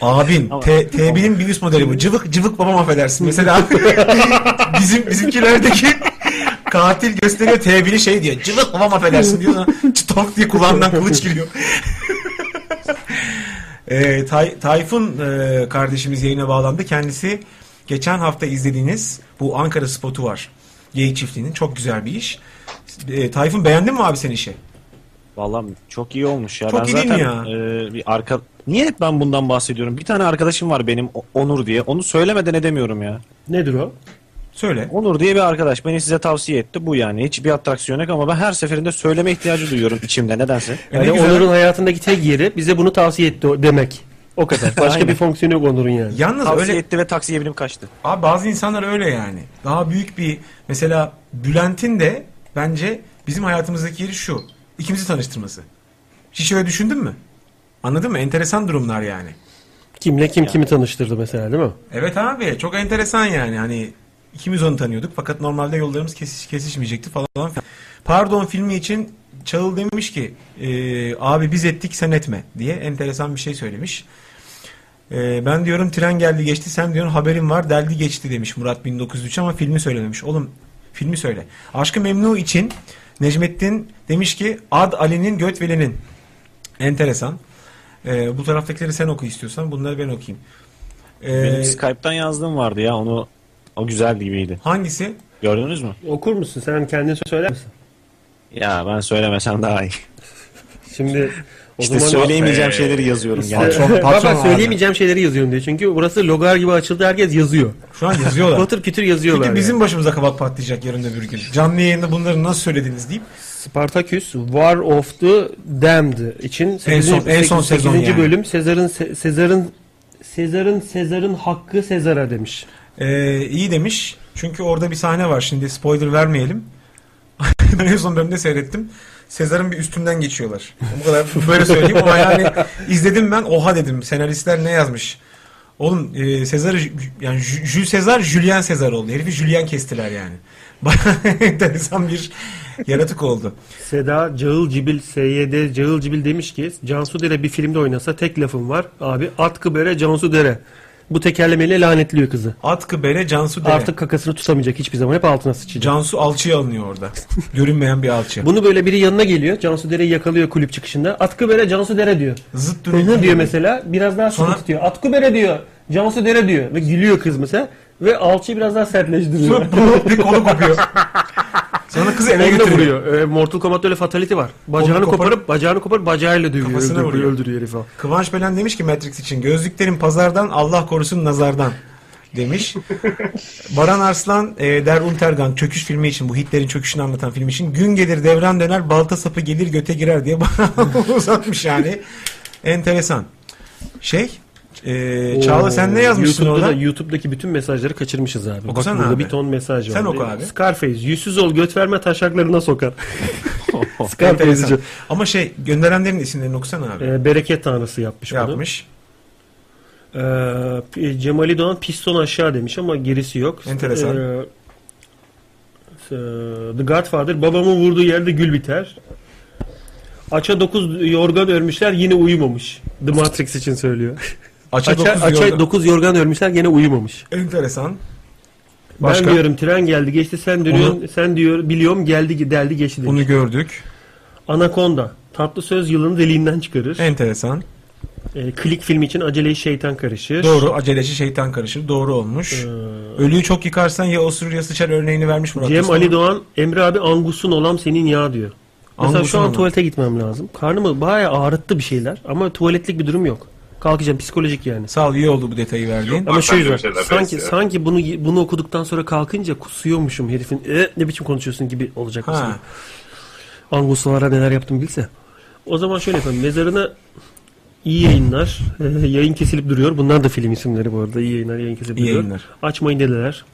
Speaker 2: Abin. T, T1'in bir üst modeli bu. Cıvık cıvık babam affedersin. Mesela [laughs] bizim bizimkilerdeki [laughs] katil gösteriyor T1'i şey diyor. Cıvık babam affedersin diyor. Sonra Çıtok diye kulağından kılıç giriyor. Ee, Tay- Tayfun e, kardeşimiz yayına bağlandı. Kendisi geçen hafta izlediğiniz bu Ankara spotu var. Geyik çiftliğinin. Çok güzel bir iş. E, Tayfun beğendin mi abi sen işi?
Speaker 13: Vallahi çok iyi olmuş ya.
Speaker 2: Çok
Speaker 13: ben
Speaker 2: iyi değil mi
Speaker 13: zaten,
Speaker 2: ya?
Speaker 13: e, bir arka... Niye hep ben bundan bahsediyorum? Bir tane arkadaşım var benim O- Onur diye. Onu söylemeden edemiyorum ya.
Speaker 3: Nedir o?
Speaker 2: Söyle.
Speaker 13: Onur diye bir arkadaş beni size tavsiye etti. Bu yani hiçbir atraksiyon yok ama ben her seferinde söyleme ihtiyacı duyuyorum içimde nedense.
Speaker 2: E
Speaker 3: Yani Onur'un hayatındaki tek yeri bize bunu tavsiye etti o- demek. O kadar. Başka
Speaker 13: Aynen.
Speaker 3: bir fonksiyonu yok Onur'un yani.
Speaker 2: Yalnız
Speaker 13: Tavsiye
Speaker 2: öyle
Speaker 13: etti ve taksiye binip kaçtı.
Speaker 2: Abi bazı insanlar öyle yani. Daha büyük bir mesela Bülent'in de bence bizim hayatımızdaki yeri şu. İkimizi tanıştırması. Hiç öyle düşündün mü? Anladın mı? Enteresan durumlar yani.
Speaker 3: Kimle kim kimi tanıştırdı mesela değil mi?
Speaker 2: Evet abi çok enteresan yani. Hani ikimiz onu tanıyorduk fakat normalde yollarımız kesiş, kesişmeyecekti falan. filan. Pardon filmi için Çağıl demiş ki "Ee, abi biz ettik sen etme diye enteresan bir şey söylemiş. Ee, ben diyorum tren geldi geçti sen diyorsun haberim var deldi geçti demiş Murat 1903 ama filmi söylememiş. Oğlum filmi söyle. Aşkı Memnu için Necmettin demiş ki Ad Ali'nin Götveli'nin. Enteresan. Ee, bu taraftakileri sen oku istiyorsan bunları ben okuyayım. Ee,
Speaker 13: Benim Skype'tan yazdığım vardı ya onu o güzel gibiydi.
Speaker 2: Hangisi?
Speaker 13: Gördünüz mü?
Speaker 3: Okur musun? Sen kendin söyler misin?
Speaker 13: Ya ben söylemesem daha iyi.
Speaker 3: Şimdi o
Speaker 13: İşte
Speaker 3: zaman-
Speaker 13: söyleyemeyeceğim
Speaker 2: Ee,
Speaker 13: şeyleri yazıyorum
Speaker 3: İşte- [laughs]
Speaker 13: yani.
Speaker 3: Baba söyleyemeyeceğim şeyleri yazıyorum diyor. Çünkü burası logar gibi açıldı. Herkes yazıyor.
Speaker 2: Şu an yazıyorlar.
Speaker 3: Patır kütür yazıyorlar.
Speaker 2: Çünkü bizim
Speaker 3: yani.
Speaker 2: başımıza kabak patlayacak yarın öbür gün. Canlı yayında bunları nasıl söylediniz deyip.
Speaker 3: Spartaküs War of the Damned için
Speaker 2: En son- en son sezon yani.
Speaker 3: bölüm Sezar'ın Se- Sezar'ın Sezar'ın Sezar'ın hakkı Sezar'a demiş.
Speaker 2: Ee, iyi demiş. Çünkü orada bir sahne var. Şimdi spoiler vermeyelim. [laughs] ben en son bölümde seyrettim. Sezar'ın bir üstünden geçiyorlar.
Speaker 3: [laughs]
Speaker 2: Bu kadar böyle söyleyeyim ama yani izledim ben oha dedim. Senaristler ne yazmış? Oğlum e, Sezar yani Jü- Jules Sezar Julien Sezar oldu. Herifi Julien kestiler yani. [laughs] Bayağı enteresan bir yaratık oldu.
Speaker 3: Seda Cağıl Cibil SYD Cağıl Cibil demiş ki Cansu Dere bir filmde oynasa tek lafım var. Abi atkı bere Cansu Dere. Bu tekerlemeyle lanetliyor kızı.
Speaker 2: Atkı bere Cansu Dere.
Speaker 3: Artık kakasını tutamayacak hiçbir zaman. Hep altına sıçacak.
Speaker 2: Cansu alçıya alınıyor orada. Görünmeyen bir alçı.
Speaker 3: Bunu böyle biri yanına geliyor. Cansu Dere'yi yakalıyor kulüp çıkışında. Atkı bere Cansu Dere diyor.
Speaker 2: Zıt
Speaker 3: dönüyor. diyor mesela. Biraz daha sıkı tutuyor. Atkı bere diyor. Cansu Dere diyor. Ve gülüyor kız mesela. Ve alçıyı biraz daha sertleştiriyor.
Speaker 2: Sonra bir kolu kopuyor. Sonra kızı eve
Speaker 3: Onu da
Speaker 2: götürüyor.
Speaker 3: vuruyor. Ee, Mortal Kombat'ta öyle fatality var. Bacağını
Speaker 2: Kolunu
Speaker 3: koparıp,
Speaker 2: koparıp-
Speaker 3: bacağını koparıp bacağıyla dövüyor.
Speaker 2: Kafasına
Speaker 3: öldürüyor,
Speaker 2: vuruyor.
Speaker 3: öldürüyor herifi.
Speaker 2: Kıvanç Belen demiş ki Matrix için gözlüklerin pazardan Allah korusun nazardan demiş. Baran Arslan e, Der Untergang çöküş filmi için bu Hitler'in çöküşünü anlatan film için gün gelir devran döner balta sapı gelir göte girer diye [laughs] bana uzatmış yani. Enteresan. Şey e, Çağla sen ne yazmışsın
Speaker 3: YouTube'da
Speaker 2: orada?
Speaker 3: Da, YouTube'daki bütün mesajları kaçırmışız abi. Bak
Speaker 2: Okusana
Speaker 3: burada
Speaker 2: abi.
Speaker 3: bir ton mesaj var.
Speaker 2: Sen oku abi.
Speaker 3: Scarface yüzsüz ol göt verme taşaklarına
Speaker 2: [laughs]
Speaker 3: sokar.
Speaker 2: Enteresan.
Speaker 3: Scarface'ci.
Speaker 2: Ama şey gönderenlerin isimlerini okusana abi.
Speaker 3: Ee, bereket tanrısı yapmış
Speaker 2: Yapmış.
Speaker 3: bunu. Ee, Cemali Doğan piston aşağı demiş ama gerisi yok.
Speaker 2: Enteresan.
Speaker 3: Ee, The Godfather babamın vurduğu yerde gül biter. Aça 9 yorgan örmüşler yine uyumamış. The Matrix için söylüyor.
Speaker 2: Aça
Speaker 3: Aça-
Speaker 2: dokuz
Speaker 3: Aça
Speaker 2: yorgan-
Speaker 3: dokuz yorgan örmüşler gene uyumamış.
Speaker 2: Enteresan.
Speaker 3: Ben
Speaker 2: Başka?
Speaker 3: diyorum tren geldi geçti sen dönüyorsun sen diyor biliyorum geldi deldi geçti. Bunu
Speaker 2: gördük.
Speaker 3: Anakonda tatlı söz yılını deliğinden çıkarır.
Speaker 2: Enteresan.
Speaker 3: E, klik film için aceleyi şeytan karışır.
Speaker 2: Doğru aceleci şeytan karışır. Doğru olmuş. Ölüyü çok yıkarsan ya osurur ya sıçar örneğini vermiş Murat.
Speaker 3: Ee, Cem
Speaker 2: Usta.
Speaker 3: Ali Doğan, Emre abi angusun olam senin ya diyor. Mesela
Speaker 2: Angusun
Speaker 3: şu an
Speaker 2: olam.
Speaker 3: tuvalete gitmem lazım. Karnımı bayağı ağrıttı bir şeyler ama tuvaletlik bir durum yok. Kalkacağım psikolojik yani.
Speaker 2: Sağ ol iyi oldu bu detayı verdiğin.
Speaker 3: Ama
Speaker 2: bak,
Speaker 3: şu
Speaker 2: ben de
Speaker 3: yüzden
Speaker 2: bir şeyler
Speaker 3: sanki
Speaker 2: benziyor.
Speaker 3: sanki bunu bunu okuduktan sonra kalkınca kusuyormuşum herifin "E, ne biçim konuşuyorsun gibi olacak
Speaker 2: Ha.
Speaker 3: mesela. Angusulara neler yaptım bilse. O zaman şöyle yapalım. Mezarına iyi yayınlar. Ee, yayın kesilip duruyor. Bunlar da film isimleri bu arada. İyi yayınlar, yayın kesilip
Speaker 2: İyi
Speaker 3: duruyor.
Speaker 2: yayınlar.
Speaker 3: Açmayın dediler.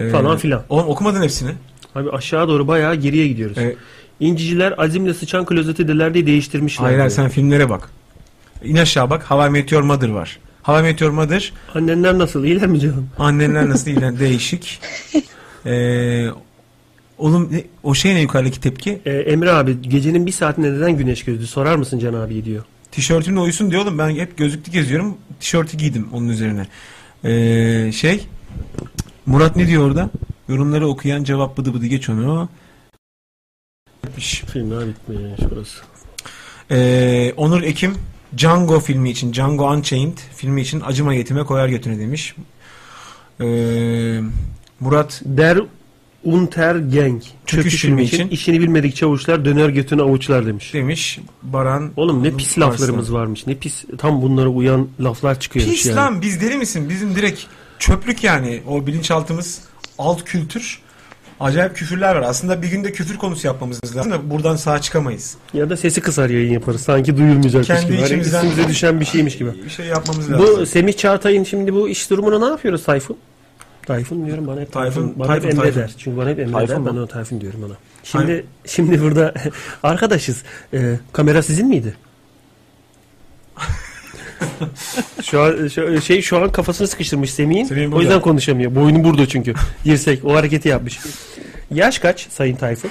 Speaker 2: Ee,
Speaker 3: falan filan.
Speaker 2: Oğlum okumadın hepsini. Ee,
Speaker 3: Abi aşağı doğru bayağı geriye gidiyoruz. İnciciler azimle sıçan klozeti deler diye değiştirmişler.
Speaker 2: Hayır hayır,
Speaker 3: diyor.
Speaker 2: sen filmlere bak. İn aşağı bak. Hava Meteor Mother var. Hava Meteor Mother.
Speaker 3: Annenler nasıl? İyiler mi canım?
Speaker 2: Annenler nasıl
Speaker 3: [laughs]
Speaker 2: iyiler? Değişik. Ee, oğlum ne- o şey ne yukarıdaki tepki?
Speaker 3: Ee, Emre abi gecenin bir saatinde neden güneş gözü? Sorar mısın Can abi diyor.
Speaker 2: Tişörtümle uyusun diyor oğlum. Ben hep gözlüklü geziyorum. Tişörtü giydim onun üzerine. Ee, şey Murat ne diyor orada? Yorumları okuyan cevap bıdı bıdı geç onu.
Speaker 3: Filmler bitmiyor şurası.
Speaker 2: Ee, Onur Ekim Django filmi için Django Unchained filmi için acıma yetime koyar götüne demiş. Ee, Murat
Speaker 3: Der Untergang
Speaker 2: Çöküş filmi için.
Speaker 3: işini bilmedik çavuşlar döner götünü avuçlar demiş.
Speaker 2: Demiş Baran.
Speaker 3: Oğlum ne pis laflarımız varmış. Ne pis tam bunlara uyan laflar çıkıyor.
Speaker 2: Pis
Speaker 3: yani.
Speaker 2: lan biz deli misin? Bizim direkt çöplük yani o bilinçaltımız alt kültür. Acayip küfürler var. Aslında bir günde küfür konusu yapmamız lazım da buradan sağ çıkamayız.
Speaker 3: Ya da sesi kısar yayın yaparız. Sanki duyulmayacakmış
Speaker 2: Kendi
Speaker 3: gibi. Hani
Speaker 2: içimizden-
Speaker 3: üstümüze düşen bir şeymiş gibi.
Speaker 2: Bir şey yapmamız lazım.
Speaker 3: Bu Semih Çağatay'ın şimdi bu iş durumunu ne yapıyoruz Tayfun? Tayfun diyorum bana hep Tayfun,
Speaker 2: Tayfun-
Speaker 3: bana
Speaker 2: Tayfun,
Speaker 3: hep Emre
Speaker 2: Tayfun.
Speaker 3: der. Çünkü bana hep Emre
Speaker 2: Tayfun
Speaker 3: der.
Speaker 2: mu?
Speaker 3: Ben ona Tayfun diyorum ona. Şimdi
Speaker 2: Tayfun.
Speaker 3: şimdi burada [laughs] arkadaşız. Ee, kamera sizin
Speaker 2: [laughs]
Speaker 3: miydi? şu an şu- şey şu an kafasını sıkıştırmış Semih'in. o
Speaker 2: burada.
Speaker 3: yüzden konuşamıyor. Boynu burada çünkü. Dirsek o hareketi yapmış. Yaş kaç Sayın Tayfun?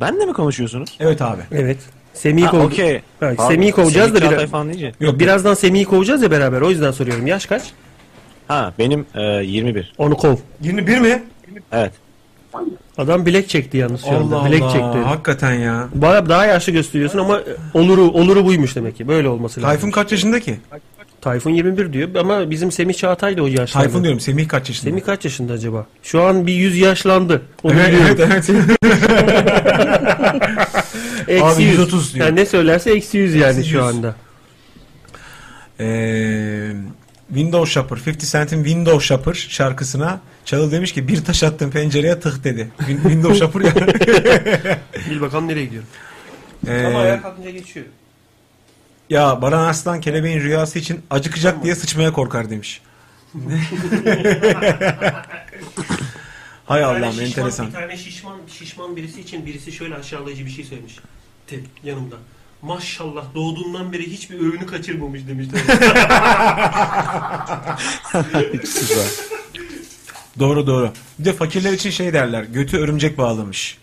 Speaker 13: Ben de mi konuşuyorsunuz?
Speaker 2: Evet abi.
Speaker 3: Evet. Semih'i
Speaker 13: Ha,
Speaker 3: kov-
Speaker 13: okey.
Speaker 3: Ha,
Speaker 13: Pardon.
Speaker 3: Semih'i kovacağız
Speaker 13: Semih
Speaker 3: da
Speaker 13: Çağatay
Speaker 3: biraz...
Speaker 13: falan deyince.
Speaker 3: Yok, birazdan Semih'i kovacağız ya beraber. O yüzden soruyorum. Yaş kaç?
Speaker 13: Ha benim e, 21.
Speaker 3: Onu kov.
Speaker 2: 21 mi?
Speaker 13: Evet.
Speaker 3: Adam bilek çekti yalnız şu anda.
Speaker 2: Allah
Speaker 3: bilek
Speaker 2: Allah,
Speaker 3: çekti.
Speaker 2: hakikaten ya.
Speaker 3: Baya daha yaşlı gösteriyorsun ama e, oluru oluru buymuş demek ki. Böyle olması lazım.
Speaker 2: Tayfun kaç yaşında ki?
Speaker 3: Tayfun 21 diyor ama bizim Semih Çağatay da o yaşlarda.
Speaker 2: Tayfun diyorum Semih kaç yaşında?
Speaker 3: Semih kaç yaşında acaba? Şu an bir 100 yaşlandı. Onu
Speaker 2: Evet,
Speaker 3: biliyorum.
Speaker 2: evet,
Speaker 3: [laughs] Eksi
Speaker 2: Abi,
Speaker 3: 100.
Speaker 2: 130 diyor.
Speaker 3: Yani ne söylerse eksi 100 yani
Speaker 2: Eksi
Speaker 3: şu
Speaker 2: 100.
Speaker 3: anda.
Speaker 2: Ee, Windows Shopper 50 Cent'in Windows Shopper şarkısına Çalı demiş ki bir taş attım pencereye tık dedi. Win- Windows Shopper ya.
Speaker 3: Bil bakalım nereye gidiyorum.
Speaker 2: Ee,
Speaker 3: Ama ayağa kalkınca geçiyor.
Speaker 2: ya Baran Arslan kelebeğin rüyası için acıkacak diye sıçmaya korkar demiş. Hay
Speaker 3: Bir tane
Speaker 2: Allah'ım
Speaker 3: şişman-
Speaker 2: enteresan.
Speaker 3: Bir tane şişman, şişman birisi için birisi şöyle aşağılayıcı bir şey söylemiş. Te, yanımda. Maşallah doğduğundan beri hiçbir öğünü kaçırmamış [laughs] demişler.
Speaker 2: Süper. doğru doğru. Bir de fakirler için şey derler. Götü örümcek bağlamış.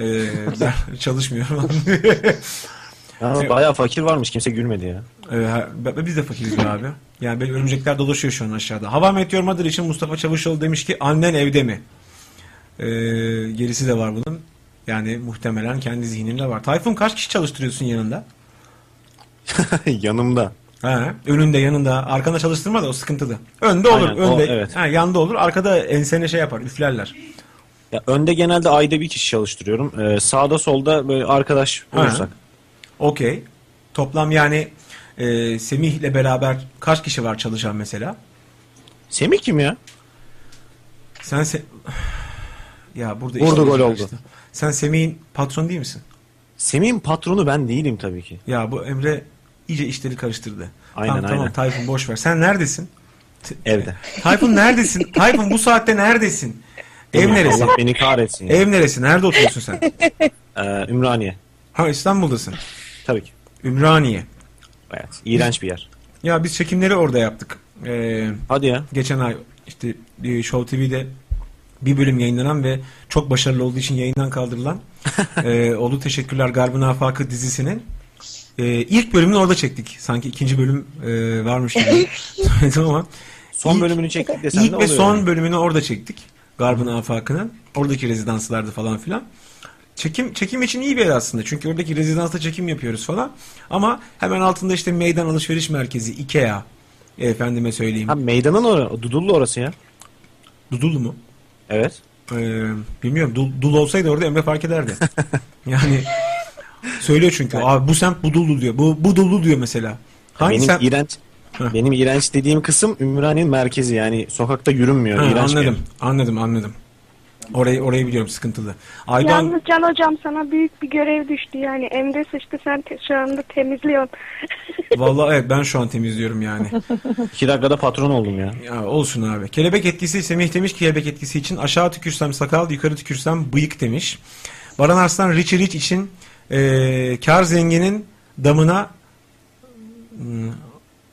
Speaker 2: Ee, ben çalışmıyorum.
Speaker 13: Ha, bayağı fakir varmış kimse gülmedi ya.
Speaker 2: Ee, ha- be- biz de fakiriz be abi. Yani böyle örümcekler dolaşıyor şu an aşağıda. Hava Meteor Mother için Mustafa Çavuşoğlu demiş ki annen evde mi? Ee, gerisi de var bunun. Yani muhtemelen kendi zihninde var. Tayfun kaç kişi çalıştırıyorsun yanında?
Speaker 13: [laughs] Yanımda.
Speaker 2: Ha, önünde yanında. Arkanda çalıştırma da o sıkıntılı. Önde olur.
Speaker 13: Aynen, o-
Speaker 2: önde.
Speaker 13: evet.
Speaker 2: Ha, yanda olur. Arkada ensene şey yapar. Üflerler.
Speaker 13: Ya önde genelde ayda bir kişi çalıştırıyorum. Ee, sağda solda böyle arkadaş
Speaker 2: Ha.
Speaker 13: olursak.
Speaker 2: Okey. Toplam yani e, Semih'le beraber kaç kişi var çalışan mesela?
Speaker 13: Semih kim ya?
Speaker 2: Sen se- ya burada
Speaker 13: Burada
Speaker 2: işler
Speaker 13: gol oldu.
Speaker 2: karıştı. Sen Semih'in patronu değil misin?
Speaker 13: Semih'in patronu ben değilim tabii ki.
Speaker 2: Ya bu Emre iyice işleri karıştırdı.
Speaker 13: Aynen,
Speaker 2: tamam, Tamam
Speaker 13: aynen.
Speaker 2: Tayfun boş ver. Sen neredesin?
Speaker 13: Evde. [laughs]
Speaker 2: Tayfun neredesin? Tayfun bu saatte neredesin? Ev
Speaker 13: Değil mi?
Speaker 2: neresi?
Speaker 13: Allah beni kahretsin. ya.
Speaker 2: Ev neresi? Nerede oturuyorsun sen?
Speaker 13: [laughs] Ee, Ümraniye.
Speaker 2: Ha İstanbul'dasın.
Speaker 13: Tabii ki.
Speaker 2: Ümraniye.
Speaker 13: Evet. İğrenç bir yer.
Speaker 2: Ya biz çekimleri orada yaptık. Ee,
Speaker 13: Hadi ya.
Speaker 2: Geçen ay işte bir Show TV'de bir bölüm yayınlanan ve çok başarılı olduğu için
Speaker 13: [laughs]
Speaker 2: yayından kaldırılan e, Olu Teşekkürler Garbın Afakı dizisinin e, ilk bölümünü orada çektik. Sanki ikinci bölüm e, varmış gibi söyledim ama.
Speaker 13: Son
Speaker 2: ilk-
Speaker 13: bölümünü
Speaker 2: [laughs]
Speaker 13: çektik desem
Speaker 2: İlk
Speaker 13: de
Speaker 2: ve
Speaker 13: oluyor.
Speaker 2: son bölümünü orada çektik. Garbın Afakı'nın. Oradaki rezidanslarda falan filan. Çekim çekim için iyi bir yer aslında. Çünkü oradaki rezidansta çekim yapıyoruz falan. Ama hemen altında işte meydan alışveriş merkezi, IKEA. Efendime söyleyeyim.
Speaker 13: Ha meydanın orası, Dudullu orası ya.
Speaker 2: Dudullu mu?
Speaker 13: Evet.
Speaker 2: Ee, bilmiyorum. Dul, dul olsaydı orada Emre fark ederdi.
Speaker 13: [laughs]
Speaker 2: yani söylüyor çünkü. Abi bu semt budullu diyor. Bu budullu diyor mesela. Hangi
Speaker 13: benim
Speaker 2: semt?
Speaker 13: iğrenç benim iğrenç dediğim kısım Ümraniye'nin merkezi yani sokakta yürünmüyor.
Speaker 2: Ha,
Speaker 13: iğrenç bir yer.
Speaker 2: anladım. Anladım, anladım. Orayı orayı biliyorum sıkıntılı. Aydoğan
Speaker 7: Yalnız Can hocam sana büyük bir görev düştü yani. Emre sıçtı sen te- şu anda temizliyorsun.
Speaker 2: Vallahi evet ben şu an temizliyorum yani.
Speaker 13: İki dakikada patron oldum ya.
Speaker 2: Ya olsun abi. Kelebek etkisi Semih demiş ki kelebek etkisi için aşağı tükürsem sakal yukarı tükürsem bıyık demiş. Baran Arslan Richie Rich için eee kar zenginin damına Hmm,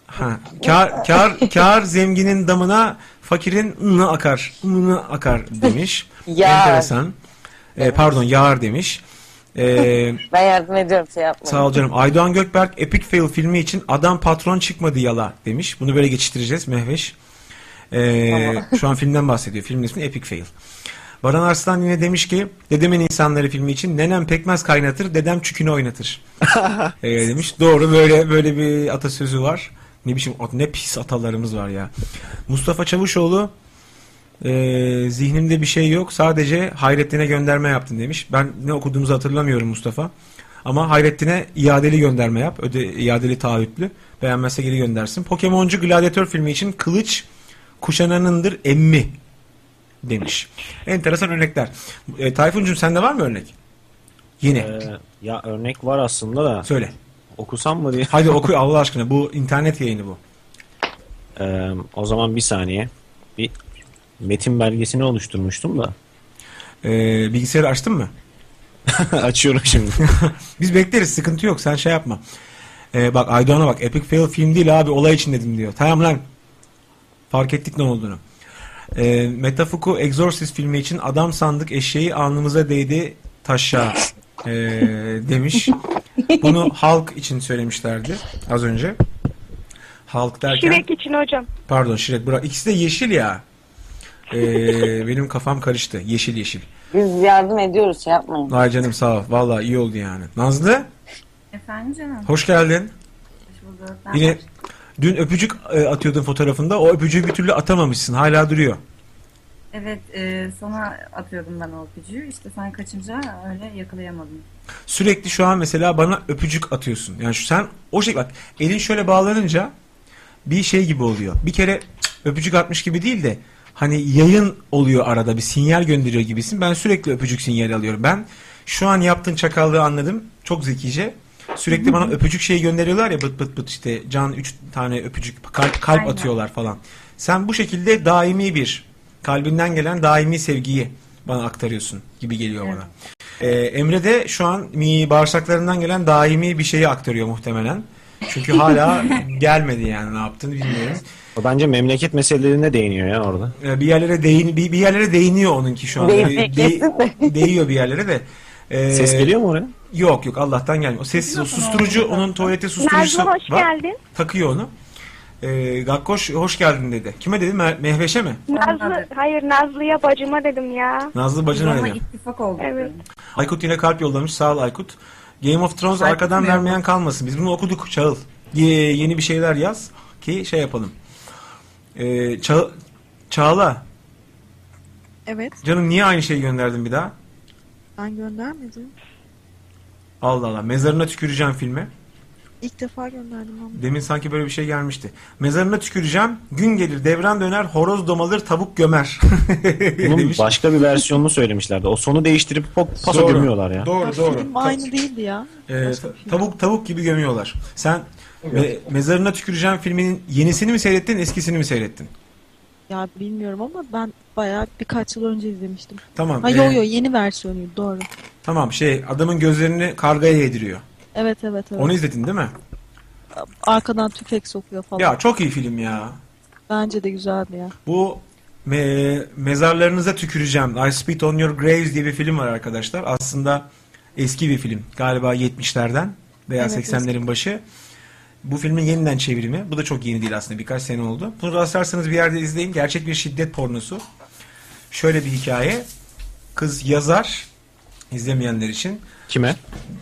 Speaker 2: ha, kar, kar, kar zenginin damına fakirin ını akar ını akar demiş.
Speaker 9: Yağar.
Speaker 2: Enteresan. Eee, pardon yağar demiş. E, Eee
Speaker 9: Ben yardım ediyorum şey yapmayın.
Speaker 2: Sağ ol canım. Aydoğan Gökberk Epic Fail filmi için adam patron çıkmadı yala demiş. Bunu böyle geçiştireceğiz Mehveş. Ee, şu an filmden bahsediyor. Filmin ismi Epic Fail. Baran Arslan yine demiş ki dedemin insanları filmi için nenem pekmez kaynatır dedem çükünü oynatır. Ee, demiş. Doğru böyle böyle bir atasözü var. Ne biçim at- ne pis atalarımız var ya. Mustafa Çavuşoğlu ee, zihnimde bir şey yok. Sadece Hayrettin'e gönderme yaptın demiş. Ben ne okuduğumuzu hatırlamıyorum Mustafa. Ama Hayrettin'e iadeli gönderme yap. Öde, iadeli taahhütlü. Beğenmezse geri göndersin. Pokemoncu Gladiator filmi için kılıç kuşananındır emmi demiş. Enteresan örnekler. E, Tayfun'cum sende var mı örnek? Yine.
Speaker 13: E, ya örnek var aslında da.
Speaker 2: Söyle.
Speaker 13: Okusam mı diye.
Speaker 2: Hadi oku Allah aşkına. Bu internet yayını bu.
Speaker 13: Ee, o zaman bir saniye. Bir metin belgesini oluşturmuştum da.
Speaker 2: bilgisayarı açtın mı?
Speaker 13: [laughs] Açıyorum şimdi.
Speaker 2: [laughs] Biz bekleriz sıkıntı yok sen şey yapma. Ee, bak Aydoğan'a bak Epic Fail film değil abi olay için dedim diyor. Tamam lan fark ettik ne olduğunu. Ee, Metafuku Exorcist filmi için adam sandık eşeği alnımıza değdi taşa ee, demiş. Bunu halk için söylemişlerdi az önce. Halk derken
Speaker 7: Şirek için hocam.
Speaker 2: pardon Şirek bırak ikisi de yeşil ya. Ee, benim kafam karıştı yeşil yeşil.
Speaker 9: Biz yardım ediyoruz şey yapmayın.
Speaker 2: Ay canım sağ ol valla iyi oldu yani. Nazlı
Speaker 14: Efendim canım.
Speaker 2: hoş geldin. Yine dün öpücük e, atıyordun fotoğrafında. O öpücüğü bir türlü atamamışsın. Hala duruyor.
Speaker 14: Evet e, sana atıyordum ben o öpücüğü. İşte sen kaçınca öyle yakalayamadın.
Speaker 2: Sürekli şu an mesela bana öpücük atıyorsun. Yani şu sen o şey bak elin şöyle bağlanınca bir şey gibi oluyor. Bir kere öpücük atmış gibi değil de hani yayın oluyor arada bir sinyal gönderiyor gibisin. Ben sürekli öpücük sinyali alıyorum. Ben şu an yaptığın çakallığı anladım. Çok zekice. Sürekli bana öpücük şeyi gönderiyorlar ya bıt bıt bıt işte can 3 tane öpücük kalp, kalp atıyorlar falan. Sen bu şekilde daimi bir kalbinden gelen daimi sevgiyi bana aktarıyorsun gibi geliyor bana. Ee, Emre de şu an mi bağırsaklarından gelen daimi bir şeyi aktarıyor muhtemelen. Çünkü hala gelmedi yani ne yaptığını bilmiyoruz.
Speaker 13: O bence memleket meselelerine değiniyor ya orada.
Speaker 2: Ee, bir yerlere değin bir, bir yerlere değiniyor onunki şu an.
Speaker 13: Değin-
Speaker 2: Ee, değiyor bir yerlere de. Ee,
Speaker 13: Ses geliyor mu oraya?
Speaker 2: Yok yok Allah'tan gelmiyor. O sessiz o susturucu onun tuvalete susturucusu
Speaker 7: Nazlı hoş
Speaker 2: var.
Speaker 7: geldin.
Speaker 2: Takıyor onu. Ee, Gakkoş hoş geldin dedi. Kime dedi? Me- Mehveş'e mi?
Speaker 7: Nazlı, hayır Nazlı'ya bacıma dedim ya.
Speaker 2: Nazlı bacına dedi.
Speaker 14: ittifak oldu.
Speaker 7: Evet.
Speaker 2: Aykut yine kalp yollamış. Sağ ol Aykut. Game of Thrones
Speaker 14: Aykut
Speaker 2: arkadan
Speaker 14: mu?
Speaker 2: vermeyen kalmasın. Biz bunu okuduk Çağıl. Ye- yeni bir şeyler yaz ki şey yapalım. Ee, Ça- Çağla
Speaker 12: Evet.
Speaker 2: canım niye aynı şeyi gönderdin bir daha?
Speaker 12: Ben göndermedim.
Speaker 2: Allah Allah mezarına tüküreceğim filmi.
Speaker 12: İlk defa gönderdim ama.
Speaker 2: Demin sanki böyle bir şey gelmişti. Mezarına tüküreceğim. Gün gelir devran döner horoz domalır tavuk gömer. [laughs]
Speaker 13: Bunun başka bir versiyonunu söylemişlerdi. O sonu değiştirip po- paso
Speaker 2: Doğru.
Speaker 13: gömüyorlar ya.
Speaker 2: Doğru doğru.
Speaker 12: Film aynı değildi ya.
Speaker 2: Ee, tavuk tavuk gibi gömüyorlar. Sen me- mezarına tüküreceğim filminin yenisini mi seyrettin, eskisini mi seyrettin?
Speaker 12: Ya bilmiyorum ama ben bayağı birkaç yıl önce izlemiştim.
Speaker 2: Tamam.
Speaker 12: Ha
Speaker 2: ee,
Speaker 12: yo yo yeni versiyonuydu doğru.
Speaker 2: Tamam şey adamın gözlerini kargaya yediriyor.
Speaker 12: Evet evet evet.
Speaker 2: Onu izledin değil mi?
Speaker 12: Arkadan tüfek sokuyor falan.
Speaker 2: Ya çok iyi film ya.
Speaker 12: Bence de güzeldi ya.
Speaker 2: Bu me- mezarlarınıza tüküreceğim. I Spit on Your Graves diye bir film var arkadaşlar. Aslında eski bir film. Galiba 70'lerden veya
Speaker 15: Evet,
Speaker 2: 80'lerin başı. Bu filmin yeniden çevrimi. Bu da çok yeni değil aslında. Birkaç sene oldu. Bunu rastlarsanız bir yerde izleyin. Gerçek bir şiddet pornosu. Şöyle bir hikaye. Kız yazar. izlemeyenler için.
Speaker 13: Kime?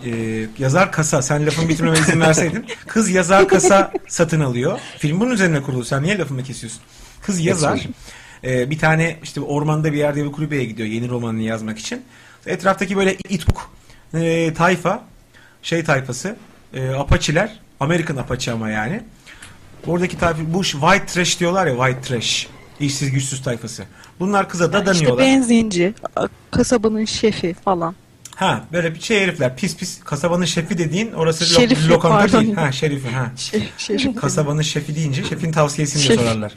Speaker 2: Ee, yazar kasa. Sen lafımı bitirmeme izin verseydin. Kız yazar kasa satın alıyor. Film bunun üzerine kurulu. Sen niye lafımı kesiyorsun? Kız yazar. e, bir tane işte ormanda bir yerde bir kulübeye gidiyor yeni romanını yazmak için. Etraftaki böyle ituk e, tayfa şey tayfası e, apaçiler Amerikan apaçı ama yani. Oradaki tayfa bu white trash diyorlar ya white trash. İşsiz güçsüz tayfası. Bunlar kıza
Speaker 12: İşte
Speaker 2: dadanıyorlar.
Speaker 12: benzinci, a- kasabanın şefi falan.
Speaker 2: Ha böyle bir şey herifler pis pis kasabanın şefi dediğin orası lo-
Speaker 12: Şerifi,
Speaker 2: lokanta
Speaker 12: pardon.
Speaker 2: değil. Ha
Speaker 12: [laughs]
Speaker 2: şerifi ha.
Speaker 12: şerif.
Speaker 2: kasabanın şefi deyince şefin tavsiyesini de
Speaker 12: Şef,
Speaker 2: sorarlar.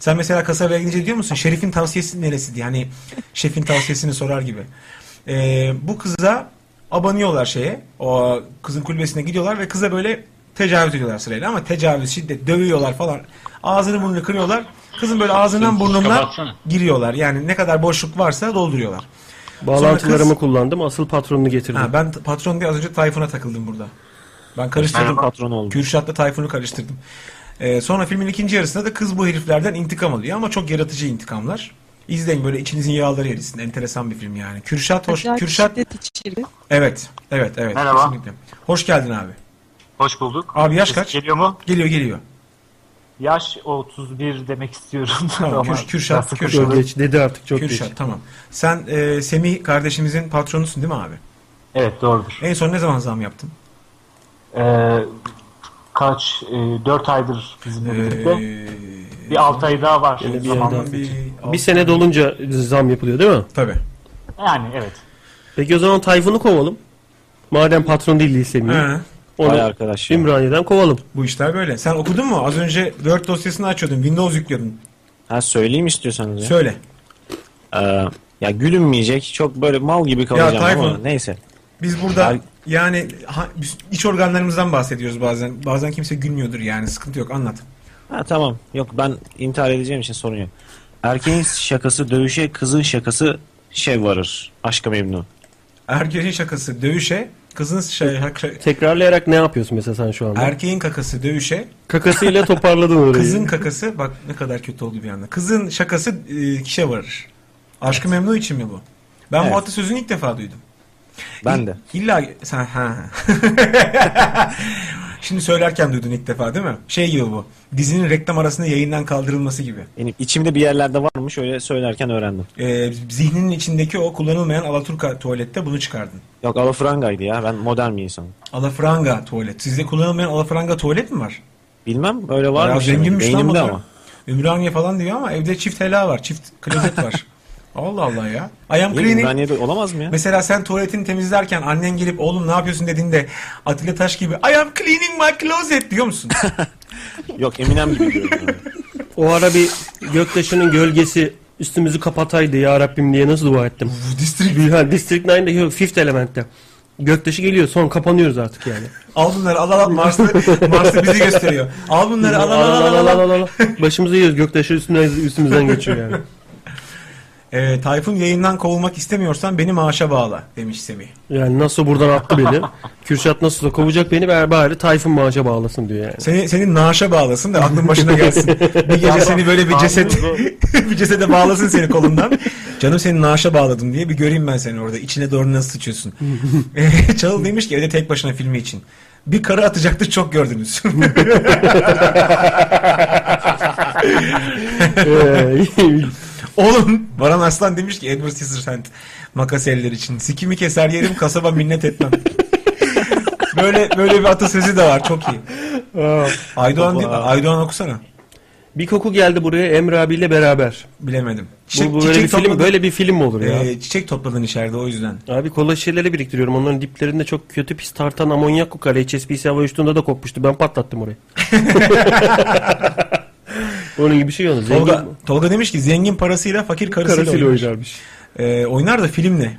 Speaker 2: Sen mesela kasabaya gidince diyor musun şerifin tavsiyesi neresi diye hani şefin tavsiyesini sorar gibi. Ee, bu kıza abanıyorlar şeye o kızın kulübesine gidiyorlar ve kıza böyle tecavüz ediyorlar sırayla ama tecavüz şiddet dövüyorlar falan. Ağzını burnunu kırıyorlar. Kızın böyle ağzından burnundan
Speaker 3: Kapatsana.
Speaker 2: giriyorlar. Yani ne kadar boşluk varsa dolduruyorlar.
Speaker 3: Bağlantılarımı
Speaker 2: Sonra kız- Ee,
Speaker 3: kullandım. Asıl patronunu getirdim.
Speaker 2: Ha, ben t- patron diye az önce Tayfun'a takıldım burada. Ben karıştırdım.
Speaker 13: Ben patron oldum.
Speaker 2: Kürşat'la Tayfun'u karıştırdım. Ee, sonra filmin ikinci yarısında da kız bu heriflerden intikam alıyor ama çok yaratıcı intikamlar. İzleyin böyle içinizin yağları erisin. Enteresan bir film yani. Kürşat hoş.
Speaker 12: Acayip
Speaker 2: Kürşat
Speaker 12: şiddet içerikli.
Speaker 2: evet. Evet evet.
Speaker 15: Merhaba.
Speaker 2: kesinlikle. Hoş geldin abi.
Speaker 15: Hoş bulduk.
Speaker 2: Abi yaş kaç?
Speaker 15: Geliyor mu?
Speaker 2: Geliyor geliyor.
Speaker 15: Yaş 31 demek istiyorum.
Speaker 2: Tamam,
Speaker 15: Ama
Speaker 2: Kür- Kürşat.
Speaker 15: biraz
Speaker 2: Kürşat.
Speaker 15: sıkıldım.
Speaker 3: dedi artık çok
Speaker 2: Kürşat tamam. Sen e, Semih kardeşimizin patronusun değil mi abi?
Speaker 15: Evet doğrudur.
Speaker 2: En son ne zaman zam yaptın?
Speaker 15: Ee, kaç? 4 aydır
Speaker 2: E,
Speaker 15: bizimle birlikte. bir 6 ay daha var.
Speaker 3: Yani bir,
Speaker 15: Zamanla
Speaker 3: yerden-
Speaker 15: bir-
Speaker 3: bir sene dolunca zam yapılıyor değil mi?
Speaker 2: Tabii.
Speaker 15: Yani evet.
Speaker 3: Peki o zaman Tayfun'u kovalım. Madem patron değil Semih.
Speaker 2: He.
Speaker 3: Onu
Speaker 2: Vay
Speaker 13: arkadaş
Speaker 3: İmraniye'den kovalım.
Speaker 2: Bu işler böyle. Sen okudun mu? Az önce Word dosyasını açıyordun. Windows yüklüyordun.
Speaker 13: Ha söyleyeyim istiyorsanız ya.
Speaker 2: Söyle.
Speaker 13: Ee, ya gülünmeyecek. Çok böyle mal gibi kalacağım ama
Speaker 2: Tayfun.
Speaker 13: neyse.
Speaker 2: Biz burada yani ha- biz iç organlarımızdan bahsediyoruz bazen. Bazen kimse gülmüyordur yani sıkıntı yok anlat.
Speaker 13: Ha tamam. Yok ben intihar edeceğim için sorun yok. Erkeğin şakası dövüşe, kızın şakası şey varır. Aşka memnu.
Speaker 2: Erkeğin şakası dövüşe, kızın şey,
Speaker 3: Tekrarlayarak ne yapıyorsun mesela sen şu anda?
Speaker 2: erkeğin kakası dövüşe,
Speaker 3: Kakasıyla toparladın orayı.
Speaker 2: kızın kakası bak ne kadar kötü oldu bir anda. Kızın şakası e, kişe varır. Aşkı memnu için mi bu? Ben
Speaker 13: Evet.
Speaker 2: bu atasözünü ilk defa duydum.
Speaker 13: Ben de.
Speaker 2: İlla sen ha. [laughs] Şimdi söylerken duydun ilk defa değil mi? Şey gibi bu. Dizinin reklam arasında yayından kaldırılması gibi.
Speaker 13: Benim içimde bir yerlerde varmış öyle söylerken öğrendim.
Speaker 2: Ee, zihninin içindeki o kullanılmayan Alaturka tuvalette bunu çıkardın.
Speaker 13: Yok alafrangaydı ya ben modern bir insanım.
Speaker 2: Alafranga tuvalet. Sizde kullanılmayan alafranga tuvalet mi var?
Speaker 13: Bilmem öyle var mı?
Speaker 2: Bayağı zenginmiş lan
Speaker 13: Beynimde
Speaker 2: bakıyorum.
Speaker 13: ama.
Speaker 2: Ümraniye falan diyor ama evde çift hela var. Çift klozet var. Allah Allah ya. I am
Speaker 13: Niye
Speaker 2: cleaning.
Speaker 13: Ümraniye'de olamaz mı ya?
Speaker 2: Mesela sen tuvaletini temizlerken annen gelip oğlum ne yapıyorsun dediğinde Atilla Taş gibi I am cleaning my closet diyor musun?
Speaker 13: Yok Eminem
Speaker 2: [laughs]
Speaker 13: gibi diyorum.
Speaker 3: O ara bir göktaşının gölgesi üstümüzü kapataydı ya Rabbim diye nasıl dua ettim.
Speaker 2: District.
Speaker 3: Ha, District 9'da yok Fifth Element'te. Göktaşı geliyor son kapanıyoruz artık yani.
Speaker 2: al bunları al al al Mars'ta, Mars'ta bizi gösteriyor. Al bunları al al al al al. al.
Speaker 3: Başımızı yiyoruz göktaşı üstünden, üstümüzden geçiyor
Speaker 2: [laughs]
Speaker 3: yani.
Speaker 2: Ee, Tayfun yayından kovulmak istemiyorsan beni maaşa bağla demiş Semih.
Speaker 3: Yani nasıl buradan attı beni. Kürşat nasıl da kovacak beni ben bari Tayfun maaşa bağlasın diyor yani.
Speaker 2: Seni, senin naaşa bağlasın da aklın başına gelsin. Bir gece seni böyle bir ceset [laughs] bir cesede bağlasın seni kolundan. Canım seni naaşa bağladım diye bir göreyim ben seni orada. İçine doğru nasıl sıçıyorsun. Ee, Çalıl demiş ki evde tek başına filmi için. Bir karı atacaktı çok gördünüz. [laughs] Oğlum Baran Aslan demiş ki Edward Scissorhand makas eller için. Sikimi keser yerim kasaba minnet etmem. böyle böyle bir atasözü de var çok iyi. Aydoğan değil mi? Aydoğan okusana.
Speaker 3: Bir koku geldi buraya Emre abiyle beraber.
Speaker 2: Bilemedim.
Speaker 3: bu, bu böyle, bir film, böyle bir film mi olur ya?
Speaker 2: Ee, çiçek topladın içeride o yüzden.
Speaker 3: Abi kola şişeleri biriktiriyorum. Onların diplerinde çok kötü pis tartan amonyak kokar. HSBC hava uçtuğunda da kopmuştu. Ben patlattım orayı. Onun gibi bir şey oldu. Zengin...
Speaker 2: Tolga, Tolga demiş ki zengin parasıyla fakir karısıyla,
Speaker 3: Karısıyla
Speaker 2: oynar.
Speaker 3: oynarmış.
Speaker 2: Ee, oynar da film ne?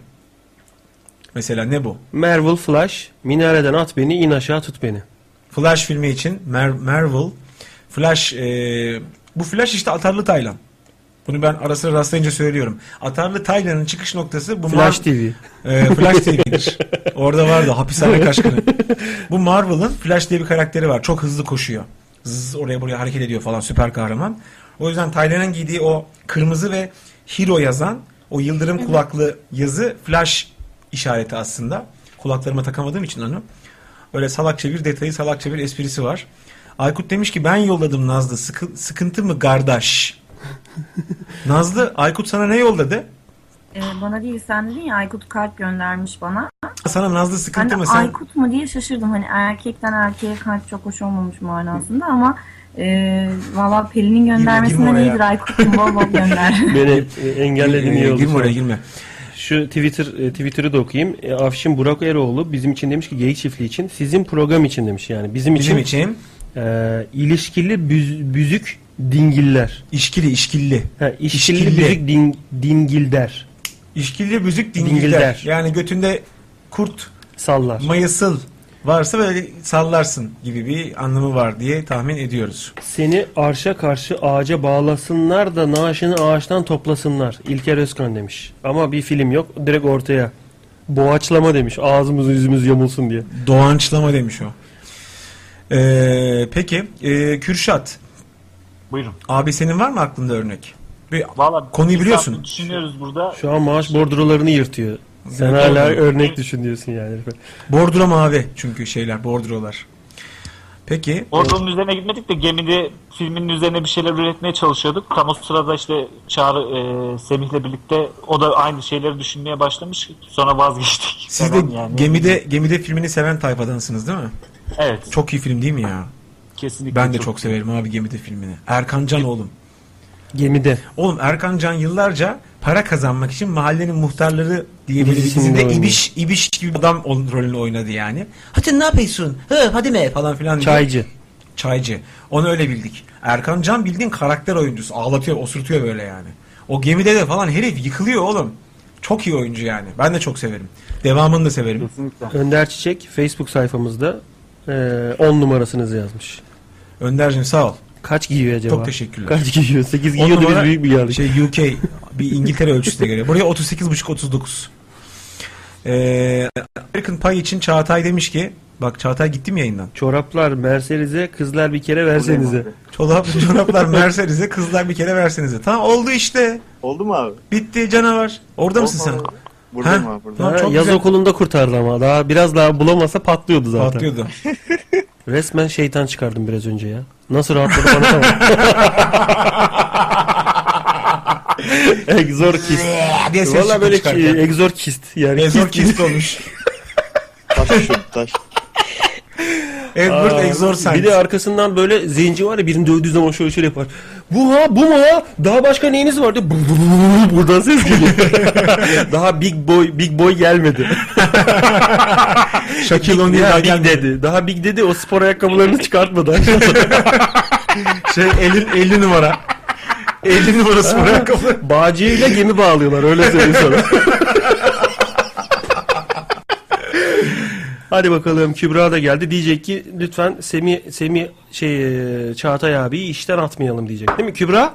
Speaker 2: Mesela ne bu?
Speaker 3: Marvel Flash, minareden at beni, in aşağı tut beni.
Speaker 2: Flash filmi için Mer- Marvel Flash e, bu Flash işte Atarlı Taylan. Bunu ben ara sıra rastlayınca söylüyorum. Atarlı Taylan'ın çıkış noktası bu
Speaker 3: Flash
Speaker 2: Mar-
Speaker 3: TV.
Speaker 2: E, Flash TV'dir.
Speaker 3: [laughs]
Speaker 2: Orada vardı hapishane kaşkını. Bu Marvel'ın Flash diye bir karakteri var. Çok hızlı koşuyor. Zzz, oraya buraya hareket ediyor falan süper kahraman. O yüzden Taylan'ın giydiği o kırmızı ve Hero yazan o yıldırım kulaklı yazı Flash işareti aslında. Kulaklarıma takamadığım için onu. Öyle salakça bir detayı, salakça bir esprisi var. Aykut demiş ki ben yolladım Nazlı. Sıkı- sıkıntı mı kardeş? Nazlı, Aykut sana ne yolladı?
Speaker 14: Ee, bana değil sen dedin ya Aykut kalp göndermiş bana.
Speaker 2: Sana Nazlı sıkıntı
Speaker 14: Hani
Speaker 2: mı? Sen...
Speaker 14: Aykut mu diye şaşırdım. Hani erkekten erkeğe kalp çok hoş olmamış manasında ama e, valla Pelin'in göndermesinde
Speaker 3: oraya.
Speaker 14: iyidir Aykut'un bol bol gönder.
Speaker 3: [laughs]
Speaker 2: [laughs]
Speaker 3: Beni e, engelledin iyi oldu.
Speaker 2: e, Girme oraya, girme.
Speaker 3: Şu Twitter e, Twitter'ı da okuyayım. E, Afşin Burak Eroğlu bizim için demiş ki geyik çiftliği için, sizin program için demiş yani. Bizim için.
Speaker 2: Bizim için.
Speaker 3: e, ilişkili büz- büzük dingiller.
Speaker 2: İşkili, işkilli.
Speaker 3: Ha, işkilli,
Speaker 2: İşkilli.
Speaker 3: büzük din, dingilder.
Speaker 2: İşkilli büzük dingilder. Yani götünde kurt
Speaker 3: sallar.
Speaker 2: Mayısıl varsa böyle sallarsın gibi bir anlamı var diye tahmin ediyoruz.
Speaker 3: Seni arşa karşı ağaca bağlasınlar da naaşını ağaçtan toplasınlar. İlker Özkan demiş. Ama bir film yok. Direkt ortaya. Boğaçlama demiş. Ağzımız yüzümüz yamulsun diye.
Speaker 2: Doğançlama demiş o. Ee, peki e, Kürşat.
Speaker 15: Buyurun.
Speaker 2: Abi senin var mı aklında örnek? Bir
Speaker 15: Valla
Speaker 2: konuyu
Speaker 15: biz
Speaker 2: biliyorsun.
Speaker 15: zaten Düşünüyoruz burada.
Speaker 3: Şu an maaş bordrolarını yırtıyor. Sen
Speaker 2: Evet,
Speaker 3: hala
Speaker 2: doğru.
Speaker 3: örnek düşün diyorsun yani.
Speaker 2: Bordro mavi çünkü şeyler bordrolar. Peki. e,
Speaker 15: Ordunun üzerine gitmedik de gemide filminin üzerine bir şeyler üretmeye çalışıyorduk. Tam o sırada işte Çağrı e, Semih'le birlikte o da aynı şeyleri düşünmeye başlamış. Sonra vazgeçtik.
Speaker 2: Siz de
Speaker 15: Falan yani.
Speaker 2: gemide gemide filmini seven tayfadansınız değil mi?
Speaker 15: Evet.
Speaker 2: Çok iyi film değil mi ya?
Speaker 15: Kesinlikle.
Speaker 2: Ben de
Speaker 15: çok-
Speaker 2: çok, severim abi Gemide filmini. Erkan Can oğlum.
Speaker 3: Gemide.
Speaker 2: Oğlum Erkan Can yıllarca para kazanmak için mahallenin muhtarları diye bir
Speaker 3: Dizisinde
Speaker 2: dizinde
Speaker 3: oynadı.
Speaker 2: ibiş, ibiş gibi adam ol- rolünü oynadı yani. Hadi ne yapıyorsun? Hı, hadi mi? Falan filan. diye.
Speaker 3: Çaycı.
Speaker 2: Çaycı. Onu öyle bildik. Erkan Can bildiğin karakter oyuncusu. Ağlatıyor, osurtuyor böyle yani. O gemide de falan herif yıkılıyor oğlum. Çok iyi oyuncu yani. Ben de çok severim. Devamını da severim.
Speaker 3: Önder Çiçek Facebook sayfamızda 10 numarasınızı yazmış.
Speaker 2: Önder'cim sağ ol.
Speaker 3: Kaç giyiyor acaba?
Speaker 2: Çok teşekkürler.
Speaker 3: Kaç giyiyor? 8
Speaker 2: On
Speaker 3: giyiyordu biz
Speaker 2: numara
Speaker 3: büyük bir geldik.
Speaker 2: Şey UK bir İngiltere ölçüsüne göre. Buraya 38,5 39. Ee, American Pie için Çağatay demiş ki bak Çağatay gittim yayından.
Speaker 3: Çoraplar Mercedes'e kızlar bir kere versenize.
Speaker 2: Çolap, çoraplar Mercedes'e kızlar bir kere versenize. Tamam oldu işte.
Speaker 8: Oldu mu abi?
Speaker 2: Bitti canavar. Orada mısın sen?
Speaker 8: Buradayım
Speaker 2: Ha?
Speaker 8: abi burada.
Speaker 2: Tamam,
Speaker 3: Ha,
Speaker 2: çok
Speaker 3: yaz
Speaker 2: güzel.
Speaker 3: okulunda kurtardı ama. Daha biraz daha bulamasa patlıyordu zaten.
Speaker 2: Patlıyordu.
Speaker 3: [laughs] Resmen şeytan çıkardım biraz önce ya. Nasıl rahatladı bana
Speaker 2: [laughs]
Speaker 3: [laughs] Exorcist.
Speaker 2: Ee, diye ses
Speaker 3: Valla
Speaker 2: çıktı
Speaker 3: böyle ki,
Speaker 2: çıkarken.
Speaker 3: exorcist. Yani
Speaker 2: Exorcist olmuş. Edward
Speaker 3: Aa,
Speaker 2: Exorcist.
Speaker 3: Bir de arkasından böyle zenci var ya birini dövdüğü zaman şöyle şöyle yapar. Bu ha bu mu ha? Daha başka neyiniz var diye bur- bur- bur- bur- buradan ses geliyor. [laughs] Daha big boy big boy gelmedi.
Speaker 2: [laughs] Shaquille O'Neal
Speaker 3: Daha
Speaker 2: daha
Speaker 3: big dedi. Daha big dedi o spor ayakkabılarını çıkartmadı.
Speaker 2: [laughs] şey elin 50 numara. 50 numara spor ayakkabı.
Speaker 3: Bağcıyla gemi bağlıyorlar öyle söyleyeyim sana. Hadi bakalım Kübra da geldi. Diyecek ki lütfen Semi Semi şey e, Çağatay abiyi işten atmayalım diyecek. Değil mi Kübra?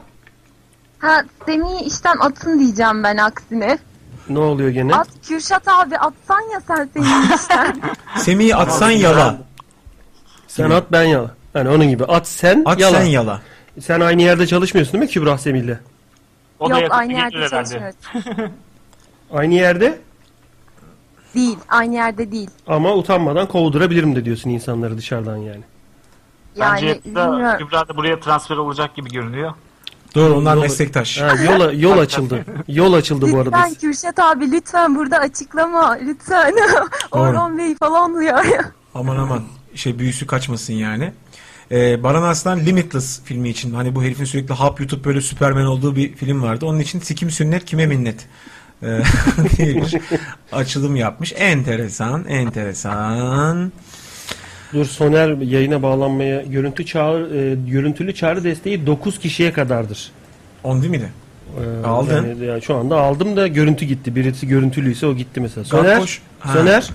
Speaker 16: Ha Semih'i işten atın diyeceğim ben aksine.
Speaker 3: Ne oluyor gene?
Speaker 16: At Kürşat abi atsan ya sen Semih'i işten.
Speaker 2: Semih'i atsan yala.
Speaker 3: Sen at ben yala. Yani onun gibi. At sen
Speaker 2: At
Speaker 3: yala.
Speaker 2: sen yala.
Speaker 3: Sen aynı yerde çalışmıyorsun değil mi Kübra Semih'le?
Speaker 16: Yok aynı yerde çalışmıyoruz.
Speaker 3: Aynı yerde
Speaker 16: değil aynı yerde değil.
Speaker 3: ama utanmadan kovdurabilirim de diyorsun insanları dışarıdan yani.
Speaker 15: Bence
Speaker 16: Yani
Speaker 15: da,
Speaker 16: bilmiyorum.
Speaker 15: Kübra da buraya transfer olacak gibi görünüyor.
Speaker 2: Doğru onlar
Speaker 3: Yol-
Speaker 2: meslektaş.
Speaker 3: Ha, yola, yol
Speaker 2: [laughs]
Speaker 3: açıldı. Yol açıldı bu arada.
Speaker 16: Lütfen Kürşat abi lütfen burada açıklama lütfen. [laughs] Orhan Bey falan diyor.
Speaker 2: Aman aman şey büyüsü kaçmasın yani. Ee, Baran Aslan Limitless filmi için hani bu herifin sürekli hap yutup böyle Süpermen olduğu bir film vardı. Onun için sikim sünnet kime minnet ee, [laughs] diye bir açılım yapmış. Enteresan, enteresan.
Speaker 3: Dur Soner yayına bağlanmaya görüntü çağrı e, görüntülü çağrı desteği 9 kişiye kadardır.
Speaker 2: 10 değil miydi?
Speaker 3: Ee,
Speaker 2: Aldın.
Speaker 3: Yani, yani şu anda aldım da görüntü gitti. Birisi görüntülüyse o gitti mesela. Soner.
Speaker 17: Kalkmış. Ha.
Speaker 3: Soner.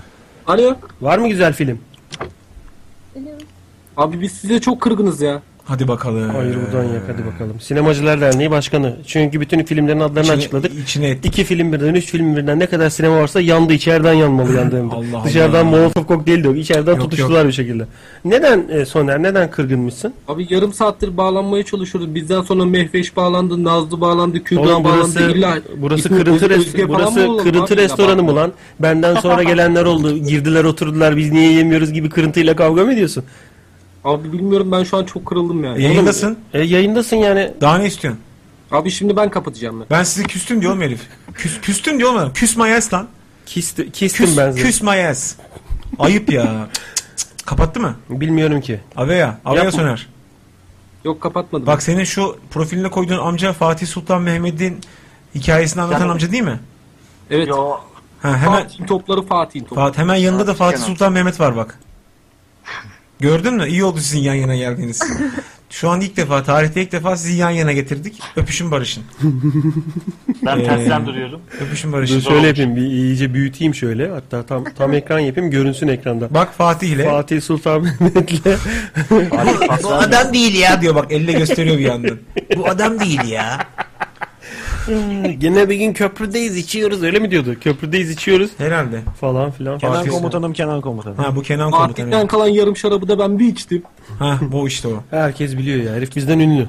Speaker 17: Alo.
Speaker 3: Var mı güzel film?
Speaker 17: Abi biz size çok kırgınız ya.
Speaker 2: Hadi bakalım.
Speaker 3: Hayır buradan yak hadi bakalım. Sinemacılar Derneği Başkanı. Çünkü bütün filmlerin adlarını
Speaker 2: İçine-
Speaker 3: açıkladık.
Speaker 2: İçine
Speaker 3: İki film birden, üç film birden ne kadar sinema varsa yandı. içeriden yanmalı
Speaker 2: [laughs]
Speaker 3: yandığında.
Speaker 2: Allah
Speaker 3: Dışarıdan
Speaker 2: Allah.
Speaker 3: Molotov kokteyli de yok. İçeriden
Speaker 17: Yok,
Speaker 3: tutuştular
Speaker 17: yok.
Speaker 3: bir şekilde. Neden e, Soner? Neden kırgınmışsın?
Speaker 17: Abi yarım saattir bağlanmaya çalışıyoruz. Bizden sonra Mehveş bağlandı, Nazlı bağlandı,
Speaker 3: Oğlum
Speaker 17: Kürdan
Speaker 3: burası
Speaker 17: bağlandı. İlla
Speaker 3: burası
Speaker 17: İsmet
Speaker 3: kırıntı
Speaker 17: Özge-
Speaker 3: rest-
Speaker 17: Özge falan
Speaker 3: burası
Speaker 17: mı oğlum?
Speaker 3: kırıntı
Speaker 17: Bak ya,
Speaker 3: restoranı
Speaker 17: bak.
Speaker 3: mı lan? Benden sonra gelenler oldu. Girdiler oturdular. Biz niye yemiyoruz gibi kırıntıyla kavga mı ediyorsun?
Speaker 17: Abi bilmiyorum ben şu an çok kırıldım yani.
Speaker 2: Yayındasın.
Speaker 3: E, yayındasın yani.
Speaker 2: Daha ne istiyorsun?
Speaker 17: Abi şimdi ben kapatacağım ben.
Speaker 2: Ben sizi küstüm diyor mu herif? Küs, küstüm diyor mu? Küs mayas lan.
Speaker 3: Kisti, kistim ben seni.
Speaker 2: Küs mayas. Ayıp ya. Kapattı mı?
Speaker 3: Bilmiyorum ki.
Speaker 2: Aveya. Aveya
Speaker 17: Yapma.
Speaker 2: Soner.
Speaker 17: Yok kapatmadım.
Speaker 2: Bak senin şu profiline koyduğun amca Fatih Sultan Mehmet'in hikayesini anlatan
Speaker 17: Yapma.
Speaker 2: amca değil mi?
Speaker 17: Evet.
Speaker 2: Ha, hemen
Speaker 17: Fatih'in topları Fatih'in topları.
Speaker 2: Fat, hemen yanında da Fatih Sultan Mehmet
Speaker 6: [laughs]
Speaker 2: var bak. Gördün mü? İyi oldu sizin yan
Speaker 6: [laughs]
Speaker 2: yana geldiğiniz. Şu an ilk defa, tarihte ilk defa sizi yan yana getirdik. Öpüşün barışın.
Speaker 6: [laughs] Ben
Speaker 2: Ee,
Speaker 6: tersten duruyorum.
Speaker 2: Öpüşün
Speaker 3: Dur,
Speaker 2: barışın.
Speaker 3: şöyle yapayım. Bir iyice büyüteyim şöyle. Hatta tam tam ekran yapayım. Görünsün ekranda.
Speaker 2: Bak Fatih ile.
Speaker 3: Fatih Sultan
Speaker 2: [laughs]
Speaker 3: Mehmet'le.
Speaker 2: Bu adam değil ya diyor bak elle gösteriyor bir yandan. Bu adam değil ya.
Speaker 17: [laughs]
Speaker 3: Gene bir gün köprüdeyiz içiyoruz öyle mi diyordu? Köprüdeyiz içiyoruz.
Speaker 2: Herhalde.
Speaker 3: Falan filan.
Speaker 2: Kenan
Speaker 3: Fatih-
Speaker 2: komutanım,
Speaker 13: Kenan komutanım.
Speaker 2: Ha bu Kenan komutanı.
Speaker 17: Fatih'ten kalan yarım şarabı da ben bir içtim.
Speaker 2: Ha bu işte o.
Speaker 3: Herkes biliyor ya. Herif bizden ünlü.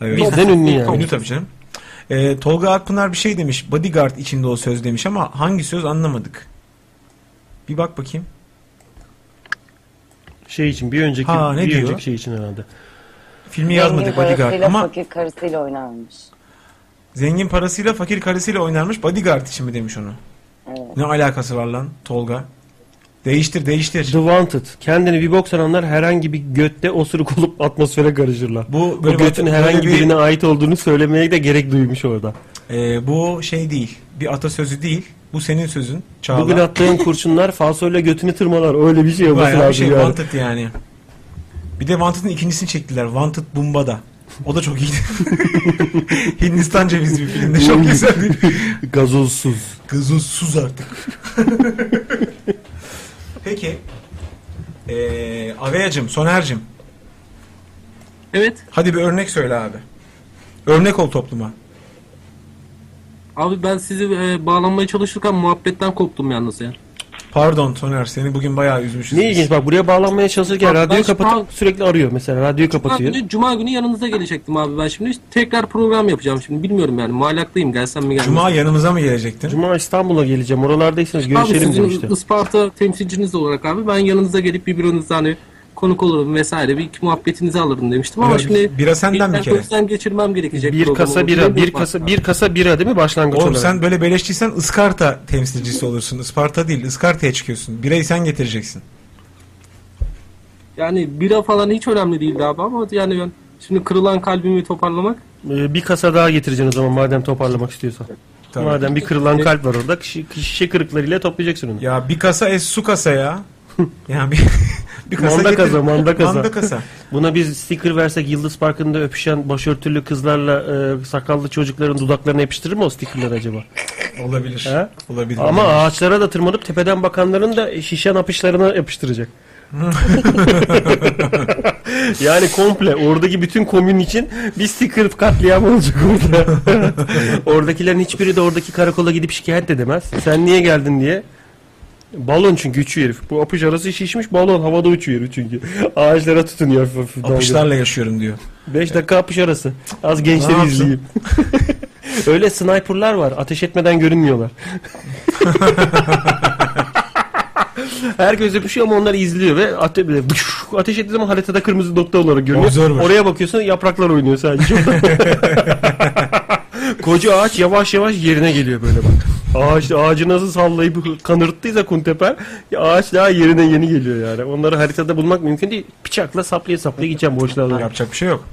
Speaker 2: Evet.
Speaker 3: Bizden ünlü yani.
Speaker 2: Ünlü tabii canım. Ee, Tolga Akpınar bir şey demiş. Bodyguard içinde o söz demiş ama hangi söz anlamadık. Bir bak bakayım.
Speaker 3: Şey için bir önceki
Speaker 2: Ha, ne
Speaker 3: bir
Speaker 2: diyor?
Speaker 3: önceki şey için herhalde.
Speaker 2: Filmi
Speaker 9: Zengin
Speaker 2: yazmadık Bodyguard
Speaker 9: parasıyla
Speaker 2: ama
Speaker 9: fakir karısıyla oynarmış.
Speaker 2: zengin parasıyla fakir karısıyla oynarmış Bodyguard için mi demiş onu.
Speaker 9: Evet.
Speaker 2: Ne alakası var lan Tolga? Değiştir değiştir.
Speaker 3: The Wanted. Kendini bir bok sananlar herhangi bir götte osuruk olup atmosfere karışırlar.
Speaker 2: Bu
Speaker 3: o
Speaker 2: böyle-
Speaker 3: götün
Speaker 2: böyle
Speaker 3: herhangi
Speaker 2: bir-
Speaker 3: birine ait olduğunu söylemeye de gerek duymuş orada.
Speaker 2: Ee, bu şey değil. Bir atasözü değil. Bu senin sözün. Çağla.
Speaker 3: Bugün attığın kurşunlar fasoyla götünü tırmalar. Öyle bir şey olması
Speaker 2: Bayağı
Speaker 3: lazım
Speaker 2: bir şey
Speaker 3: yani.
Speaker 2: Wanted yani. Bir de Wanted'ın ikincisini çektiler. Wanted Bumbada. O da çok iyiydi. [laughs] Hindistan cevizi bir filmde çok güzeldi.
Speaker 3: [laughs] Gazozsuz.
Speaker 2: Gazozsuz artık. [laughs] Peki. Ee, Aveyacım, Soner'cim.
Speaker 17: Evet.
Speaker 2: Hadi bir örnek söyle abi. Örnek ol topluma.
Speaker 17: Abi ben sizi e, bağlanmaya çalışırken muhabbetten koptum yalnız ya.
Speaker 2: Pardon Soner seni bugün bayağı üzmüşüz.
Speaker 3: Ne ilginç bak buraya bağlanmaya çalışırken
Speaker 17: Bak, ben
Speaker 3: radyoyu
Speaker 17: şu an-
Speaker 3: kapatıp sürekli arıyor mesela. Radyoyu
Speaker 17: Cuma
Speaker 3: kapatıyor.
Speaker 17: günü, Cuma günü yanınıza gelecektim abi ben şimdi. Tekrar program yapacağım şimdi. Bilmiyorum yani muallaklıyım gelsem mi gelmez.
Speaker 2: Cuma yanımıza mı gelecektin?
Speaker 3: Cuma İstanbul'a geleceğim. Oralardaysanız
Speaker 17: abi,
Speaker 3: görüşelim
Speaker 17: sizin
Speaker 3: demişti.
Speaker 17: Isparta temsilciniz olarak abi ben yanınıza gelip birbirinizle hani konuk olurum vesaire bir iki muhabbetinizi alırım demiştim ama
Speaker 3: Biraz-
Speaker 17: şimdi
Speaker 2: bira senden bir
Speaker 17: ben
Speaker 2: kere.
Speaker 17: gözden geçirmem gerekecek.
Speaker 3: Bir kasa bira, bir kasa bir kasa bira değil mi başlangıç
Speaker 2: Oğlum
Speaker 3: olarak?
Speaker 2: sen böyle beleşçiysen Iskarta temsilcisi olursun. Isparta değil Iskarta'ya çıkıyorsun. Birayı sen getireceksin.
Speaker 17: Yani bira falan hiç önemli değildi abi ama yani ben şimdi kırılan kalbimi toparlamak
Speaker 3: Ee, bir kasa daha getireceksin o zaman madem toparlamak istiyorsan.
Speaker 2: Tabii.
Speaker 3: Madem bir
Speaker 2: E,
Speaker 3: kırılan kalp var orada şi- şişe kırıklarıyla toplayacaksın onu.
Speaker 2: Ya bir kasa es su
Speaker 3: [laughs]
Speaker 2: kasa ya. Yani bir, [laughs] bir kasa
Speaker 3: manda
Speaker 2: getir-
Speaker 3: kaza, manda kaza.
Speaker 2: Manda kasa.
Speaker 3: Buna biz sticker versek Yıldız Parkı'nda öpüşen başörtülü kızlarla e, sakallı çocukların dudaklarına yapıştırır mı o stickerler acaba?
Speaker 2: Olabilir.
Speaker 3: He?
Speaker 2: Olabilir.
Speaker 3: Ama ağaçlara da tırmanıp tepeden bakanların da şişen apışlarına
Speaker 2: [laughs]
Speaker 3: yapıştıracak. yani komple oradaki bütün komün için bir sticker katliam olacak orada. Oradakilerin hiçbiri de oradaki karakola gidip şikayet de demez. Sen niye geldin diye. Balon çünkü uçuyor herif. Bu apış arası şişmiş balon havada uçuyor herif çünkü. Ağaçlara tutunuyor hafif hafif.
Speaker 2: Apışlarla yaşıyorum diyor.
Speaker 3: 5 dakika apış arası. Az
Speaker 2: Ne
Speaker 3: gençleri
Speaker 2: yapsın? [laughs]
Speaker 3: izleyeyim. Öyle sniperlar var. Ateş etmeden görünmüyorlar. Herkes öpüşüyor ama onlar izliyor ve ate [laughs] ateş ettiği zaman haritada kırmızı nokta olarak görünüyor.
Speaker 2: Observer.
Speaker 3: Oraya bakıyorsun yapraklar oynuyor sadece. [laughs] Koca ağaç yavaş yavaş yerine geliyor böyle bak. Ağaç, ağacı nasıl sallayıp kanırttıysa kunteper ya ağaç daha yerine yeni geliyor yani. Onları haritada bulmak mümkün değil. Bıçakla saplaya saplaya gideceğim borçlarla.
Speaker 2: Yapacak bir şey yok.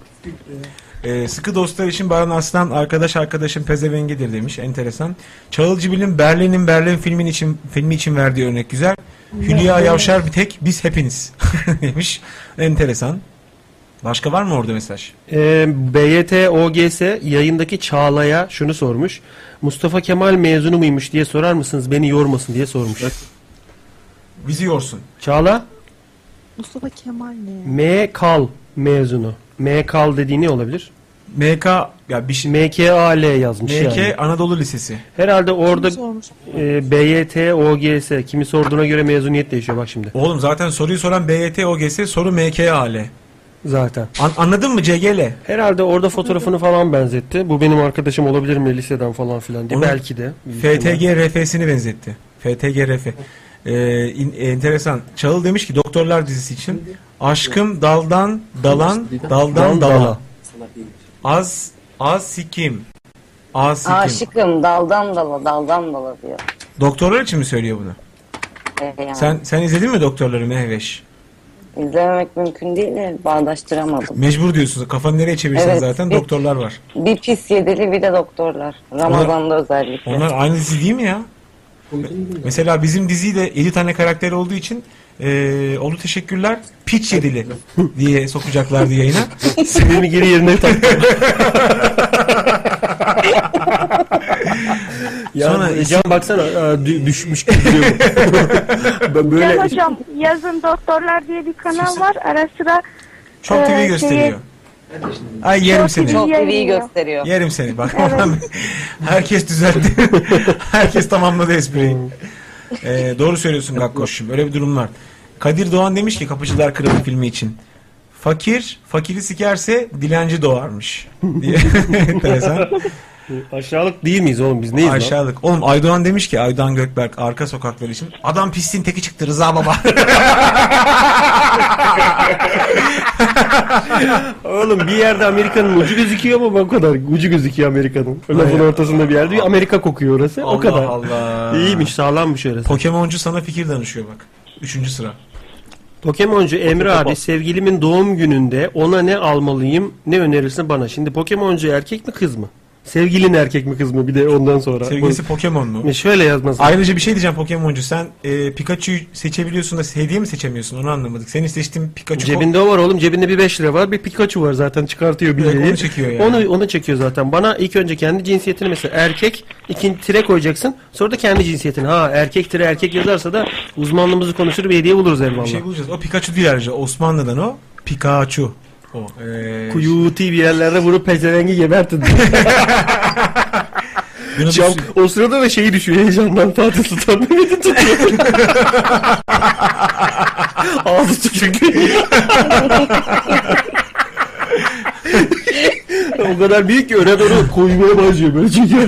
Speaker 2: Ee, sıkı dostlar için Baran Aslan arkadaş arkadaşım pezevengidir demiş. Enteresan. Çağıl Cibil'in Berlin'in Berlin filmin için filmi için verdiği örnek güzel. Hülya Yavşar bir tek biz hepiniz [laughs] demiş. Enteresan. Başka var mı orada mesaj?
Speaker 3: E, BYT OGS yayındaki Çağla'ya şunu sormuş. Mustafa Kemal mezunu muymuş diye sorar mısınız? Beni yormasın diye sormuş.
Speaker 2: Bizi yorsun.
Speaker 3: Çağla
Speaker 12: Mustafa Kemal ne?
Speaker 3: M. Kal mezunu. MKL dediği ne olabilir?
Speaker 2: MK ya bir şey
Speaker 3: MKAL yazmış
Speaker 2: MK
Speaker 3: şey yani.
Speaker 2: Anadolu Lisesi.
Speaker 3: Herhalde orada e, BYT, OGS kimi sorduğuna göre mezuniyet değişiyor bak şimdi.
Speaker 2: Oğlum zaten soruyu soran BYT OGS soru MK'ye hale.
Speaker 3: Zaten.
Speaker 2: anladın mı CGL?
Speaker 3: Herhalde orada fotoğrafını falan benzetti. Bu benim arkadaşım olabilir mi liseden falan filan diye. Belki de.
Speaker 2: FTG RF'sini benzetti. FTG RF. Ee, in- enteresan. Çağıl demiş ki Doktorlar dizisi için aşkım daldan dalan daldan
Speaker 9: Dal-
Speaker 2: dala.
Speaker 9: dala.
Speaker 2: Az az sikim. Az sikim.
Speaker 9: Aşıkım daldan dala daldan dala diyor.
Speaker 2: Doktorlar için mi söylüyor bunu?
Speaker 9: Ee, yani.
Speaker 2: Sen sen izledin mi Doktorları Mehveş?
Speaker 9: İzlememek mümkün değil de bağdaştıramadım.
Speaker 2: Mecbur diyorsunuz. Kafanı nereye çevirsen
Speaker 9: Evet,
Speaker 2: zaten
Speaker 9: bir-
Speaker 2: doktorlar var.
Speaker 9: Bir pis yedili bir de doktorlar. Ramazan'da özellikle.
Speaker 2: Onlar aynı dizi değil mi ya? Mesela bizim diziyle 7 tane karakter olduğu için eee oldu teşekkürler piç yedili diye sokacaklardı yayına.
Speaker 3: Sevimi geri yerine taktı. Ya
Speaker 2: Sonra
Speaker 3: Sonra Can baksana aa, dü- düşmüş gibi duruyor
Speaker 2: [laughs]
Speaker 3: bu. ben böyle
Speaker 7: Ya hocam yazın doktorlar diye bir kanal var. Ara sıra
Speaker 2: Çok
Speaker 7: e,
Speaker 2: TV
Speaker 7: şeyi-
Speaker 2: gösteriyor.
Speaker 7: [laughs]
Speaker 2: [laughs] Ay yerim seni.
Speaker 9: Çok TV'yi
Speaker 7: yayınlıyor.
Speaker 9: gösteriyor.
Speaker 2: Yerim seni bak. [laughs] Herkes düzeltti. Herkes tamamladı espriyi. Ee, doğru söylüyorsun Gakkoş'um. Öyle bir durum var. Kadir Doğan demiş ki Kapıcılar Kralı filmi için. Fakir, fakiri sikerse dilenci doğarmış. Diye. [laughs] Enteresan.
Speaker 3: Aşağılık değil miyiz oğlum biz neyiz lan?
Speaker 2: Aşağılık. Oğlum Aydoğan demiş ki Aydoğan Gökberk arka sokakları için. Adam pisliğin teki çıktı Rıza Baba. [laughs]
Speaker 3: Oğlum bir yerde Amerika'nın ucu gözüküyor ama o kadar ucu gözüküyor Amerika'nın. Lafın ortasında bir yerde Amerika kokuyor orası o kadar.
Speaker 2: Allah.
Speaker 3: İyiymiş sağlammış orası.
Speaker 2: Pokemoncu sana fikir danışıyor bak. Üçüncü sıra.
Speaker 3: Pokemoncu Emre abi sevgilimin doğum gününde ona ne almalıyım ne önerirsin bana. Şimdi Pokemoncu erkek mi kız mı? Sevgilin erkek mi kız mı bir de ondan sonra.
Speaker 2: Sevgilisi Pokemon mu?
Speaker 3: E Şöyle yazmasın.
Speaker 2: Ayrıca bir şey diyeceğim Pokemoncu. Sen e, Pikachu'yu seçebiliyorsun da hediye mi seçemiyorsun onu anlamadık. Senin seçtiğin Pikachu
Speaker 3: Cebinde o var oğlum. Cebinde bir 5 lira var. Bir Pikachu var zaten çıkartıyor bir
Speaker 2: Evet,
Speaker 3: yeri.
Speaker 2: onu çekiyor yani.
Speaker 3: Onu, onu çekiyor zaten. Bana ilk önce kendi cinsiyetini mesela erkek ikinci tire koyacaksın. Sonra da kendi cinsiyetini. Ha erkek tire erkek yazarsa da uzmanlığımızı konuşur bir hediye buluruz
Speaker 2: bir
Speaker 3: eyvallah.
Speaker 2: şey bulacağız. O Pikachu değil ayrıca. Osmanlı'dan o. Pikachu. O. Ee,
Speaker 3: Kuyuti bir yerlere vurup pezevengi
Speaker 2: [laughs]
Speaker 3: gebertin. Cam, o sırada da şeyi düşüyor heyecandan Fatih Sultan Mehmet'i
Speaker 2: [laughs]
Speaker 3: tutuyor. Ağzı tükürüyor. [laughs] o kadar büyük ki öne doğru koymaya başlıyor böyle çekiyor. [laughs]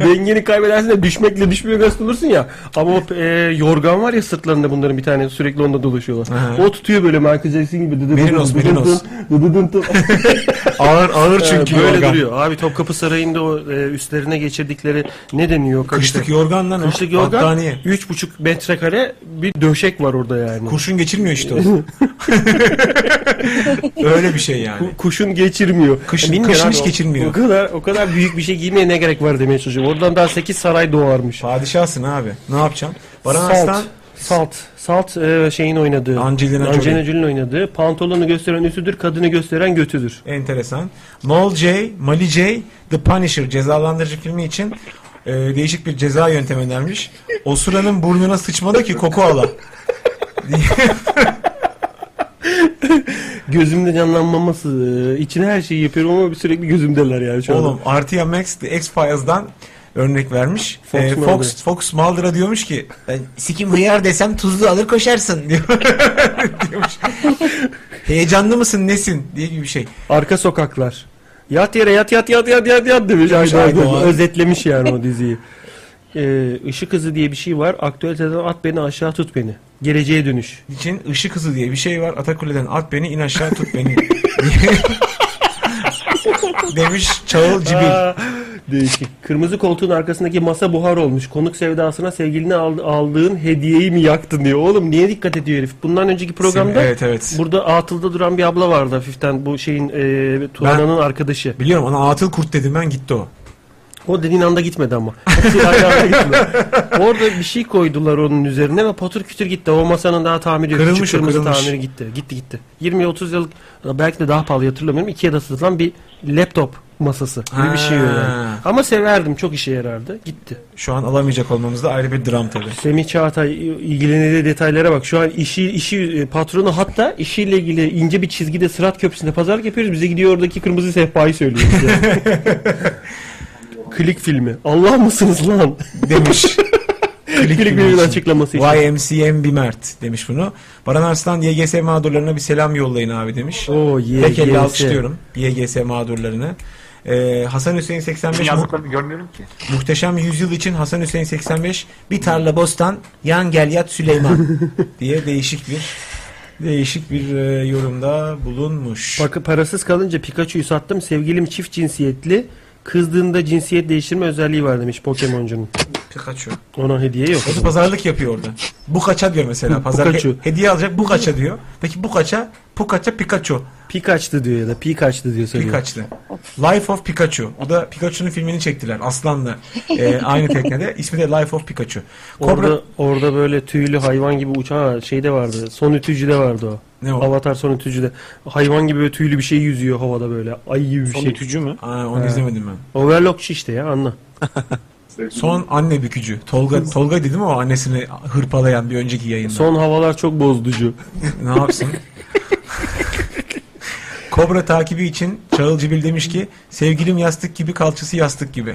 Speaker 3: Dengeni kaybedersin de düşmekle düşmeye gaz olursun ya. Ama o e, yorgan var ya sırtlarında bunların bir tane sürekli onda dolaşıyorlar.
Speaker 2: Aha.
Speaker 3: O tutuyor böyle Michael Jackson gibi. Dı dı dı dı
Speaker 2: Merinos,
Speaker 3: dı dı dı
Speaker 2: Merinos.
Speaker 3: dı dı dı dı.
Speaker 2: Ağır- ağır çünkü
Speaker 3: böyle
Speaker 2: yorgan.
Speaker 3: duruyor. Abi Topkapı Sarayı'nda o e, üstlerine geçirdikleri ne deniyor?
Speaker 2: Kışlık yorgan lan o.
Speaker 3: Kışlık yorgan.
Speaker 2: Battaniye.
Speaker 3: 3,5 metrekare bir döşek var orada yani.
Speaker 2: Kurşun geçirmiyor
Speaker 3: [laughs]
Speaker 2: işte o. Öyle bir şey yani.
Speaker 3: Kuşun geçirmiyor.
Speaker 2: Kışın-
Speaker 3: bilmiyorum
Speaker 2: kışın
Speaker 3: abi,
Speaker 2: hiç
Speaker 3: o-
Speaker 2: geçirmiyor.
Speaker 3: O kadar o kadar büyük bir şey giymeye ne gerek var demeye çocuğum. Oradan daha 8 saray doğarmış.
Speaker 2: Padişahsın abi. Ne yapacağım? Baran
Speaker 3: Salt.
Speaker 2: Aslan
Speaker 3: Salt. Salt e, şeyin oynadığı.
Speaker 2: Angelina Jolie.
Speaker 3: Angelina Jolie'nin oynadığı. Pantolonu gösteren üstüdür, kadını gösteren götüdür.
Speaker 2: enteresan. Noel J, Mali J, The Punisher cezalandırıcı filmi için e, değişik bir ceza yöntemi önermiş. Osuranın burnuna sıçmadı ki koku ala.
Speaker 3: [laughs] Gözümde canlanmaması, e, içine her şeyi yapıyorum ama sürekli gözümdeler yani şu anda.
Speaker 2: Oğlum Artia Max The X-Files'dan örnek vermiş.
Speaker 3: Fox
Speaker 2: Ee,
Speaker 3: Mulder.
Speaker 2: Fox, Fox Mulder'a diyormuş ki ben sikim hıyar desem tuzlu alır koşarsın [laughs] diyor. diyormuş. Heyecanlı mısın nesin diye gibi bir şey.
Speaker 3: Arka sokaklar. Yat yere yat yat yat yat yat yat demiş
Speaker 2: Demiş
Speaker 3: Aydan.
Speaker 2: Aydan.
Speaker 3: Özetlemiş yani o diziyi. Ee, Işık Hızı diye bir şey var. Aktüeliteden at beni aşağı tut beni. Geleceğe dönüş.
Speaker 2: için ışık hızı diye bir şey var. Atakule'den at beni in aşağı tut beni. [laughs] Demiş Çağıl Cibil.
Speaker 3: Aa, Değişik. Kırmızı koltuğun arkasındaki masa buhar olmuş. Konuk sevdasına sevgiline al- aldığın hediyeyi mi yaktın diyor. Oğlum niye dikkat ediyor herif? Bundan önceki programda
Speaker 2: Evet, evet.
Speaker 3: burada atılda duran bir abla vardı hafiften bu şeyin e, Tuana'nın arkadaşı.
Speaker 2: Biliyorum ona atıl kurt dedim ben gitti o.
Speaker 3: O dediğin anda gitmedi ama. Hepsi ayağına
Speaker 2: [laughs]
Speaker 3: gitmedi. Orada bir şey koydular onun üzerine ve patır kütür gitti. O masanın daha tamiri yok.
Speaker 2: Kırılmış
Speaker 3: Küçük
Speaker 2: o,
Speaker 3: kırmızı
Speaker 2: kırılmış.
Speaker 3: tamiri gitti. Gitti gitti. 20-30 yıllık belki de daha pahalı hatırlamıyorum. Ikea'da satılan bir laptop. masası gibi bir şey yani.
Speaker 2: Ha.
Speaker 3: Ama severdim çok işe yarardı. Gitti.
Speaker 2: Şu an alamayacak olmamız da ayrı bir dram tabii.
Speaker 3: Semih Çağatay ilgilenildiği detaylara bak. Şu an işi işi e, patronu hatta işiyle ilgili ince bir çizgide Sırat Köprüsü'nde pazarlık yapıyoruz. Bize gidiyor oradaki kırmızı sehpayı söylüyor.
Speaker 2: [laughs]
Speaker 3: Yani. Klik filmi. Allah mısınız lan? [laughs]
Speaker 2: Demiş.
Speaker 3: Klik filminin açıklaması için.
Speaker 2: YMCM bir Mert demiş bunu. Baran Arslan YGS mağdurlarına bir selam yollayın abi demiş.
Speaker 3: Oo, YGS.
Speaker 2: Tek elle alkışlıyorum YGS mağdurlarını. Ee, Hasan Hüseyin 85
Speaker 15: Yazdıklarını görmüyorum ki.
Speaker 2: Muhteşem Yüzyıl için Hasan Hüseyin 85 bir tarla bostan yan gel
Speaker 16: [laughs]
Speaker 2: yat Süleyman diye değişik bir değişik bir e, yorumda bulunmuş.
Speaker 3: Bak parasız kalınca Pikachu'yu sattım. Sevgilim çift cinsiyetli. Kızdığında cinsiyet değiştirme özelliği var demiş Pokemon'cunun.
Speaker 2: Pikachu.
Speaker 3: Ona hediye [laughs] yok.
Speaker 2: O da pazarlık yapıyor orada. Bu kaça diyor mesela.
Speaker 3: Bu
Speaker 2: Pazar
Speaker 3: kaçı.
Speaker 2: he- hediye alacak bu kaça diyor. Peki bu kaça? Bu kaça Pikachu.
Speaker 3: Pikachu diyor ya da Pikachu diyor söylüyor.
Speaker 2: Pikachu. Life of Pikachu. O da Pikachu'nun filmini çektiler. Aslan'la. Ee, aynı teknede. İsmi de Life of Pikachu.
Speaker 3: Orada, orada böyle tüylü hayvan gibi uçan şeyde vardı. Son ütücüde vardı o.
Speaker 2: Ne o?
Speaker 3: Avatar son ütücüde. Hayvan gibi böyle tüylü bir şey yüzüyor havada böyle. Ay gibi bir
Speaker 2: Son
Speaker 3: şey.
Speaker 2: ütücü mü? Aa, onu izlemedim ben.
Speaker 3: Overlockçu işte ya anla.
Speaker 2: Son anne bükücü. Tolga Tolga dedi mi o annesini hırpalayan bir önceki yayında?
Speaker 3: Son havalar çok bozducu.
Speaker 2: ne yapsın? Kobra takibi için Çağıl Cibil demiş ki sevgilim yastık gibi kalçası yastık gibi.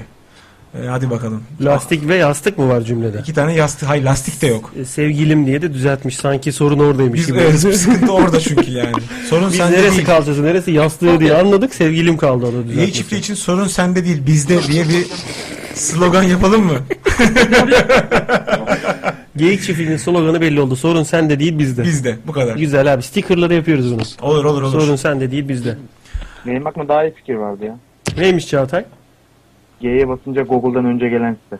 Speaker 2: Ee, hadi bakalım.
Speaker 3: Lastik ve yastık mı var cümlede?
Speaker 2: İki tane yastık. Hayır lastik de yok.
Speaker 3: Sevgilim diye de düzeltmiş. Sanki sorun oradaymış
Speaker 2: Biz,
Speaker 3: gibi. [laughs]
Speaker 2: evet, sıkıntı orada çünkü yani. Sorun
Speaker 3: Biz
Speaker 2: sende
Speaker 3: neresi
Speaker 2: değil.
Speaker 3: kalçası neresi yastığı diye anladık. Sevgilim kaldı orada
Speaker 2: Yay
Speaker 3: düzeltmiş.
Speaker 2: çiftliği için sorun sende değil bizde diye bir slogan yapalım mı?
Speaker 3: Geyik çiftliğinin sloganı belli oldu. Sorun sende değil bizde.
Speaker 2: Bizde bu kadar.
Speaker 3: Güzel abi. Stickerları yapıyoruz bunu.
Speaker 2: Olur olur olur.
Speaker 3: Sorun sende değil bizde.
Speaker 8: Benim aklıma daha iyi fikir vardı ya.
Speaker 3: Neymiş Çağatay?
Speaker 8: G'ye basınca Google'dan önce gelen site.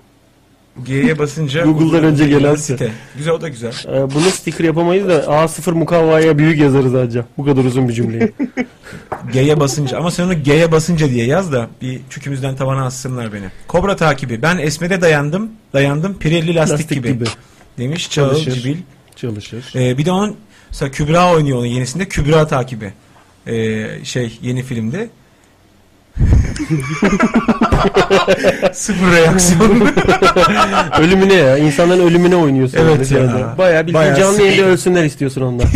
Speaker 2: G'ye basınca
Speaker 3: Google'dan önce gelen site.
Speaker 2: Güzel o da güzel.
Speaker 3: Ee, bunu sticker yapamayız da A0 mukavvaya büyük yazarız ancak. Bu kadar uzun bir cümleyi.
Speaker 2: [laughs] G'ye basınca ama sen onu G'ye basınca diye yaz da bir çükümüzden tavana assınlar beni. Kobra takibi. Ben esmede dayandım. Dayandım. Pirelli lastik,
Speaker 3: Lastik
Speaker 2: gibi.
Speaker 3: gibi.
Speaker 2: Demiş Çağıl
Speaker 3: Çalışır.
Speaker 2: Cibil.
Speaker 3: Çalışır.
Speaker 2: Ee, bir de onun mesela Kübra oynuyor onun yenisinde. Kübra takibi. Ee, şey yeni filmde. [laughs] Sıfır reaksiyon.
Speaker 3: [laughs] ölümüne ya. insanların ölümüne oynuyorsun.
Speaker 2: Evet
Speaker 3: orada bir
Speaker 2: ya.
Speaker 3: yerde. Bayağı bildiğin
Speaker 2: Bayağı
Speaker 3: canlı
Speaker 2: sıkı.
Speaker 3: yayında ölsünler istiyorsun
Speaker 2: [laughs]
Speaker 3: ondan.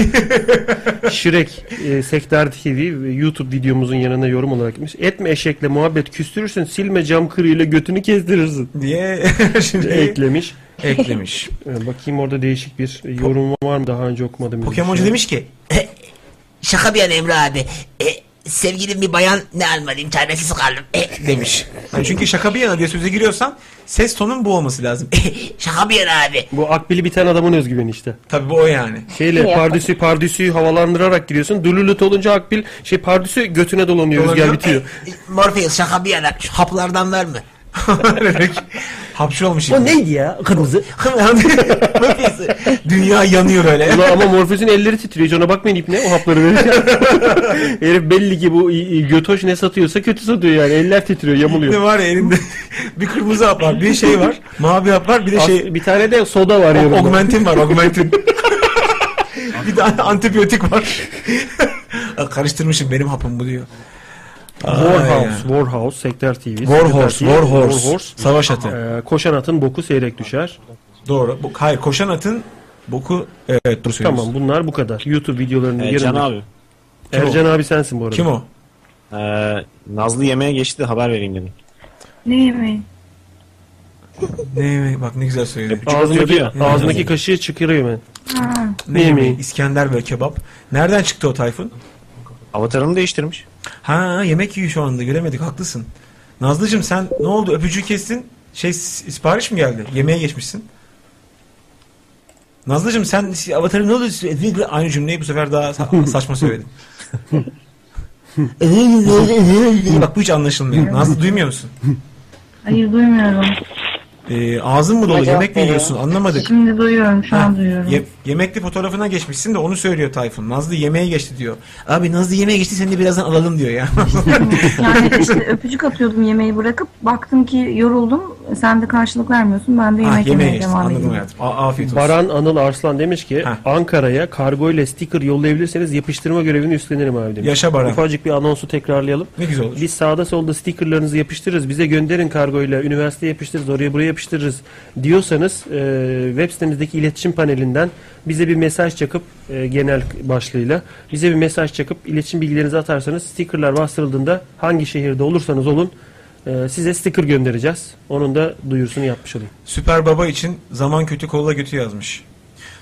Speaker 3: Şirek, e, Sektar TV ve YouTube videomuzun yanına yorum olarak etmiş. Etme eşekle muhabbet küstürürsün, silme cam kırığıyla götünü gezdirirsin.
Speaker 2: Diye [laughs] şimdi
Speaker 3: eklemiş.
Speaker 2: Eklemiş.
Speaker 3: E, Bakayım orada değişik bir yorum var mı? Daha önce okumadım.
Speaker 2: Pokemoncu demiş ki
Speaker 18: Şaka bir yana Emre abi. E, sevgilim bir bayan ne almalıyım? Çaresiz kaldım.
Speaker 2: [laughs]
Speaker 18: E,
Speaker 2: demiş. Yani çünkü şaka bir yana diye söze giriyorsan ses tonun bu olması lazım.
Speaker 18: [laughs] şaka bir yana abi.
Speaker 3: Bu akbili biten adamın özgüveni işte.
Speaker 2: Tabii bu o yani.
Speaker 3: Şeyle pardüsü pardüsüyü havalandırarak giriyorsun. Dülülüt olunca akbil şey pardüsü götüne dolanıyor rüzgar
Speaker 18: Dolanıyor.
Speaker 2: [laughs]
Speaker 3: bitiyor.
Speaker 18: Morpheus şaka bir yana. Şu haplardan var mı?
Speaker 2: Hapşu olmuş.
Speaker 18: O neydi
Speaker 3: ya?
Speaker 2: [laughs]
Speaker 3: Kırmızı.
Speaker 2: Dünya yanıyor öyle.
Speaker 3: Ulan ama Morpheus'un elleri titriyor. Hiç ona bakmayın ipne o hapları
Speaker 2: [laughs]
Speaker 3: verirken. Herif belli ki bu i- i- götoş ne satıyorsa kötü satıyor yani. Eller titriyor yamuluyor.
Speaker 2: Ne var ya elinde? [laughs] bir kırmızı hap var, bir şey var, mavi hap var, bir de şey...
Speaker 3: Bir tane de soda var yanında.
Speaker 2: Augmentin
Speaker 3: [laughs]
Speaker 2: var, augmentin. bir de antibiyotik var. Aa, Karıştırmışım benim hapım bu diyor. Aa,
Speaker 3: Warhouse,
Speaker 2: ya.
Speaker 3: Warhouse, Sektör TV.
Speaker 2: Warhorse,
Speaker 3: Sektör TV,
Speaker 2: Warhorse. Savaş atı.
Speaker 3: Ee, koşan atın boku seyrek düşer.
Speaker 2: Doğru. Bu- hayır, koşan atın boku... Evet, dur söylüyorsun.
Speaker 3: Tamam bunlar bu kadar. YouTube videolarının
Speaker 13: Ercan
Speaker 3: yanında.
Speaker 13: Ee, abi. Kim
Speaker 3: Ercan
Speaker 13: o?
Speaker 3: abi sensin bu arada.
Speaker 13: Ee, Nazlı yemeğe geçti de haber vereyim dedim.
Speaker 14: Ne mi?
Speaker 2: Ne yemeği? Bak ne güzel söyledi.
Speaker 3: Ağzındaki,
Speaker 2: Ne
Speaker 3: ağzındaki
Speaker 2: yemeği?
Speaker 3: kaşığı çıkarıyor ben.
Speaker 14: Ha.
Speaker 2: Ne yemeği? İskender ve kebap. Nereden çıktı o Tayfun?
Speaker 13: Avatarını değiştirmiş.
Speaker 2: Ha yemek yiyor şu anda göremedik haklısın. Nazlıcığım sen ne oldu öpücüğü kestin? Şey s- sipariş mi geldi? Yemeğe geçmişsin. Nazlıcığım sen si- avatarı ne oldu? Aynı cümleyi bu sefer daha [laughs] sa- saçma söyledin. E, Bak bu hiç anlaşılmıyor. Nazlı duymuyor musun?
Speaker 14: Hayır duymuyorum.
Speaker 2: Ee, ağzın mı dolu?
Speaker 14: Acaba
Speaker 2: yemek mi
Speaker 14: ya?
Speaker 2: yiyorsun? Anlamadık.
Speaker 14: Şimdi duyuyorum şu an
Speaker 2: Ha,
Speaker 14: duyuyorum.
Speaker 2: Ye- yemekli fotoğrafına geçmişsin de onu söylüyor Tayfun. Nazlı yemeğe geçti diyor. Abi Nazlı yemeğe geçti seni de birazdan alalım
Speaker 3: [laughs]
Speaker 2: diyor ya.
Speaker 14: [laughs] Yani işte öpücük atıyordum yemeği bırakıp baktım ki yoruldum. Sen de karşılık vermiyorsun.
Speaker 2: Ah,
Speaker 14: Ben de yemek yemeye devam ediyorum.
Speaker 2: afiyet
Speaker 3: olsun. Baran Anıl Arslan demiş ki Ankara'ya kargo ile sticker yollayabilirseniz yapıştırma görevini üstlenirim abi demiş.
Speaker 2: Yaşa Baran.
Speaker 3: Ufacık bir anonsu tekrarlayalım.
Speaker 2: Ne güzel olur.
Speaker 3: Biz sağda solda stickerlarınızı yapıştırırız. Bize gönderin kargoyla. Üniversiteye yapıştırırız. Oraya buraya yapıştırırız diyorsanız e, web sitemizdeki iletişim panelinden bize bir mesaj çakıp e, genel başlığıyla bize bir mesaj çakıp iletişim bilgilerinizi atarsanız stickerlar bastırıldığında hangi şehirde olursanız olun e, size sticker göndereceğiz. Onun da duyurusunu yapmış olayım.
Speaker 2: Süper Baba için zaman kötü kolla kötü yazmış.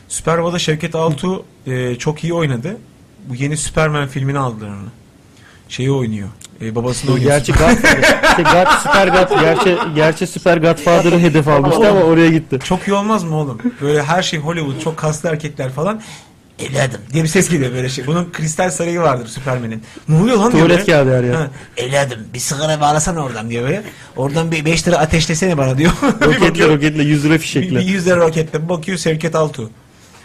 Speaker 2: Süper Baba'da Şevket Altu e, çok iyi oynadı. Bu yeni Superman filmini aldılar onu. Şeyi oynuyor. E, babasını oynuyor.
Speaker 3: Gerçi
Speaker 2: [laughs]
Speaker 3: Godfather, işte God, Süper God, gerçi, gerçi Süper Godfather'ı hedef almıştı ama oraya gitti.
Speaker 2: Çok iyi olmaz
Speaker 3: [laughs]
Speaker 2: mı oğlum? Böyle her şey Hollywood, çok kaslı erkekler falan. Evladım diye bir ses geliyor böyle şey. Bunun kristal sarayı vardır Süpermen'in. Ne oluyor lan diyor.
Speaker 3: Tuvalet
Speaker 2: böyle.
Speaker 3: kağıdı her yer.
Speaker 2: Ha, Evladım bir sigara bağlasana oradan diyor böyle. Oradan bir 5 lira ateşlesene bana diyor. [laughs]
Speaker 3: roketle roketle 100 lira
Speaker 2: bir, bir
Speaker 3: fişekle.
Speaker 2: 100 lira roketle bakıyor Sevket Altu.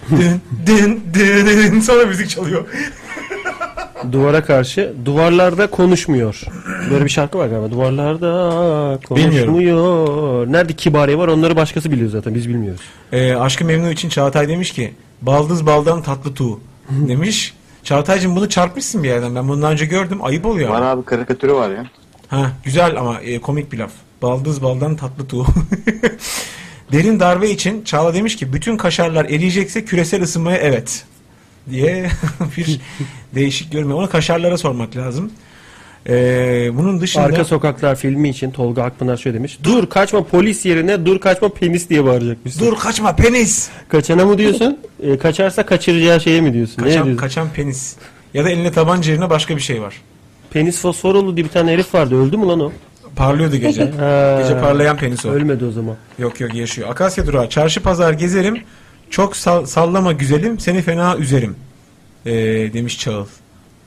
Speaker 2: Dın dın dın dın sonra müzik çalıyor.
Speaker 3: Duvara karşı duvarlarda konuşmuyor. Böyle bir şarkı var galiba. Duvarlarda konuşmuyor. Nerede kibariye var onları başkası biliyor zaten biz bilmiyoruz.
Speaker 2: E, Aşkı Memnu için Çağatay demiş ki baldız baldan tatlı tuğ demiş. Çağatay'cığım bunu çarpmışsın bir yerden. Ben bundan önce gördüm. Ayıp oluyor.
Speaker 11: Var abi karikatürü var ya.
Speaker 2: Ha, güzel ama e, komik bir laf. Baldız baldan tatlı tuğ. [laughs] Derin darbe için Çağla demiş ki bütün kaşarlar eriyecekse küresel ısınmaya evet diye [laughs] bir değişik görünüyor. Onu kaşarlara sormak lazım. Ee, bunun dışında
Speaker 3: Arka Sokaklar filmi için Tolga Akpınar şöyle demiş. Dur kaçma polis yerine dur kaçma penis diye bağıracakmışsın.
Speaker 2: Dur kaçma penis.
Speaker 3: Kaçana mı diyorsun? E, kaçarsa kaçıracağı şeye mi diyorsun?
Speaker 2: Kaçan-
Speaker 3: ne diyorsun?
Speaker 2: kaçan penis. Ya da eline tabanca yerine başka bir şey var.
Speaker 3: Penis fosforolu diye bir tane herif vardı. Öldü mü lan o?
Speaker 2: Parlıyordu gece.
Speaker 3: [laughs] Ha.
Speaker 2: Gece parlayan penis o.
Speaker 3: Ölmedi o zaman.
Speaker 2: Yok yok yaşıyor. Akasya durağı. Çarşı pazar gezerim. Çok sal- sallama güzelim. Seni fena üzerim. Ee, demiş Çağıl.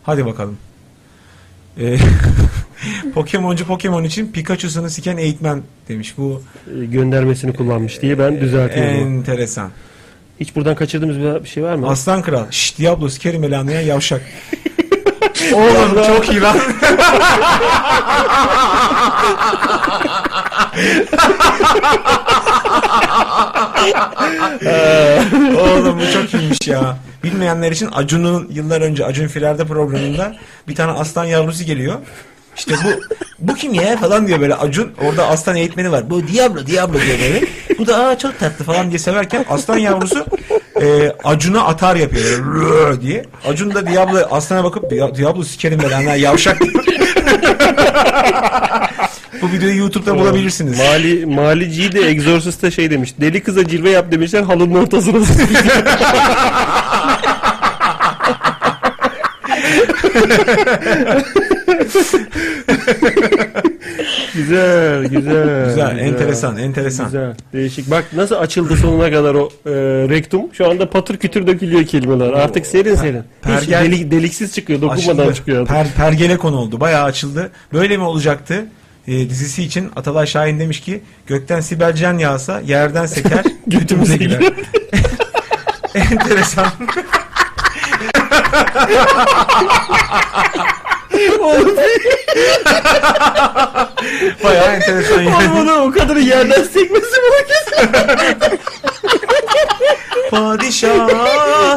Speaker 2: Hadi bakalım. Ee, [laughs] Pokemoncu Pokemon için Pikachu'sunu siken eğitmen demiş. Bu E,
Speaker 3: E, göndermesini kullanmış diye ben düzeltiyorum.
Speaker 2: enteresan.
Speaker 3: Hiç buradan kaçırdığımız bir- bir şey var mı?
Speaker 2: Aslan Kral. Şşt Diablo sikerim
Speaker 3: [laughs]
Speaker 2: elanaya yavşak.
Speaker 3: Oğlum
Speaker 2: çok iyi lan.
Speaker 3: [laughs]
Speaker 2: Ee, Oğlum bu çok iyiymiş ya. Bilmeyenler için Acun'un yıllar önce Acun Firar'da programında bir tane aslan yavrusu geliyor. İşte bu bu kim ya falan diyor böyle Acun. Orada aslan eğitmeni var. Bu Diablo Diablo diyor böyle. Bu da aa çok tatlı falan diye severken aslan yavrusu e, Acun'a atar yapıyor böyle, "Rrrr" diye. Acun da Diablo aslana bakıp "Dia- Diablo sikerim ben lan yavşak. bu videoyu YouTube'da bulabilirsiniz.
Speaker 3: Mali, Malici'yi de Exorcist'ta şey demiş. Deli kıza cilve yap demişler halının ortasına. güzel, güzel.
Speaker 2: [laughs] Güzel, enteresan, enteresan.
Speaker 3: Güzel, değişik. Bak nasıl açıldı sonuna kadar o e, rektum. Şu anda patır kütür dökülüyor kelimeler. Artık serin serin. Hiç
Speaker 2: Pergel-
Speaker 3: delik, deliksiz çıkıyor, dokunmadan
Speaker 2: Açıldı.
Speaker 3: çıkıyor. artık.
Speaker 2: Per, pergele konu oldu. Bayağı açıldı. Böyle mi olacaktı? Ee, dizisi için Atalay Şahin demiş ki gökten sibelcan yağsa
Speaker 3: [laughs]
Speaker 2: yerden seker götümüze girer. [laughs] Enteresan. [laughs]
Speaker 3: Oğlum.
Speaker 2: Bayağı enteresan yani.
Speaker 3: Oğlum onu o kadar yerden sekmesi mi
Speaker 2: Padişah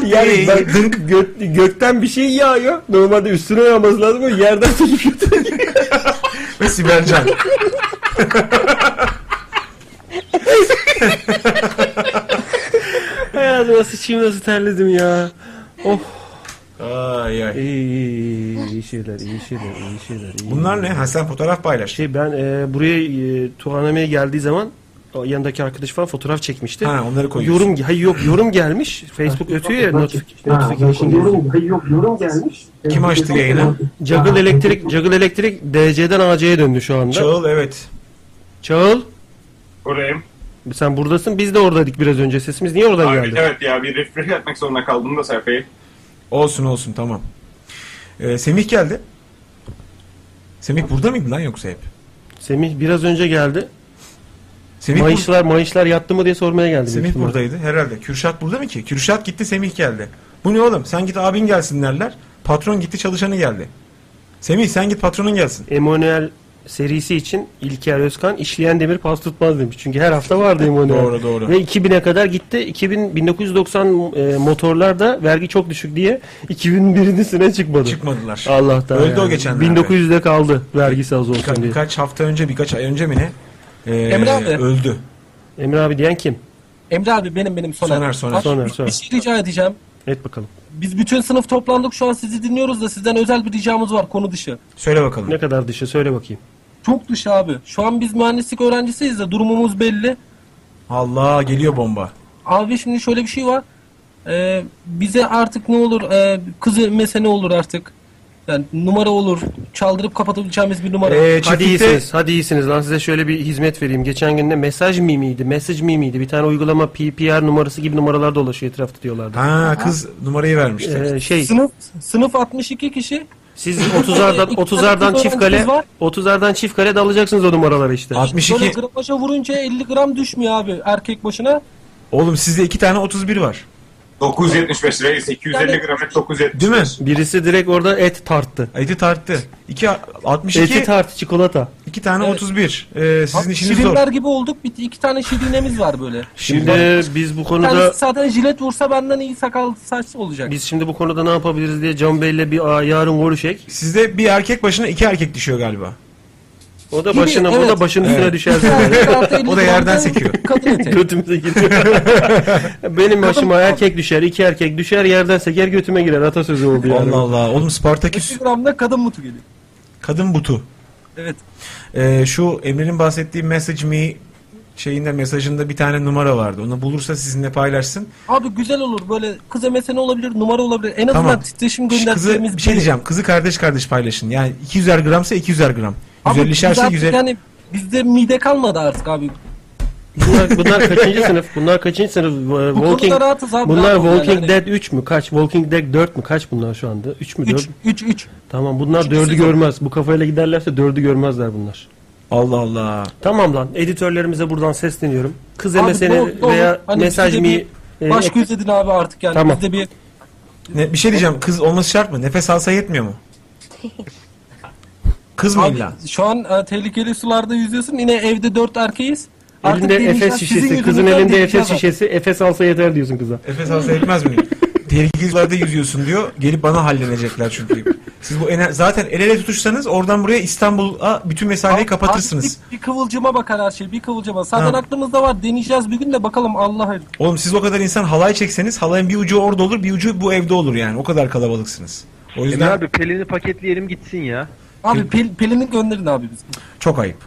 Speaker 3: Yani bak dınk gök- gökten bir şey yağıyor. Normalde üstüne yağması lazım ama yerden sekip götüne giriyor.
Speaker 2: [laughs] Ve Sibelcan.
Speaker 3: Hayatım nasıl çiğim nasıl terledim ya. Of.
Speaker 2: Ay ay.
Speaker 3: İyi, iyi, iyi, iyi şeyler, iyi şeyler, iyi şeyler. Iyi.
Speaker 2: Bunlar ne? Ha sen fotoğraf paylaş.
Speaker 3: Şey ben e, buraya e, Tuhaneme'ye geldiği zaman o yanındaki arkadaş falan fotoğraf çekmişti.
Speaker 2: Ha, onları koyuyorsun.
Speaker 3: Yorum, hayır yok yorum gelmiş. Facebook ötüyor ya notif- notification diye.
Speaker 17: yok yorum gelmiş.
Speaker 2: Kim açtı yayını?
Speaker 3: Juggle elektrik, Juggle elektrik DC'den AC'ye döndü şu anda.
Speaker 2: Çağıl evet.
Speaker 3: Çağıl
Speaker 10: Buradayım.
Speaker 3: sen buradasın biz de oradaydık biraz önce sesimiz niye oradan
Speaker 10: Abi,
Speaker 3: geldi?
Speaker 10: evet ya bir refresh yapmak zorunda kaldım da sayfayı.
Speaker 2: Olsun olsun tamam. Ee, Semih geldi. Semih burada mıydı lan yoksa hep?
Speaker 3: Semih biraz önce geldi.
Speaker 2: Semih
Speaker 3: Mayışlar mayışlar yattı mı diye sormaya geldi. büyük
Speaker 2: Semih
Speaker 3: ihtimal.
Speaker 2: buradaydı herhalde. Kürşat burada mı ki? Kürşat gitti Semih geldi. Bu ne oğlum? Sen git abin gelsin derler. Patron gitti çalışanı geldi. Semih sen git patronun gelsin.
Speaker 3: Emanuel serisi için İlker Özkan işleyen demir pas tutmaz demiş. Çünkü her hafta vardı Emanuel.
Speaker 2: [laughs] Doğru, doğru.
Speaker 3: Ve 2000'e kadar gitti. 2000 1990 e, motorlarda vergi çok düşük diye 2001'in üstüne çıkmadı.
Speaker 2: Çıkmadılar.
Speaker 3: Allah'tan.
Speaker 2: Öldü o
Speaker 3: yani.
Speaker 2: geçenlerde.
Speaker 3: 1900'de kaldı vergisi az olsun
Speaker 2: Birka-
Speaker 3: diye.
Speaker 2: birkaç hafta önce birkaç ay önce mi ne? Ee,
Speaker 19: Emre abi.
Speaker 2: Öldü.
Speaker 3: Emre abi diyen kim?
Speaker 19: Emre abi benim benim Soner.
Speaker 2: Soner, Soner.
Speaker 19: Abi,
Speaker 2: Soner,
Speaker 19: bir-
Speaker 2: Soner.
Speaker 19: Bir şey rica edeceğim.
Speaker 3: Et bakalım.
Speaker 19: Biz bütün sınıf toplandık şu an sizi dinliyoruz da sizden özel bir ricamız var konu dışı.
Speaker 2: Söyle bakalım.
Speaker 3: Ne kadar dışı söyle bakayım.
Speaker 19: Çok dışı abi. Şu an biz mühendislik öğrencisiyiz de durumumuz belli.
Speaker 2: Allah geliyor bomba.
Speaker 19: Abi şimdi şöyle bir şey var. Ee, bize artık ne olur e, kızı mese ne olur artık. Yani numara olur. Çaldırıp kapatabileceğimiz bir numara.
Speaker 2: Ee,
Speaker 3: hadi iyisiniz, hadi iyisiniz lan size şöyle bir hizmet vereyim. Geçen gün de mesaj mimiydi, mesaj mimiydi. Bir tane uygulama PPR numarası gibi numaralar dolaşıyor etrafta diyorlardı.
Speaker 2: Ha kız numarayı vermişler.
Speaker 3: Ee, şey,
Speaker 19: Sınıf, sınıf 62 kişi.
Speaker 3: siz
Speaker 19: [laughs]
Speaker 3: 30'lardan 30'lardan çift kale 30'lardan çift kale dalacaksınız o numaralara işte.
Speaker 19: Böyle gramajı vurunca 50 gram düşmüyor abi erkek başına.
Speaker 2: Oğlum sizde iki tane 31 var.
Speaker 10: 975 reis 250 gram et 970.
Speaker 2: Değil mi?
Speaker 3: Birisi direkt orada et tarttı.
Speaker 2: Eti tarttı. 2 62
Speaker 3: Eti tart çikolata.
Speaker 2: 2 tane
Speaker 19: Evet.
Speaker 2: 31. Ee, sizin
Speaker 19: Abi,
Speaker 2: işiniz zor.
Speaker 19: şirinler gibi olduk. Bir, iki tane şirinemiz var böyle.
Speaker 3: Şimdi biz bu
Speaker 19: Bir
Speaker 3: konuda
Speaker 19: tanesi zaten jilet vursa benden iyi sakal saç olacak.
Speaker 3: biz şimdi bu konuda ne yapabiliriz diye Can Bey'le bir aa, yarın görüşek.
Speaker 2: Sizde bir erkek başına iki erkek düşüyor galiba.
Speaker 3: O da
Speaker 2: Gibi,
Speaker 3: başına bu
Speaker 2: evet.
Speaker 3: da başının üstüne
Speaker 2: [laughs] Evet.
Speaker 3: düşer.
Speaker 2: O da yerden sekiyor.
Speaker 3: [laughs] Götümüze giriyor.
Speaker 2: [laughs]
Speaker 3: Benim başıma erkek düşer, iki erkek düşer, yerden seker götüme girer. Atasözü oldu yani.
Speaker 2: Allah Allah. Oğlum Spartaküs
Speaker 19: 50 gramda kadın mutu geliyor.
Speaker 2: kadın butu.
Speaker 19: Evet.
Speaker 2: Ee, şu Emre'nin bahsettiği message me şeyinde mesajında bir tane numara vardı. Onu bulursa sizinle paylaşsın.
Speaker 19: Abi güzel olur böyle kız MSN olabilir, numara olabilir. En azından
Speaker 2: Tamam.
Speaker 19: titreşim
Speaker 2: Şu Kızı
Speaker 19: gönderdiğimiz
Speaker 2: bir şey diyeceğim. Kızı kardeş kardeş paylaşın. Yani 200'er gramsa 200'er gram.
Speaker 19: Abi
Speaker 2: 150'şerse
Speaker 19: biz
Speaker 2: 150.
Speaker 19: artık
Speaker 2: [laughs]
Speaker 19: Yani bizde mide kalmadı artık abi.
Speaker 3: Bunlar, bunlar kaçıncı sınıf? Bunlar kaçıncı sınıf? Ee,
Speaker 19: konuda
Speaker 3: Walking,
Speaker 19: rahatız abi,
Speaker 3: bunlar
Speaker 19: rahat ol
Speaker 3: Walking
Speaker 19: yani.
Speaker 3: Dead 3 mü? Kaç? Walking Dead 4 mü? Kaç bunlar şu anda? 3 mü? 4?
Speaker 19: 3 3.
Speaker 3: Tamam bunlar 4'ü görmez. Bu kafayla giderlerse 4'ü görmezler bunlar.
Speaker 2: Allah Allah.
Speaker 3: Tamam lan. Editörlerimize buradan sesleniyorum. Kız
Speaker 19: Abi
Speaker 3: MSN'i
Speaker 19: doğru, doğru.
Speaker 3: veya
Speaker 19: Hani
Speaker 3: mesaj
Speaker 19: bizde
Speaker 3: mi e,
Speaker 19: bir Baş göz edin abi artık yani.
Speaker 2: Tamam.
Speaker 19: Bizde bir
Speaker 2: Ne, bir şey diyeceğim. Kız olması şart mı? Nefes alsa yetmiyor mu? Kız mı illa?
Speaker 19: şu an e, tehlikeli sularda yüzüyorsun. Yine evde 4 erkeğiz. Artık
Speaker 3: Elinde
Speaker 19: deneyeceğiz,
Speaker 3: Efes
Speaker 19: sizin
Speaker 3: şişesi. Kızın
Speaker 19: yüzünüzden
Speaker 3: elinde Efes
Speaker 19: deneyeceğiz abi.
Speaker 3: şişesi. Efes alsa yeter diyorsun kıza.
Speaker 2: Nefes alsa
Speaker 19: [laughs]
Speaker 2: yetmez mi? Tehlikeli sularda yüzüyorsun diyor. Gelip bana hallenecekler çünkü. Siz bu ener- zaten el ele tutuşsanız oradan buraya İstanbul'a bütün mesafeyi kapatırsınız.
Speaker 19: Bir kıvılcıma bakar her şey. Bir kıvılcıma. Zaten
Speaker 2: Ha.
Speaker 19: aklımızda var. Deneyeceğiz bir gün de bakalım Allah hayır.
Speaker 2: Oğlum siz o kadar insan halay çekseniz halayın bir ucu orada olur bir ucu bu evde olur yani. O kadar kalabalıksınız. O
Speaker 11: Emre
Speaker 2: yüzden
Speaker 11: E abi Pelin'i paketleyelim gitsin ya.
Speaker 19: Abi Pel- Pelin'i gönderin abi biz.
Speaker 2: çok ayıp.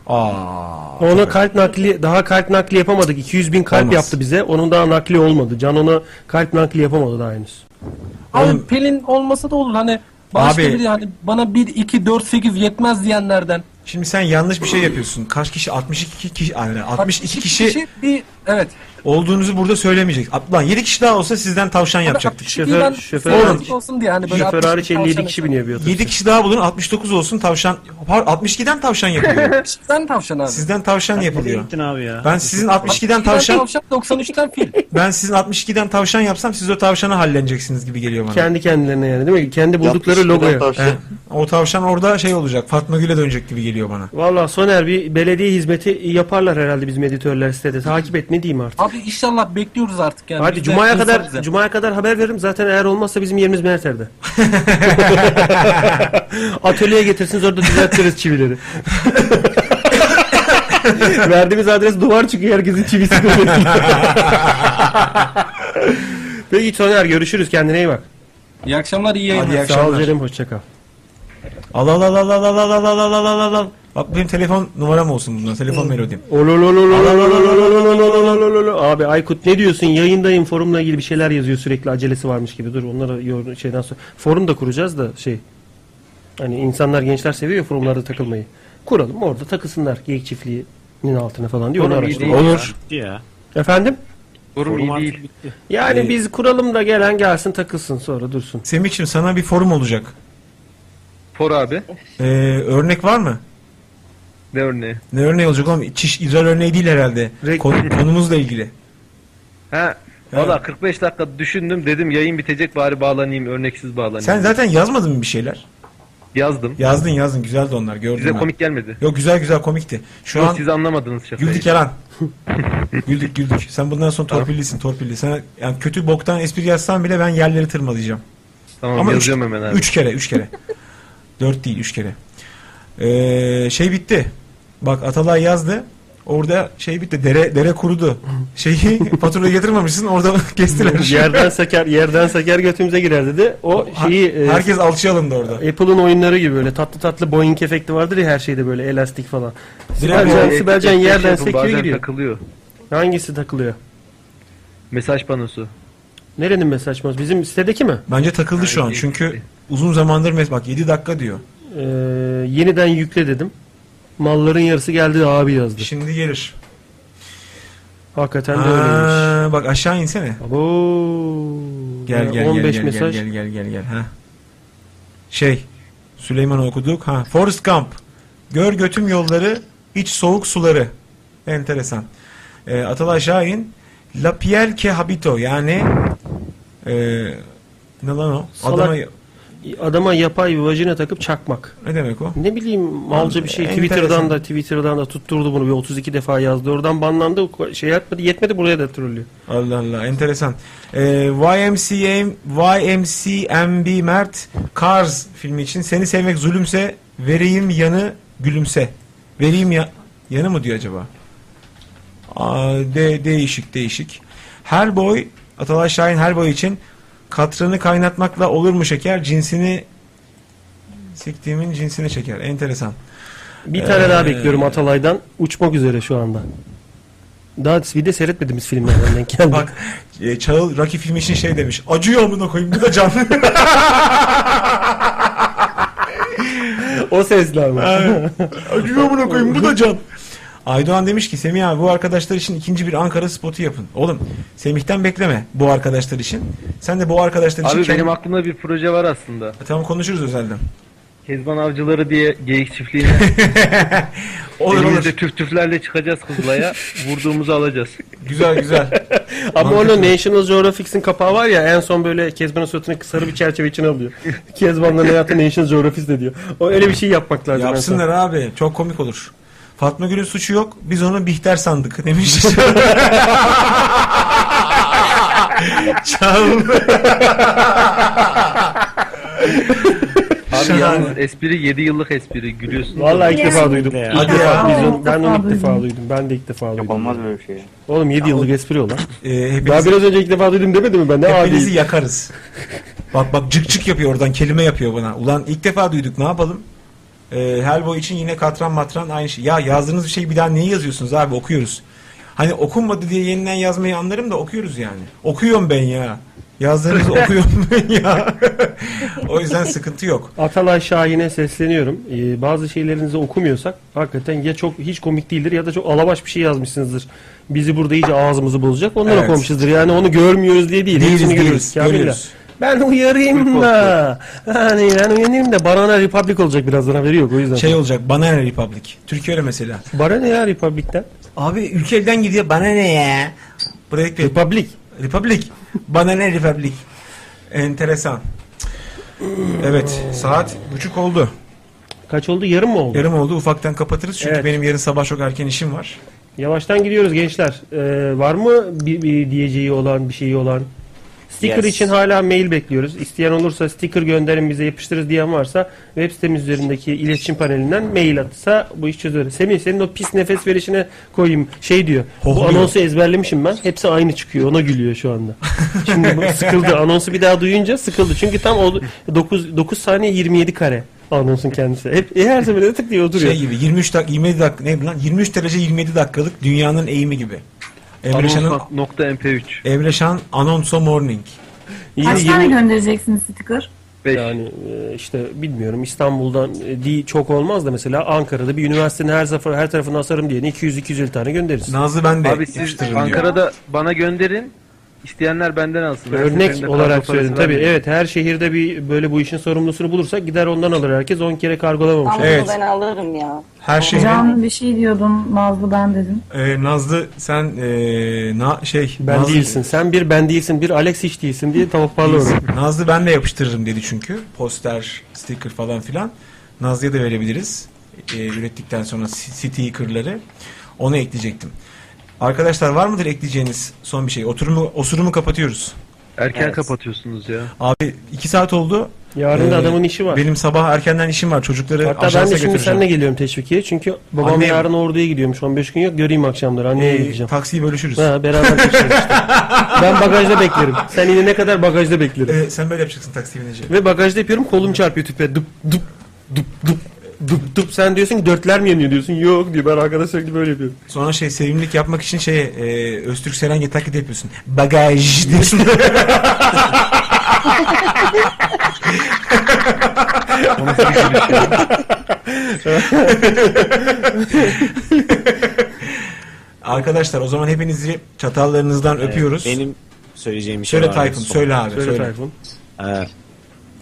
Speaker 3: Ona kalp nakli daha kalp nakli yapamadık. 200 bin kalp
Speaker 2: Olmaz.
Speaker 3: yaptı bize. Onun daha nakli olmadı. Can ona kalp nakli yapamadı daha henüz.
Speaker 19: Abi
Speaker 3: Ee,
Speaker 19: Pelin olmasa da olur. Hani başka
Speaker 2: Abi-
Speaker 19: biri hani bana 1, 2, 4, 8 yetmez diyenlerden.
Speaker 2: Şimdi sen yanlış bir şey yapıyorsun. Kaç kişi? 62 kişi. Yani 62 kişi
Speaker 19: kişi bir evet.
Speaker 2: Olduğunuzu burada söylemeyecek. Lan 7 kişi daha olsa sizden tavşan yapacaktık.
Speaker 19: Şoför,
Speaker 2: Oğlum,
Speaker 19: olsun diye hani böyle
Speaker 2: Şoför
Speaker 19: altmış
Speaker 2: hariç
Speaker 19: tavşan
Speaker 2: 57
Speaker 3: kişi biniyor bir
Speaker 2: 7 kişi daha bulun 69 olsun tavşan. Par- 62'den
Speaker 19: [laughs]
Speaker 2: tavşan yapılıyor.
Speaker 19: Sizden tavşan abi.
Speaker 2: Sizden tavşan yapılıyor.
Speaker 13: abi ya?
Speaker 2: Ben sizin 62'den
Speaker 19: tavşan,
Speaker 2: tavşan
Speaker 19: 93'ten fil.
Speaker 2: ben sizin 62'den tavşan yapsam siz o tavşana halleneceksiniz gibi geliyor bana.
Speaker 3: Kendi kendilerine yani değil mi? Kendi buldukları logoya.
Speaker 2: He. O tavşan orada şey olacak. Fatma Gül'e dönecek gibi geliyor bana.
Speaker 3: Valla Soner bir belediye hizmeti yaparlar herhalde bizim editörler sitede. Takip et ne diyeyim artık.
Speaker 19: Abi inşallah bekliyoruz artık yani.
Speaker 3: Hadi
Speaker 19: Bizde
Speaker 3: cumaya kadar
Speaker 19: insanız yani.
Speaker 3: cumaya kadar haber veririm. Zaten eğer olmazsa bizim yerimiz
Speaker 19: [laughs]
Speaker 3: Merter'de. Atölyeye getirsiniz orada düzeltiriz
Speaker 19: [laughs]
Speaker 3: çivileri. Verdiğimiz adres duvar çünkü herkesin çivisi
Speaker 19: [laughs]
Speaker 3: kuvvetli. Peki Soner görüşürüz kendine iyi bak.
Speaker 19: İyi akşamlar iyi
Speaker 2: Hadi iyi
Speaker 19: yayınlar.
Speaker 2: akşamlar.
Speaker 3: Sağ ol canım hoşça kal.
Speaker 2: Al al al al al al al al al al al al al. Bak benim telefon numaram olsun bundan. Telefon
Speaker 11: Hmm.
Speaker 2: melodim.
Speaker 3: Ololololololololololololololololololol. Abi Aykut ne diyorsun? Yayındayım forumla ilgili bir şeyler yazıyor sürekli acelesi varmış gibi. Dur onlara yor- şeyden sonra forum da kuracağız da şey. Hani insanlar gençler seviyor ya forumlarda takılmayı. Kuralım orada takılsınlar geyik çiftliğinin altına falan diyor. Onu
Speaker 13: Forum iyi
Speaker 3: araştıralım.
Speaker 13: değil Ya.
Speaker 3: Efendim?
Speaker 11: Forum iyi
Speaker 3: artık
Speaker 11: değil.
Speaker 3: bitti. Yani
Speaker 2: Ee,
Speaker 3: biz kuralım da gelen gelsin takılsın sonra dursun.
Speaker 2: Semih'cim sana bir forum olacak.
Speaker 11: For abi.
Speaker 2: Ee, örnek var mı?
Speaker 11: Ne örneği?
Speaker 2: Ne örneği olacak oğlum? Çiş idrar örneği değil herhalde. Konu- konumuzla ilgili.
Speaker 11: Ha. Valla 45 dakika düşündüm dedim yayın bitecek bari bağlanayım örneksiz bağlanayım.
Speaker 2: Sen zaten yazmadın mı bir şeyler?
Speaker 11: Yazdım.
Speaker 2: Yazdın yazdın güzeldi onlar gördüm
Speaker 11: Size
Speaker 2: ben.
Speaker 11: komik gelmedi.
Speaker 2: Yok güzel güzel komikti. Şu
Speaker 11: Yok,
Speaker 2: an
Speaker 11: siz anlamadınız şakayı. [laughs]
Speaker 2: güldük Eren. güldük güldük. Sen bundan sonra torpillisin torpilli. Sen yani kötü boktan espri yazsan bile ben yerleri tırmalayacağım.
Speaker 11: Tamam
Speaker 2: Ama
Speaker 11: yazıyorum
Speaker 2: üç,
Speaker 11: hemen abi.
Speaker 2: Üç kere, üç
Speaker 3: [laughs]
Speaker 2: kere. Dört değil, üç kere. Ee, şey bitti. Bak Atalay yazdı. Orada şey bitti. Dere dere kurudu.
Speaker 3: [laughs]
Speaker 2: Şeyi faturayı getirmemişsin. Orada [laughs] kestiler.
Speaker 3: yerden seker yerden seker götümüze girer dedi. O şeyi
Speaker 2: [laughs]
Speaker 3: e,
Speaker 2: Ha- herkes alçı alındı orada.
Speaker 3: Apple'ın oyunları gibi böyle tatlı tatlı Boeing efekti vardır ya her şeyde böyle elastik falan. Sibelcan,
Speaker 11: Direkt-
Speaker 3: Sibelcan
Speaker 11: Direkt-
Speaker 3: yerden
Speaker 11: Direkt-
Speaker 3: sekiyor
Speaker 11: şey bazen
Speaker 3: giriyor.
Speaker 11: takılıyor.
Speaker 3: Hangisi takılıyor?
Speaker 11: Mesaj panosu.
Speaker 3: Nerenin mesaj panosu? Bizim sitedeki mi?
Speaker 2: Bence takıldı şu an. Çünkü uzun zamandır mes bak 7 dakika diyor.
Speaker 3: Ee, yeniden yükle dedim. Malların yarısı geldi abi yazdı.
Speaker 2: Şimdi gelir.
Speaker 3: Hakikaten de öyleymiş.
Speaker 2: Aa, bak aşağı insene. Gel gel
Speaker 3: 15
Speaker 2: gel, gel,
Speaker 3: mesaj.
Speaker 2: gel gel gel gel. Ha. Şey. Süleyman'ı okuduk. Ha. Forrest Gump. Gör götüm yolları, iç soğuk suları. Enteresan. Ee, Atalay Şahin. La Piel que Habito yani e, ne lan o?
Speaker 3: Salak-
Speaker 2: Adama,
Speaker 3: Adama yapay bir vajina takıp çakmak.
Speaker 2: Ne demek o?
Speaker 3: Ne bileyim malca bir şey.
Speaker 2: Enteresan.
Speaker 3: Twitter'dan da Twitter'dan da tutturdu bunu. Bir 32 defa yazdı. Oradan banlandı. Şey yapmadı. Yetmedi buraya da trollüyor.
Speaker 2: Allah Allah enteresan. Ee, YMCA, YMCMB Mert Cars filmi için seni sevmek zulümse vereyim yanı gülümse. Vereyim ya, yanı mı diyor acaba? Aa, de, değişik değişik. Her boy Atalay Şahin her boy için katrını kaynatmakla olur mu şeker cinsini siktiğimin cinsini çeker. Enteresan.
Speaker 3: Bir tane
Speaker 2: Ee,
Speaker 3: daha bekliyorum Atalay'dan. Uçmak üzere şu anda. Daha bir de seyretmediğimiz filmlerden denk geldi.
Speaker 2: Bak e, Çağıl Rocky filmi için şey demiş. Acıyor amına koyayım bu da canlı.
Speaker 3: o sesler mi?
Speaker 2: Acıyor amına koyayım bu da can. Aydoğan demiş ki Semih abi bu arkadaşlar için ikinci bir Ankara spotu yapın. Oğlum Semih'ten bekleme bu arkadaşlar için. Sen de bu arkadaşlar için
Speaker 11: Abi
Speaker 2: kendi-
Speaker 11: benim aklımda bir proje var aslında.
Speaker 2: E, Tamam konuşuruz özelden.
Speaker 11: Kezban avcıları diye geyik çiftliğine.
Speaker 2: [laughs] Olur,
Speaker 11: Elimizde tüf tüflerle çıkacağız Kızılay'a. Vurduğumuzu alacağız.
Speaker 2: Güzel güzel.
Speaker 3: [laughs] Ama onu National Geographic'in kapağı var ya en son böyle Kezban'ın suratını sarı bir çerçeve içine alıyor. [laughs] Kezban'la ne yaptı National Geographic'de diyor. O öyle bir şey yapmak lazım. en son.
Speaker 2: Yapsınlar abi çok komik olur. Fatma Gül'ün suçu yok biz onu Bihter
Speaker 11: [laughs]
Speaker 2: sandık demiş. [laughs] Çağıl.
Speaker 11: Abi yalnız espri 7 yıllık espri gülüyorsun.
Speaker 3: Vallahi ilk defa duydum. İlk
Speaker 11: Hadi
Speaker 3: defa
Speaker 11: ya.
Speaker 3: duydum. Ben onu ilk defa duydum. Ben de ilk defa duydum.
Speaker 8: Olmaz böyle bir şey. ya.
Speaker 3: Oğlum 7 yıllık espri
Speaker 2: [laughs]
Speaker 3: o lan. Daha
Speaker 2: Ee, hepiniz-
Speaker 3: biraz önce ilk defa duydum demedim mi ben? Ne
Speaker 2: Hepinizi
Speaker 3: adiyim.
Speaker 2: yakarız. Bak bak cık cık yapıyor oradan kelime yapıyor bana. Ulan ilk defa duyduk ne yapalım? Ee, Hellboy için yine katran matran aynı şey. Ya yazdığınız bir şeyi bir daha niye yazıyorsunuz abi okuyoruz. Hani okunmadı diye yeniden yazmayı anlarım da okuyoruz yani. Okuyorum ben ya.
Speaker 3: [laughs]
Speaker 2: Yazdığınızı okuyorum ben ya. o yüzden sıkıntı yok.
Speaker 3: [laughs] Atalay Şahin'e sesleniyorum. Ee, bazı şeylerinizi okumuyorsak hakikaten ya çok hiç komik değildir ya da çok alabaş bir şey yazmışsınızdır. Bizi burada iyice ağzımızı bozacak. Onları
Speaker 2: Evet.
Speaker 3: okumuşuzdur. Yani onu görmüyoruz diye değil.
Speaker 2: Değiliz,
Speaker 3: Hepsini
Speaker 2: değiliz,
Speaker 3: görüyoruz. Kamil
Speaker 2: görüyoruz.
Speaker 3: ile. Ben uyarayım da. Hani ben uyarayım da Banana Republic olacak birazdan haberi yok o yüzden.
Speaker 2: Şey olacak Banana Republic. Türkiye'de mesela.
Speaker 3: Bana ne ya Republic'ten?
Speaker 2: Abi ülke elden gidiyor bana ne ya? Break
Speaker 3: Republic.
Speaker 2: Republic. Bana ne Republic? Enteresan. Evet saat buçuk oldu.
Speaker 3: Kaç oldu? Yarım mı oldu?
Speaker 2: Yarım oldu ufaktan kapatırız çünkü
Speaker 3: Evet.
Speaker 2: benim yarın sabah çok erken işim var.
Speaker 3: Yavaştan gidiyoruz gençler. Ee, var mı bir, bir diyeceği olan, bir şeyi olan? Sticker
Speaker 2: Yes.
Speaker 3: için hala mail bekliyoruz. İsteyen olursa sticker gönderin bize yapıştırırız diyen varsa web sitemiz üzerindeki iletişim panelinden mail atsa bu iş çözülür. Semih senin o pis nefes verişine koyayım. Şey diyor. bu
Speaker 2: Hohluyor.
Speaker 3: anonsu ezberlemişim ben. Hepsi aynı çıkıyor. Ona gülüyor şu anda. Şimdi bu sıkıldı. Anonsu bir daha duyunca sıkıldı. Çünkü tam 9 9 saniye 27 kare anonsun kendisi. Hep e, her seferinde tık diye oturuyor.
Speaker 2: Şey gibi 23 dak 27 dakika ne lan 23 derece 27 dakikalık dünyanın eğimi gibi. Emre Şan'ın
Speaker 11: nokta mp3.
Speaker 2: Emre Şan Anonso Morning.
Speaker 14: Kaç tane göndereceksiniz sticker?
Speaker 3: Yani e, işte bilmiyorum İstanbul'dan e, di çok olmaz da mesela Ankara'da bir üniversitenin her zafer her tarafına asarım diye 200 250 tane göndeririz.
Speaker 2: Nazlı ben
Speaker 11: Abi siz Ankara'da bana gönderin. İsteyenler benden alsın. Ben sizlerin de
Speaker 3: Örnek olarak
Speaker 11: kargo
Speaker 3: söyledim
Speaker 11: parası
Speaker 3: tabii.
Speaker 11: vermeyeyim.
Speaker 3: Evet her şehirde bir böyle bu işin sorumlusunu bulursak gider ondan alır herkes 10 kere kargolamamış.
Speaker 9: Ama ben alırım ya.
Speaker 2: Her şeyi
Speaker 14: Can bir şey diyordun Nazlı ben dedim.
Speaker 2: Ee, Nazlı sen ee, na, şey
Speaker 3: Ben
Speaker 2: Nazlı-
Speaker 3: değilsin. Sen bir ben değilsin. Bir Alex hiç değilsin diye tavuk
Speaker 2: Değilsin.
Speaker 3: parlıyorum.
Speaker 2: Nazlı ben de yapıştırırım dedi çünkü. Poster, sticker falan filan. Nazlı'ya da verebiliriz. Ee, ürettikten sonra s- stickerları. Onu ekleyecektim. Arkadaşlar var mıdır ekleyeceğiniz son bir şey? Oturumu, osurumu kapatıyoruz.
Speaker 11: Erken kapatıyorsunuz ya.
Speaker 2: Abi iki saat oldu. Ee,
Speaker 3: Yarın da adamın işi var.
Speaker 2: Benim sabah erkenden işim var. Çocukları
Speaker 3: Hatta ben
Speaker 2: ajansa
Speaker 3: de şimdi
Speaker 2: götüreceğim.
Speaker 3: seninle geliyorum teşvikiye. Çünkü babam
Speaker 2: Annem- Ee,
Speaker 3: yarın orduya gidiyormuş. 15 gün yok. Göreyim akşamları. Anneye gideceğim.
Speaker 2: Taksiyi bölüşürüz.
Speaker 3: Ha, beraber taşırız
Speaker 2: [laughs]
Speaker 3: işte. ben bagajda beklerim. Sen yine ne kadar bagajda beklerim.
Speaker 2: Ee, sen böyle yapacaksın taksiye binince.
Speaker 3: Ve bagajda yapıyorum kolum çarpıyor tüpe. Dup dup dup dup dup dup. Sen diyorsun ki dörtler mi yanıyor diyorsun. Yok diyor. Ben arkada sürekli böyle yapıyorum.
Speaker 2: Sonra şey sevimlilik yapmak için şey e, Öztürk Serengil taklidi yapıyorsun. Bagaj diyorsun. Arkadaşlar o zaman hepinizi çatallarınızdan
Speaker 13: Ee,
Speaker 2: öpüyoruz.
Speaker 13: Benim söyleyeceğim bir şey
Speaker 2: Söyle
Speaker 13: var.
Speaker 2: Tayfun,
Speaker 13: Son.
Speaker 2: söyle abi, Söyle söyle. Tayfun.
Speaker 13: Ee,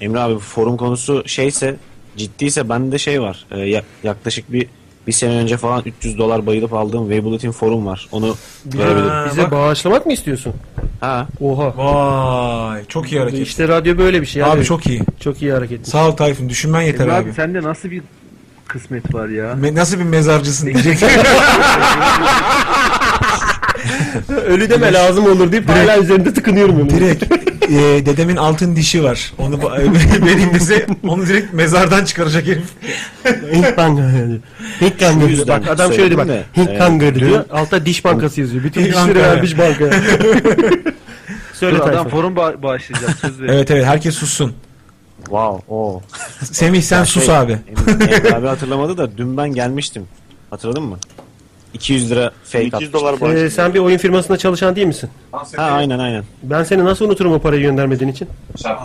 Speaker 13: Emre abi bu forum konusu şeyse ciddiyse bende şey var. Ee, ya- yaklaşık bir bir sene önce falan 300 dolar bayılıp aldığım Weybulletin forum var. Onu
Speaker 3: Bize,
Speaker 13: verebilirim.
Speaker 3: bize bağışlamak mı istiyorsun?
Speaker 13: Ha.
Speaker 3: Oha.
Speaker 2: Vay çok iyi hareket.
Speaker 3: İşte radyo böyle bir şey.
Speaker 2: Abi çok iyi.
Speaker 3: Çok iyi hareket.
Speaker 2: Sağ ol Tayfun düşünmen yeter
Speaker 11: Emre
Speaker 2: abi.
Speaker 11: abi sende nasıl bir kısmet
Speaker 3: [laughs]
Speaker 11: var ya?
Speaker 2: Me- nasıl bir mezarcısın diyecek.
Speaker 3: Ölü deme lazım olur deyip hala üzerinde tıkınıyorum onu.
Speaker 2: Direkt e, dedemin altın dişi var. Onu
Speaker 3: [laughs]
Speaker 2: ba- benim bize onu direkt mezardan çıkaracak herif.
Speaker 3: Hint bankası. Hint bankası. diyor. Bak adam şöyle diyor bak. Hint bankası diyor. Altta diş bankası yazıyor. Bütün
Speaker 2: Hint
Speaker 3: dişleri
Speaker 2: e, bankası.
Speaker 3: vermiş
Speaker 2: [laughs]
Speaker 3: bankaya.
Speaker 11: Söyle
Speaker 2: Dur, adam
Speaker 11: adam forum ba- bağışlayacak
Speaker 2: [laughs]
Speaker 11: söz verin.
Speaker 2: Evet evet herkes sussun.
Speaker 13: Wow. Oo.
Speaker 2: Semih sen
Speaker 13: Ya
Speaker 2: sus
Speaker 13: şey,
Speaker 2: abi.
Speaker 13: Emre, Emre abi hatırlamadı da dün ben gelmiştim. Hatırladın mı? 200 lira fake
Speaker 3: 200
Speaker 13: atmıştım.
Speaker 3: Ee, sen bir oyun firmasında çalışan değil misin?
Speaker 13: Ha aynen aynen.
Speaker 3: Ben seni nasıl unuturum o parayı göndermediğin için?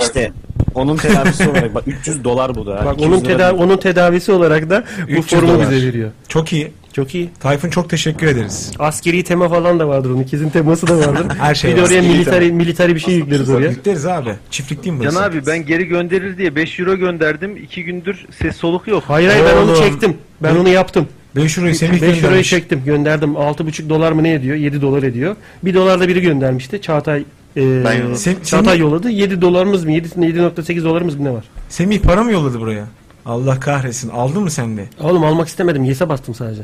Speaker 13: İşte onun tedavisi olarak bak 300 dolar bu da. ha.
Speaker 3: Bak
Speaker 13: 200
Speaker 3: onun
Speaker 13: lira
Speaker 3: tedavi onun tedavisi olarak da bu
Speaker 2: 300
Speaker 3: forumu
Speaker 2: dolar.
Speaker 3: bize veriyor.
Speaker 2: Çok iyi.
Speaker 3: Çok iyi.
Speaker 2: Tayfun çok teşekkür ederiz.
Speaker 3: Askeri tema falan da vardır onun. Kesin teması da vardır.
Speaker 2: Her şey
Speaker 3: bir de
Speaker 2: var.
Speaker 3: oraya
Speaker 2: Askeri
Speaker 3: militari,
Speaker 2: tema.
Speaker 3: militari bir şey yükleriz oraya.
Speaker 2: Yükleriz abi. Çiftlik değil mi
Speaker 11: Can
Speaker 2: burası?
Speaker 11: abi ben geri gönderir diye 5 euro gönderdim. 2 gündür ses soluk yok.
Speaker 3: Hayır hayır ben onu çektim. Ben onu yaptım.
Speaker 2: 5 euroyu Semih
Speaker 3: 5 euroyu
Speaker 2: göndermiş.
Speaker 3: çektim. Gönderdim. 6,5 dolar mı ne ediyor? 7 dolar ediyor. 1 dolar da biri göndermişti. Çağatay e,
Speaker 2: Ben yolladım. Sem-
Speaker 3: Çağatay
Speaker 2: Semih-
Speaker 3: yolladı. 7 dolarımız mı? 7 7.8 dolarımız mı ne var?
Speaker 2: Semih para mı yolladı buraya? Allah kahretsin. Aldın mı sen de?
Speaker 3: Oğlum almak istemedim. Yes'e bastım sadece.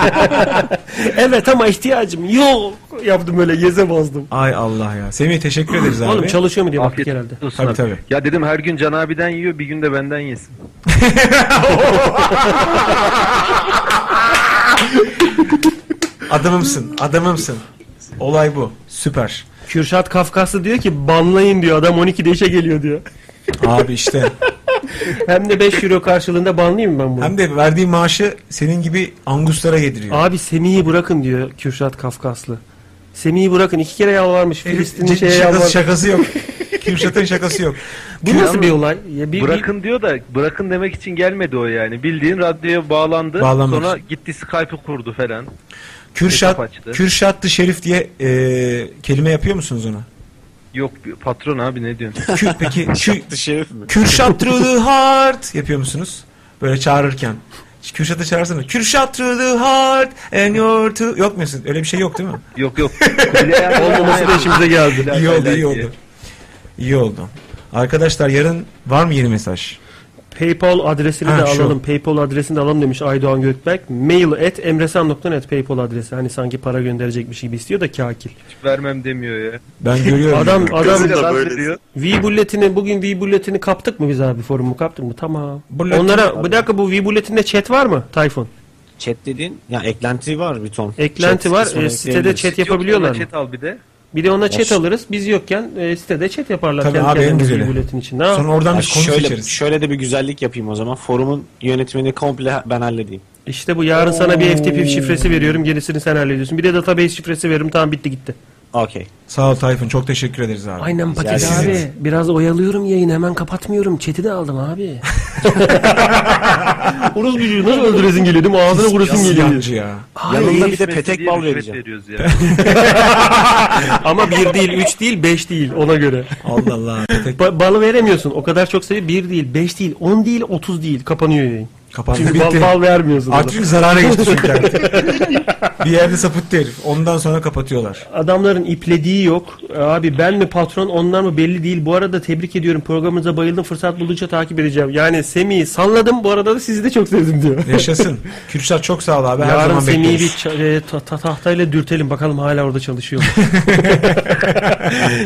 Speaker 3: [laughs] evet ama ihtiyacım yok. Yaptım böyle yes'e bastım.
Speaker 2: [laughs] Ay Allah ya. Semih teşekkür ederiz abi.
Speaker 3: Oğlum çalışıyor mu diye baktık
Speaker 11: Afiyet
Speaker 3: herhalde.
Speaker 11: olsun
Speaker 2: Tabii,
Speaker 11: abi.
Speaker 2: tabii.
Speaker 11: Ya dedim her gün Can abiden yiyor bir gün de benden yesin.
Speaker 2: Adamımsın. Adamımsın. Olay bu. Süper.
Speaker 3: Kürşat Kafkaslı diyor ki banlayın diyor. Adam 12'de işe geliyor diyor.
Speaker 2: Abi işte.
Speaker 3: [laughs] Hem de 5 euro karşılığında banlayayım mı ben bunu?
Speaker 2: Hem de verdiği maaşı senin gibi anguslara yediriyor.
Speaker 3: Abi Semih'i bırakın diyor Kürşat Kafkaslı. Semih'i bırakın. iki kere yalvarmış. Filistin'in
Speaker 2: Ciddi
Speaker 3: şeye
Speaker 2: E, şakası,
Speaker 3: yalvar. [laughs]
Speaker 2: şakası yok. Kürşat'ın şakası yok.
Speaker 3: Bu nasıl bir olay? Ya bir-
Speaker 11: bırakın diyor da bırakın demek için gelmedi o yani. Bildiğin radyoya bağlandı.
Speaker 2: Bağlanmak
Speaker 11: Sonra gitti Skype'ı kurdu falan.
Speaker 2: Kürşat,
Speaker 11: Hesap açtı.
Speaker 2: Kürşatlı Şerif diye e, kelime yapıyor musunuz ona?
Speaker 11: Yok patron abi
Speaker 3: [laughs]
Speaker 11: ne diyorsun?
Speaker 2: Kür,
Speaker 11: [laughs]
Speaker 2: peki kü,
Speaker 13: Şerif mi?
Speaker 2: Kürşat through the heart yapıyor musunuz? Böyle çağırırken. Kürşat'ı çağırsana. Kürşat through the heart and your to... Yok musun? Öyle bir şey yok değil mi?
Speaker 11: Yok
Speaker 2: [laughs]
Speaker 11: yok. Olmaması
Speaker 3: da işimize geldi.
Speaker 2: iyi oldu iyi oldu. İyi oldu. Arkadaşlar yarın var mı yeni mesaj?
Speaker 3: PayPal adresini
Speaker 2: Ha,
Speaker 3: de
Speaker 2: şu.
Speaker 3: alalım. PayPal adresini de alalım demiş Aydoğan Gökberk. Mail at emresan.net PayPal adresi. Hani sanki para gönderecekmiş gibi istiyor da kakil.
Speaker 11: Vermem demiyor ya.
Speaker 3: [laughs]
Speaker 2: Ben görüyorum.
Speaker 3: Adam adam
Speaker 11: da böyle.
Speaker 3: V bulletini bugün V bulletini kaptık mı biz abi forumu kaptık mı? Tamam.
Speaker 13: Bulletin-
Speaker 3: Onlara bir dakika bu V bulletinde chat var mı Tayfun?
Speaker 13: Chat dediğin ya eklenti var bir ton.
Speaker 3: Eklenti
Speaker 13: Chat
Speaker 3: var.
Speaker 13: kısmına
Speaker 3: E, sitede
Speaker 13: ekleyebiliriz.
Speaker 3: chat yapabiliyorlar mı?
Speaker 11: Chat al bir de.
Speaker 3: Bir de ona chat
Speaker 13: Olsun.
Speaker 3: alırız. Biz yokken e, sitede chat yaparlar
Speaker 13: Tabii
Speaker 3: kendi
Speaker 13: abi, en
Speaker 3: kendilerine
Speaker 13: güzeli.
Speaker 3: bir bulletin içinde. Ha?
Speaker 13: Ya şöyle, Şöyle de bir güzellik yapayım o zaman. Forumun yönetimini komple ben halledeyim.
Speaker 3: İşte bu yarın sana bir FTP şifresi veriyorum. Gerisini sen hallediyorsun. Bir de database şifresi veriyorum. Tamam bitti gitti.
Speaker 13: Okey.
Speaker 2: Sağ ol Tayfun. Çok teşekkür ederiz abi.
Speaker 3: Aynen
Speaker 2: Rica
Speaker 3: Patik
Speaker 2: ederiz.
Speaker 3: abi.
Speaker 2: [laughs]
Speaker 3: Biraz oyalıyorum yayını hemen kapatmıyorum. Chat'i de aldım abi. Oruz gücü şey, nasıl öldüresin geliyor değil mi? Ağzına vurasın geliyor.
Speaker 2: Yancı ya.
Speaker 3: Hayır,
Speaker 13: Yanında bir de
Speaker 3: hizmet
Speaker 13: petek
Speaker 3: diye
Speaker 13: bal
Speaker 3: hizmet
Speaker 13: vereceğim.
Speaker 3: veriyoruz ya. [laughs] Ama bir değil, üç değil, beş değil ona göre. [laughs]
Speaker 2: Allah Allah.
Speaker 3: Ba- balı veremiyorsun. O kadar çok sayı bir değil, beş değil, on değil, otuz değil. Kapanıyor yayın.
Speaker 2: Kapandı,
Speaker 3: Çünkü
Speaker 2: bitti.
Speaker 3: bal, bal vermiyorsun.
Speaker 2: Artık çünkü zarara geçti çünkü artık.
Speaker 3: [laughs]
Speaker 2: bir yerde sapıttı herif. Ondan [laughs] sonra kapatıyorlar.
Speaker 3: Adamların iplediği yok. E, Abi ben mi patron onlar mı belli değil. Bu arada tebrik ediyorum. Programınıza bayıldım. Fırsat buldukça takip edeceğim. Yani Semih'i salladım. Bu arada da sizi de çok sevdim diyor.
Speaker 2: Yaşasın. Kürşat çok sağ ol abi. Her
Speaker 3: Yarın
Speaker 2: zaman
Speaker 3: Semih'i bir
Speaker 2: bekliyoruz.
Speaker 3: ça- e, ta- ta- tahtayla dürtelim bakalım hala orada çalışıyor.
Speaker 2: [laughs]
Speaker 3: mu?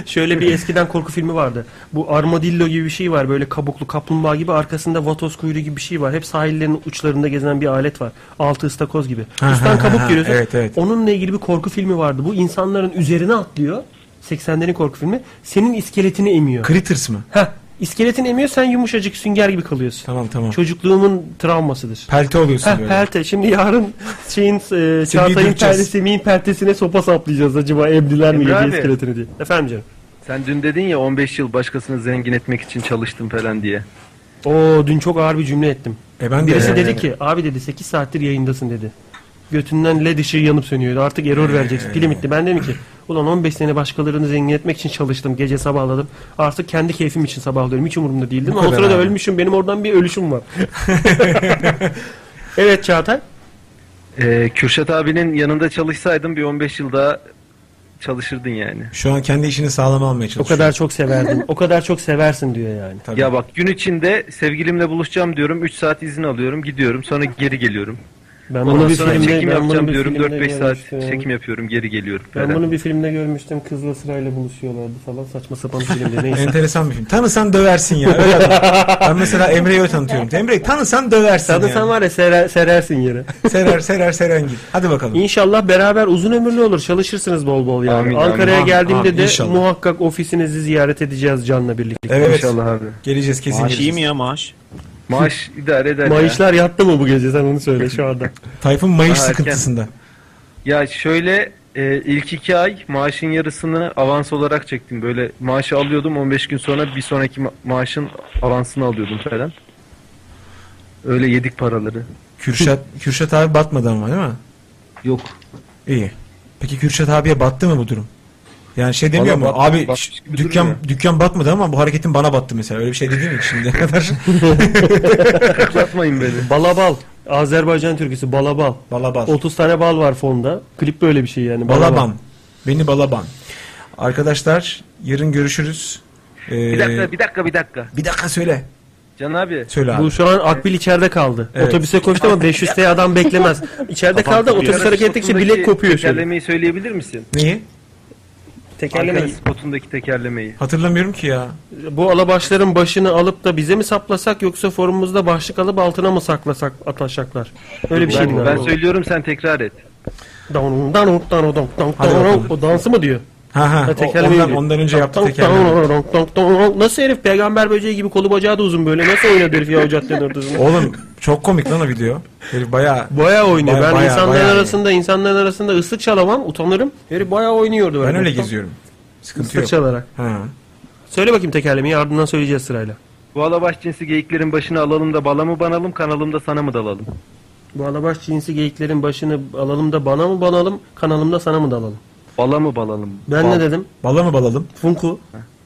Speaker 3: Şöyle bir eskiden korku filmi vardı. Bu armadillo gibi bir şey var. Böyle kabuklu kaplumbağa gibi arkasında vatoz kuyruğu gibi bir şey var. Hep sahillerin uçlarında gezen bir alet var. Altı ıstakoz gibi.
Speaker 2: Ha,
Speaker 3: Üstten
Speaker 2: ha, ha,
Speaker 3: kabuk görüyorsun.
Speaker 2: evet, evet.
Speaker 3: Onunla ilgili bir korku filmi vardı. Bu insanların üzerine atlıyor. 80'lerin korku filmi. Senin iskeletini emiyor.
Speaker 2: Critters mı?
Speaker 3: Heh. İskeletin emiyor sen yumuşacık sünger gibi kalıyorsun.
Speaker 2: Tamam tamam.
Speaker 3: Çocukluğumun travmasıdır.
Speaker 2: Pelte oluyorsun
Speaker 3: Heh,
Speaker 2: böyle.
Speaker 3: Pelte. Şimdi yarın şeyin e, Çağatay'ın
Speaker 2: dürteceğiz.
Speaker 3: perdesi, Semih'in pertesine sopa saplayacağız acaba emdiler mi
Speaker 11: Emre
Speaker 3: yedi
Speaker 11: abi.
Speaker 3: iskeletini diye. Efendim canım.
Speaker 11: Sen dün dedin ya 15 yıl başkasını zengin etmek için çalıştım falan diye.
Speaker 3: Oo dün çok ağır bir cümle ettim.
Speaker 11: E, ben de
Speaker 3: Birisi
Speaker 11: yani.
Speaker 3: dedi ki abi dedi 8 saattir yayındasın dedi. Götünden led ışığı yanıp sönüyordu. Artık
Speaker 2: Ee.
Speaker 3: error vereceksin. Pilim bitti. Ben dedim ki ulan 15 sene başkalarını zengin etmek için çalıştım. Gece sabahladım. Artık kendi keyfim için sabahlıyorum. Hiç umurumda değildim.
Speaker 2: Bu
Speaker 3: Ama o
Speaker 2: kadar
Speaker 3: sırada
Speaker 2: abi.
Speaker 3: ölmüşüm. Benim oradan bir ölüşüm [laughs] var. evet Çağatay.
Speaker 11: Ee, Kürşat abinin yanında çalışsaydın bir 15 yıl daha çalışırdın yani.
Speaker 2: Şu an kendi işini sağlam almaya
Speaker 3: O
Speaker 2: çalışıyor.
Speaker 3: kadar çok severdin. O kadar çok seversin diyor yani.
Speaker 11: Ya bak gün içinde sevgilimle buluşacağım diyorum. 3 saat izin alıyorum. Gidiyorum. Sonra geri geliyorum.
Speaker 3: Ben bunu
Speaker 11: Ondan
Speaker 3: bir
Speaker 11: sonra
Speaker 3: filmde-
Speaker 11: çekim
Speaker 3: ben bunu
Speaker 11: yapacağım
Speaker 3: bir
Speaker 11: diyorum.
Speaker 3: filmde
Speaker 11: 4-5 saat
Speaker 3: görmüştüm.
Speaker 11: çekim yapıyorum. Geri geliyorum.
Speaker 3: Ben
Speaker 11: falan.
Speaker 3: bunu bir filmde görmüştüm. Kızla sırayla buluşuyorlardı falan. Saçma sapan bir
Speaker 2: [laughs]
Speaker 3: filmde. Neyse.
Speaker 2: Enteresan bir film. Tanısan döversin ya.
Speaker 3: [laughs]
Speaker 2: Öyle adam. ben mesela Emre'yi öyle tanıtıyorum. Emre tanısan döversin
Speaker 3: Tanısan
Speaker 2: yani.
Speaker 3: var ya serer, serersin yere.
Speaker 2: Serer serer seren git. Hadi bakalım.
Speaker 3: İnşallah beraber uzun ömürlü olur. Çalışırsınız bol bol yani.
Speaker 2: Amin, amin.
Speaker 3: Ankara'ya
Speaker 2: Amin,
Speaker 3: geldiğimde
Speaker 2: amin,
Speaker 3: de
Speaker 2: inşallah.
Speaker 3: muhakkak ofisinizi ziyaret edeceğiz Can'la birlikte.
Speaker 2: Evet. Geleceğiz kesin geleceğiz.
Speaker 13: maaş? [laughs]
Speaker 11: Maaş idare eder
Speaker 3: [laughs]
Speaker 11: ya.
Speaker 3: Maaşlar yattı mı bu gece sen onu söyle şu anda.
Speaker 2: Tayfun Mayış
Speaker 11: Daha erken.
Speaker 2: sıkıntısında.
Speaker 11: Ya şöyle e, ilk iki ay maaşın yarısını avans olarak çektim. Böyle maaşı alıyordum 15 gün sonra bir sonraki ma- maaşın avansını alıyordum falan. Öyle yedik paraları.
Speaker 2: Kürşat Kürşat abi batmadı ama değil mi?
Speaker 11: Yok.
Speaker 2: İyi. Peki Kürşat abiye battı mı bu durum? Yani şey demiyor
Speaker 11: Bana
Speaker 2: mu?
Speaker 11: bat-
Speaker 2: Abi
Speaker 11: batmış
Speaker 2: ş-
Speaker 11: gibi
Speaker 2: dükkan
Speaker 11: duruyor.
Speaker 2: dükkan batmadı ama bu hareketin bana battı mesela. Öyle bir şey dedi mi şimdi kadar?
Speaker 11: Yapmayın
Speaker 3: [laughs]
Speaker 11: beni.
Speaker 3: Balabal. Azerbaycan türküsü Balabal.
Speaker 2: Balabal.
Speaker 3: 30 tane bal var fonda. Klip böyle bir şey yani.
Speaker 2: Balaban. Beni balaban. Arkadaşlar yarın görüşürüz. Ee,
Speaker 11: Bir dakika, bir dakika, bir dakika.
Speaker 2: Bir dakika söyle.
Speaker 11: Can abi.
Speaker 2: Söyle abi.
Speaker 3: Bu şu an Akbil içeride kaldı.
Speaker 2: Evet.
Speaker 3: Otobüse koştu ama 500 T adam beklemez. İçeride
Speaker 11: Kafam
Speaker 3: kaldı
Speaker 11: kopuyor.
Speaker 3: otobüs hareket ettikçe
Speaker 11: Aracın
Speaker 3: bilek kopuyor şöyle.
Speaker 11: Tekerlemeyi söyleyebilir misin?
Speaker 2: Neyi?
Speaker 3: Tekerleme-
Speaker 11: Ankara spotundaki tekerlemeyi.
Speaker 2: Hatırlamıyorum ki ya.
Speaker 3: Bu alabaşların başını alıp da bize mi saplasak yoksa forumumuzda başlık alıp altına mı saklasak ataşaklar? Öyle bir şey
Speaker 11: ben, ben söylüyorum sen tekrar et.
Speaker 3: Danun danun danun danun danun
Speaker 11: Hadi
Speaker 3: danun.
Speaker 11: bakalım.
Speaker 3: O dansı mı diyor?
Speaker 2: Ha ha. O-
Speaker 3: tekerlemeyi
Speaker 2: ondan-
Speaker 3: diyor.
Speaker 2: ondan önce
Speaker 3: Dank,
Speaker 2: yaptı
Speaker 3: dank,
Speaker 2: tekerlemeyi.
Speaker 3: dank, dank, dank, dank. Nasıl herif peygamber böceği gibi kolu bacağı da uzun böyle. Nasıl oynadı herif ya o caddenin ortasında?
Speaker 2: Oğlum [laughs] çok komik lan o video. Herif bayağı
Speaker 3: Baya oynuyor.
Speaker 2: Baya-
Speaker 3: ben
Speaker 2: baya-
Speaker 3: insanların
Speaker 2: baya-
Speaker 3: arasında insanların arasında ıslık çalamam, utanırım. Herif bayağı oynuyordu
Speaker 2: Ben
Speaker 3: böyle.
Speaker 2: öyle geziyorum. Sıkıntı
Speaker 3: Islık
Speaker 2: yok.
Speaker 3: çalarak.
Speaker 2: Ha.
Speaker 3: Söyle bakayım tekerlemeyi ardından söyleyeceğiz sırayla.
Speaker 11: Bu alabaş cinsi geyiklerin başını alalım da bala mı banalım, kanalım da sana mı dalalım?
Speaker 3: Bu alabaş cinsi geyiklerin başını alalım da bana mı banalım, kanalımda sana mı dalalım?
Speaker 11: Bala mı balalım?
Speaker 3: Ben
Speaker 2: Bal-
Speaker 3: ne dedim?
Speaker 2: Bala mı balalım?
Speaker 3: Funku.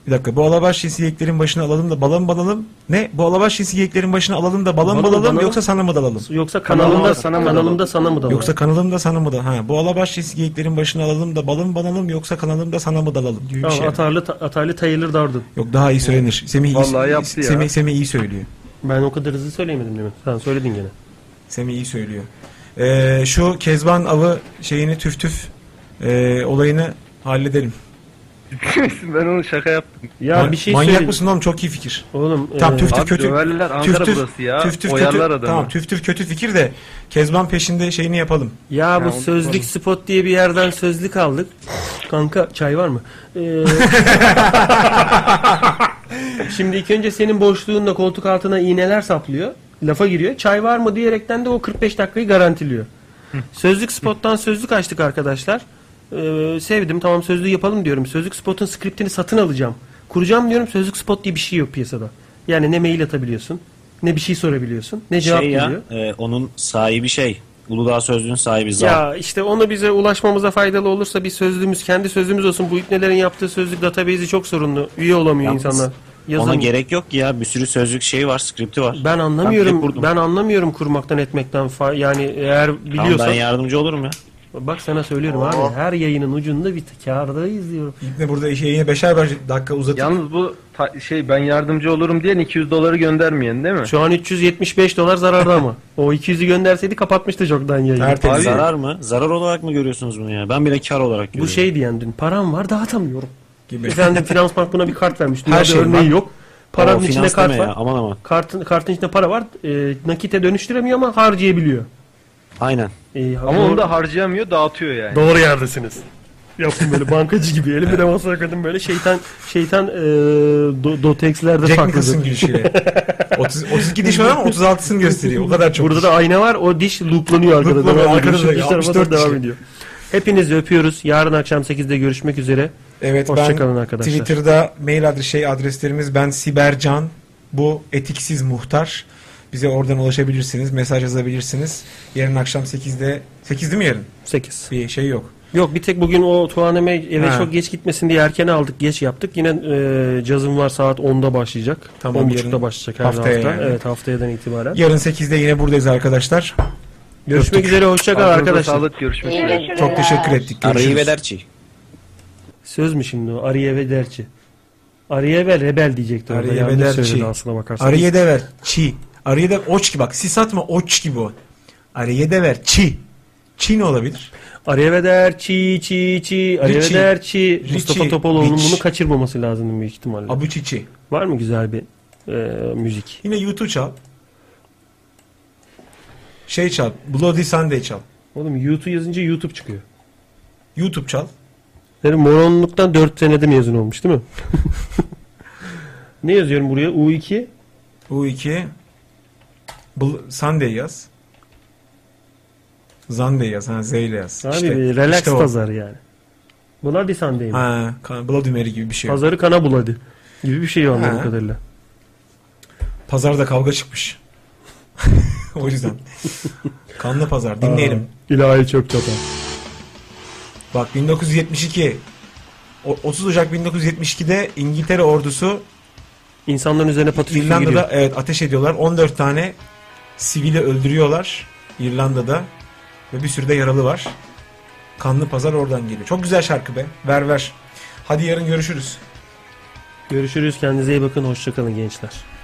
Speaker 2: Bir dakika. Bu alabaş cinsi geyiklerin başına alalım da bala mı balalım? Ne? Bu alabaş cinsi geyiklerin başına alalım da bala mı
Speaker 3: Bala mı
Speaker 2: balalım
Speaker 3: balalım?
Speaker 2: yoksa sana mı dalalım?
Speaker 3: Yoksa kanalımda- Kanalımda sana mı kanalımda dalalım? sana mı dalalım?
Speaker 2: Yoksa kanalımda sana mı dalalım? Ha. Bu alabaş cinsi geyiklerin başına alalım da balım banalım yoksa kanalımda sana mı dalalım? Gibi bir
Speaker 3: Tamam,
Speaker 2: şey.
Speaker 3: atarlı, ta- atarlı Taylor Darden.
Speaker 2: Yok daha iyi söylenir. Semih
Speaker 3: Vallahi
Speaker 2: iyi,
Speaker 3: yaptı ya.
Speaker 2: Semih, Semih iyi söylüyor.
Speaker 3: Ben o kadar hızlı söyleyemedim değil mi? Sen söyledin gene.
Speaker 2: Semih iyi söylüyor. Ee, şu Kezban avı şeyini tüf tüf e, olayını halledelim.
Speaker 11: [laughs] ben onu şaka yaptım.
Speaker 2: Man-
Speaker 3: şey
Speaker 2: Manyak mısın oğlum? Çok iyi fikir.
Speaker 3: Oğlum
Speaker 2: Tamam
Speaker 11: e,
Speaker 2: tüf tüf
Speaker 11: Abi
Speaker 2: kötü.
Speaker 11: döverler, Ankara burası ya. Oyarlar
Speaker 2: kötü.
Speaker 11: adamı.
Speaker 2: Tamam tüf tüf kötü fikir de Kezban peşinde şeyini yapalım.
Speaker 3: Ya bu sözlük spot diye bir yerden sözlük aldık. Kanka çay var mı?
Speaker 13: [laughs]
Speaker 3: Ee, Şimdi ilk önce senin boşluğunda koltuk altına iğneler saplıyor. Lafa giriyor. Çay var mı diyerekten de o 45 dakikayı garantiliyor. Sözlük spottan sözlük açtık arkadaşlar. Ee, sevdim tamam sözlüğü yapalım diyorum. Sözlük spotun skriptini satın alacağım. Kuracağım diyorum sözlük spot diye bir şey yok piyasada. Yani ne mail atabiliyorsun Ne bir şey sorabiliyorsun ne cevap
Speaker 13: şey
Speaker 3: geliyor.
Speaker 13: ya, e, onun sahibi şey. Uludağ Sözlüğü'nün sahibi Zal.
Speaker 3: Ya işte onu bize ulaşmamıza faydalı olursa bir sözlüğümüz, kendi sözlüğümüz olsun. Bu ipnelerin yaptığı sözlük database'i çok sorunlu. Üye olamıyor
Speaker 13: Yalnız
Speaker 3: insanlar. Yazın-
Speaker 13: Ona gerek yok ki ya. Bir sürü sözlük şeyi var, skripti var.
Speaker 3: Ben anlamıyorum.
Speaker 13: direkt
Speaker 3: Ben,
Speaker 13: vurdum.
Speaker 3: anlamıyorum kurmaktan etmekten. fa- yani eğer biliyorsan.
Speaker 13: ben yardımcı olurum ya.
Speaker 3: Bak sana söylüyorum abi. Her yayının ucunda bir kârda izliyorum.
Speaker 2: Ne Oh. burada işe yine beşer beş dakika uzatıp.
Speaker 11: Yalnız bu ta- şey ben yardımcı olurum diyen 200 doları göndermeyen değil mi?
Speaker 3: Şu an 375 dolar zararda ama. O 200'ü gönderseydi kapatmıştı çoktan yayını.
Speaker 13: Abi, zarar mı? Zarar olarak mı görüyorsunuz bunu ya? Ben bile kar olarak
Speaker 3: Bu
Speaker 13: görüyorum.
Speaker 3: şey diyen dün param var dağıtamıyorum. Efendim finans bank buna bir kart vermiş.
Speaker 13: Her
Speaker 3: Dünyada
Speaker 13: şey
Speaker 3: örneği
Speaker 13: var.
Speaker 3: yok.
Speaker 13: O
Speaker 3: Paranın içinde
Speaker 13: finans
Speaker 3: kart
Speaker 13: deme
Speaker 3: var.
Speaker 13: ya, aman aman.
Speaker 3: Kartın, kartın içinde para var. E, nakite dönüştüremiyor ama harcayabiliyor.
Speaker 13: Aynen.
Speaker 11: Ama
Speaker 3: doğru-
Speaker 11: onu da harcayamıyor dağıtıyor yani.
Speaker 3: Doğru yerdesiniz. Yaptım böyle bankacı gibi elimi de masaya koydum böyle şeytan şeytan e, do, dotexlerde
Speaker 2: Jack
Speaker 3: sakladı.
Speaker 2: Nicholson gülüşüyle. 30, 32 diş var ama 36'sını gösteriyor. O kadar çok.
Speaker 3: Burada da ayna var. O diş looplanıyor arkada.
Speaker 2: Looplanıyor,
Speaker 3: Devam
Speaker 2: arkada
Speaker 3: ediyor.
Speaker 2: da
Speaker 3: Dişler
Speaker 2: 64
Speaker 3: basarak devam
Speaker 2: dişli.
Speaker 3: ediyor. Hepinizi öpüyoruz. Yarın akşam 8'de görüşmek üzere.
Speaker 2: Evet ben
Speaker 3: Hoşçakalın arkadaşlar.
Speaker 2: Twitter'da mail adresi şey adreslerimiz ben Sibercan bu etiksiz muhtar. Bize oradan ulaşabilirsiniz. Mesaj yazabilirsiniz. Yarın akşam 8'de 8 değil mi yarın?
Speaker 3: 8.
Speaker 2: Bir şey yok.
Speaker 3: Yok bir tek bugün o Tuhaneme eve
Speaker 2: Ha.
Speaker 3: çok geç gitmesin diye erken aldık. Geç yaptık. Yine e, cazım var saat 10'da başlayacak.
Speaker 2: Tamam,
Speaker 3: 10.30'da
Speaker 2: yarın
Speaker 3: başlayacak her
Speaker 2: haftaya
Speaker 3: hafta.
Speaker 2: yani.
Speaker 3: Evet haftayadan itibaren.
Speaker 2: Yarın 8'de yine buradayız arkadaşlar.
Speaker 3: Görüşmek
Speaker 2: Öptük.
Speaker 3: üzere, hoşça kal Ağzınıza arkadaşlar. sağlık, görüşmek üzere. Görüşürüz.
Speaker 2: Çok teşekkür ettik. Görüşürüz.
Speaker 13: Arrivederci.
Speaker 3: Söz mü şimdi o? Arrivederci. Arrive rebel diyecekti orada. Yanlış söyledi
Speaker 2: Arrivederci.
Speaker 3: aslına bakarsan.
Speaker 2: Arrivederci. Arrivede oç gibi bak. Sis atma oç gibi o. Arrivederci. Çi ne olabilir?
Speaker 3: Arrivederci çi çi. Arrivederci.
Speaker 2: Richie,
Speaker 3: Mustafa Topaloğlu'nun
Speaker 2: Rich.
Speaker 3: bunu kaçırmaması lazım büyük ihtimalle.
Speaker 2: Abu Çiçi.
Speaker 3: Var mı güzel bir e, müzik?
Speaker 2: Yine YouTube çal. Şey çal. Bloody Sunday çal.
Speaker 3: Oğlum YouTube yazınca YouTube çıkıyor.
Speaker 2: YouTube çal.
Speaker 3: Yani moronluktan 4 senede mezun olmuş değil mi? ne yazıyorum buraya? U2.
Speaker 2: U2. Bl- Sunday yaz. Sunday yaz. Ha, Z ile yaz.
Speaker 3: Abi
Speaker 2: İşte-
Speaker 3: bir relax
Speaker 2: işte o.
Speaker 3: pazar yani. Buna bir sandeyim.
Speaker 2: Ha, kan- Bloody Mary gibi bir şey.
Speaker 3: Pazarı kana buladı. Gibi bir şey o anladığım
Speaker 2: Ha.
Speaker 3: kadarıyla.
Speaker 2: Pazarda kavga çıkmış. o yüzden. Kanlı pazar. Dinleyelim.
Speaker 3: Aa, ilahi çok çapa.
Speaker 2: Bak 1972. O- 30 Ocak 1972'de İngiltere ordusu
Speaker 3: insanların üzerine patuşlu
Speaker 2: İrlanda'da
Speaker 3: giriyor.
Speaker 2: evet ateş ediyorlar. 14 tane sivili öldürüyorlar İrlanda'da ve bir sürü de yaralı var. Kanlı Pazar oradan geliyor. Çok güzel şarkı be. Ver ver. Hadi yarın görüşürüz.
Speaker 3: Görüşürüz. Kendinize iyi bakın. Hoşçakalın gençler.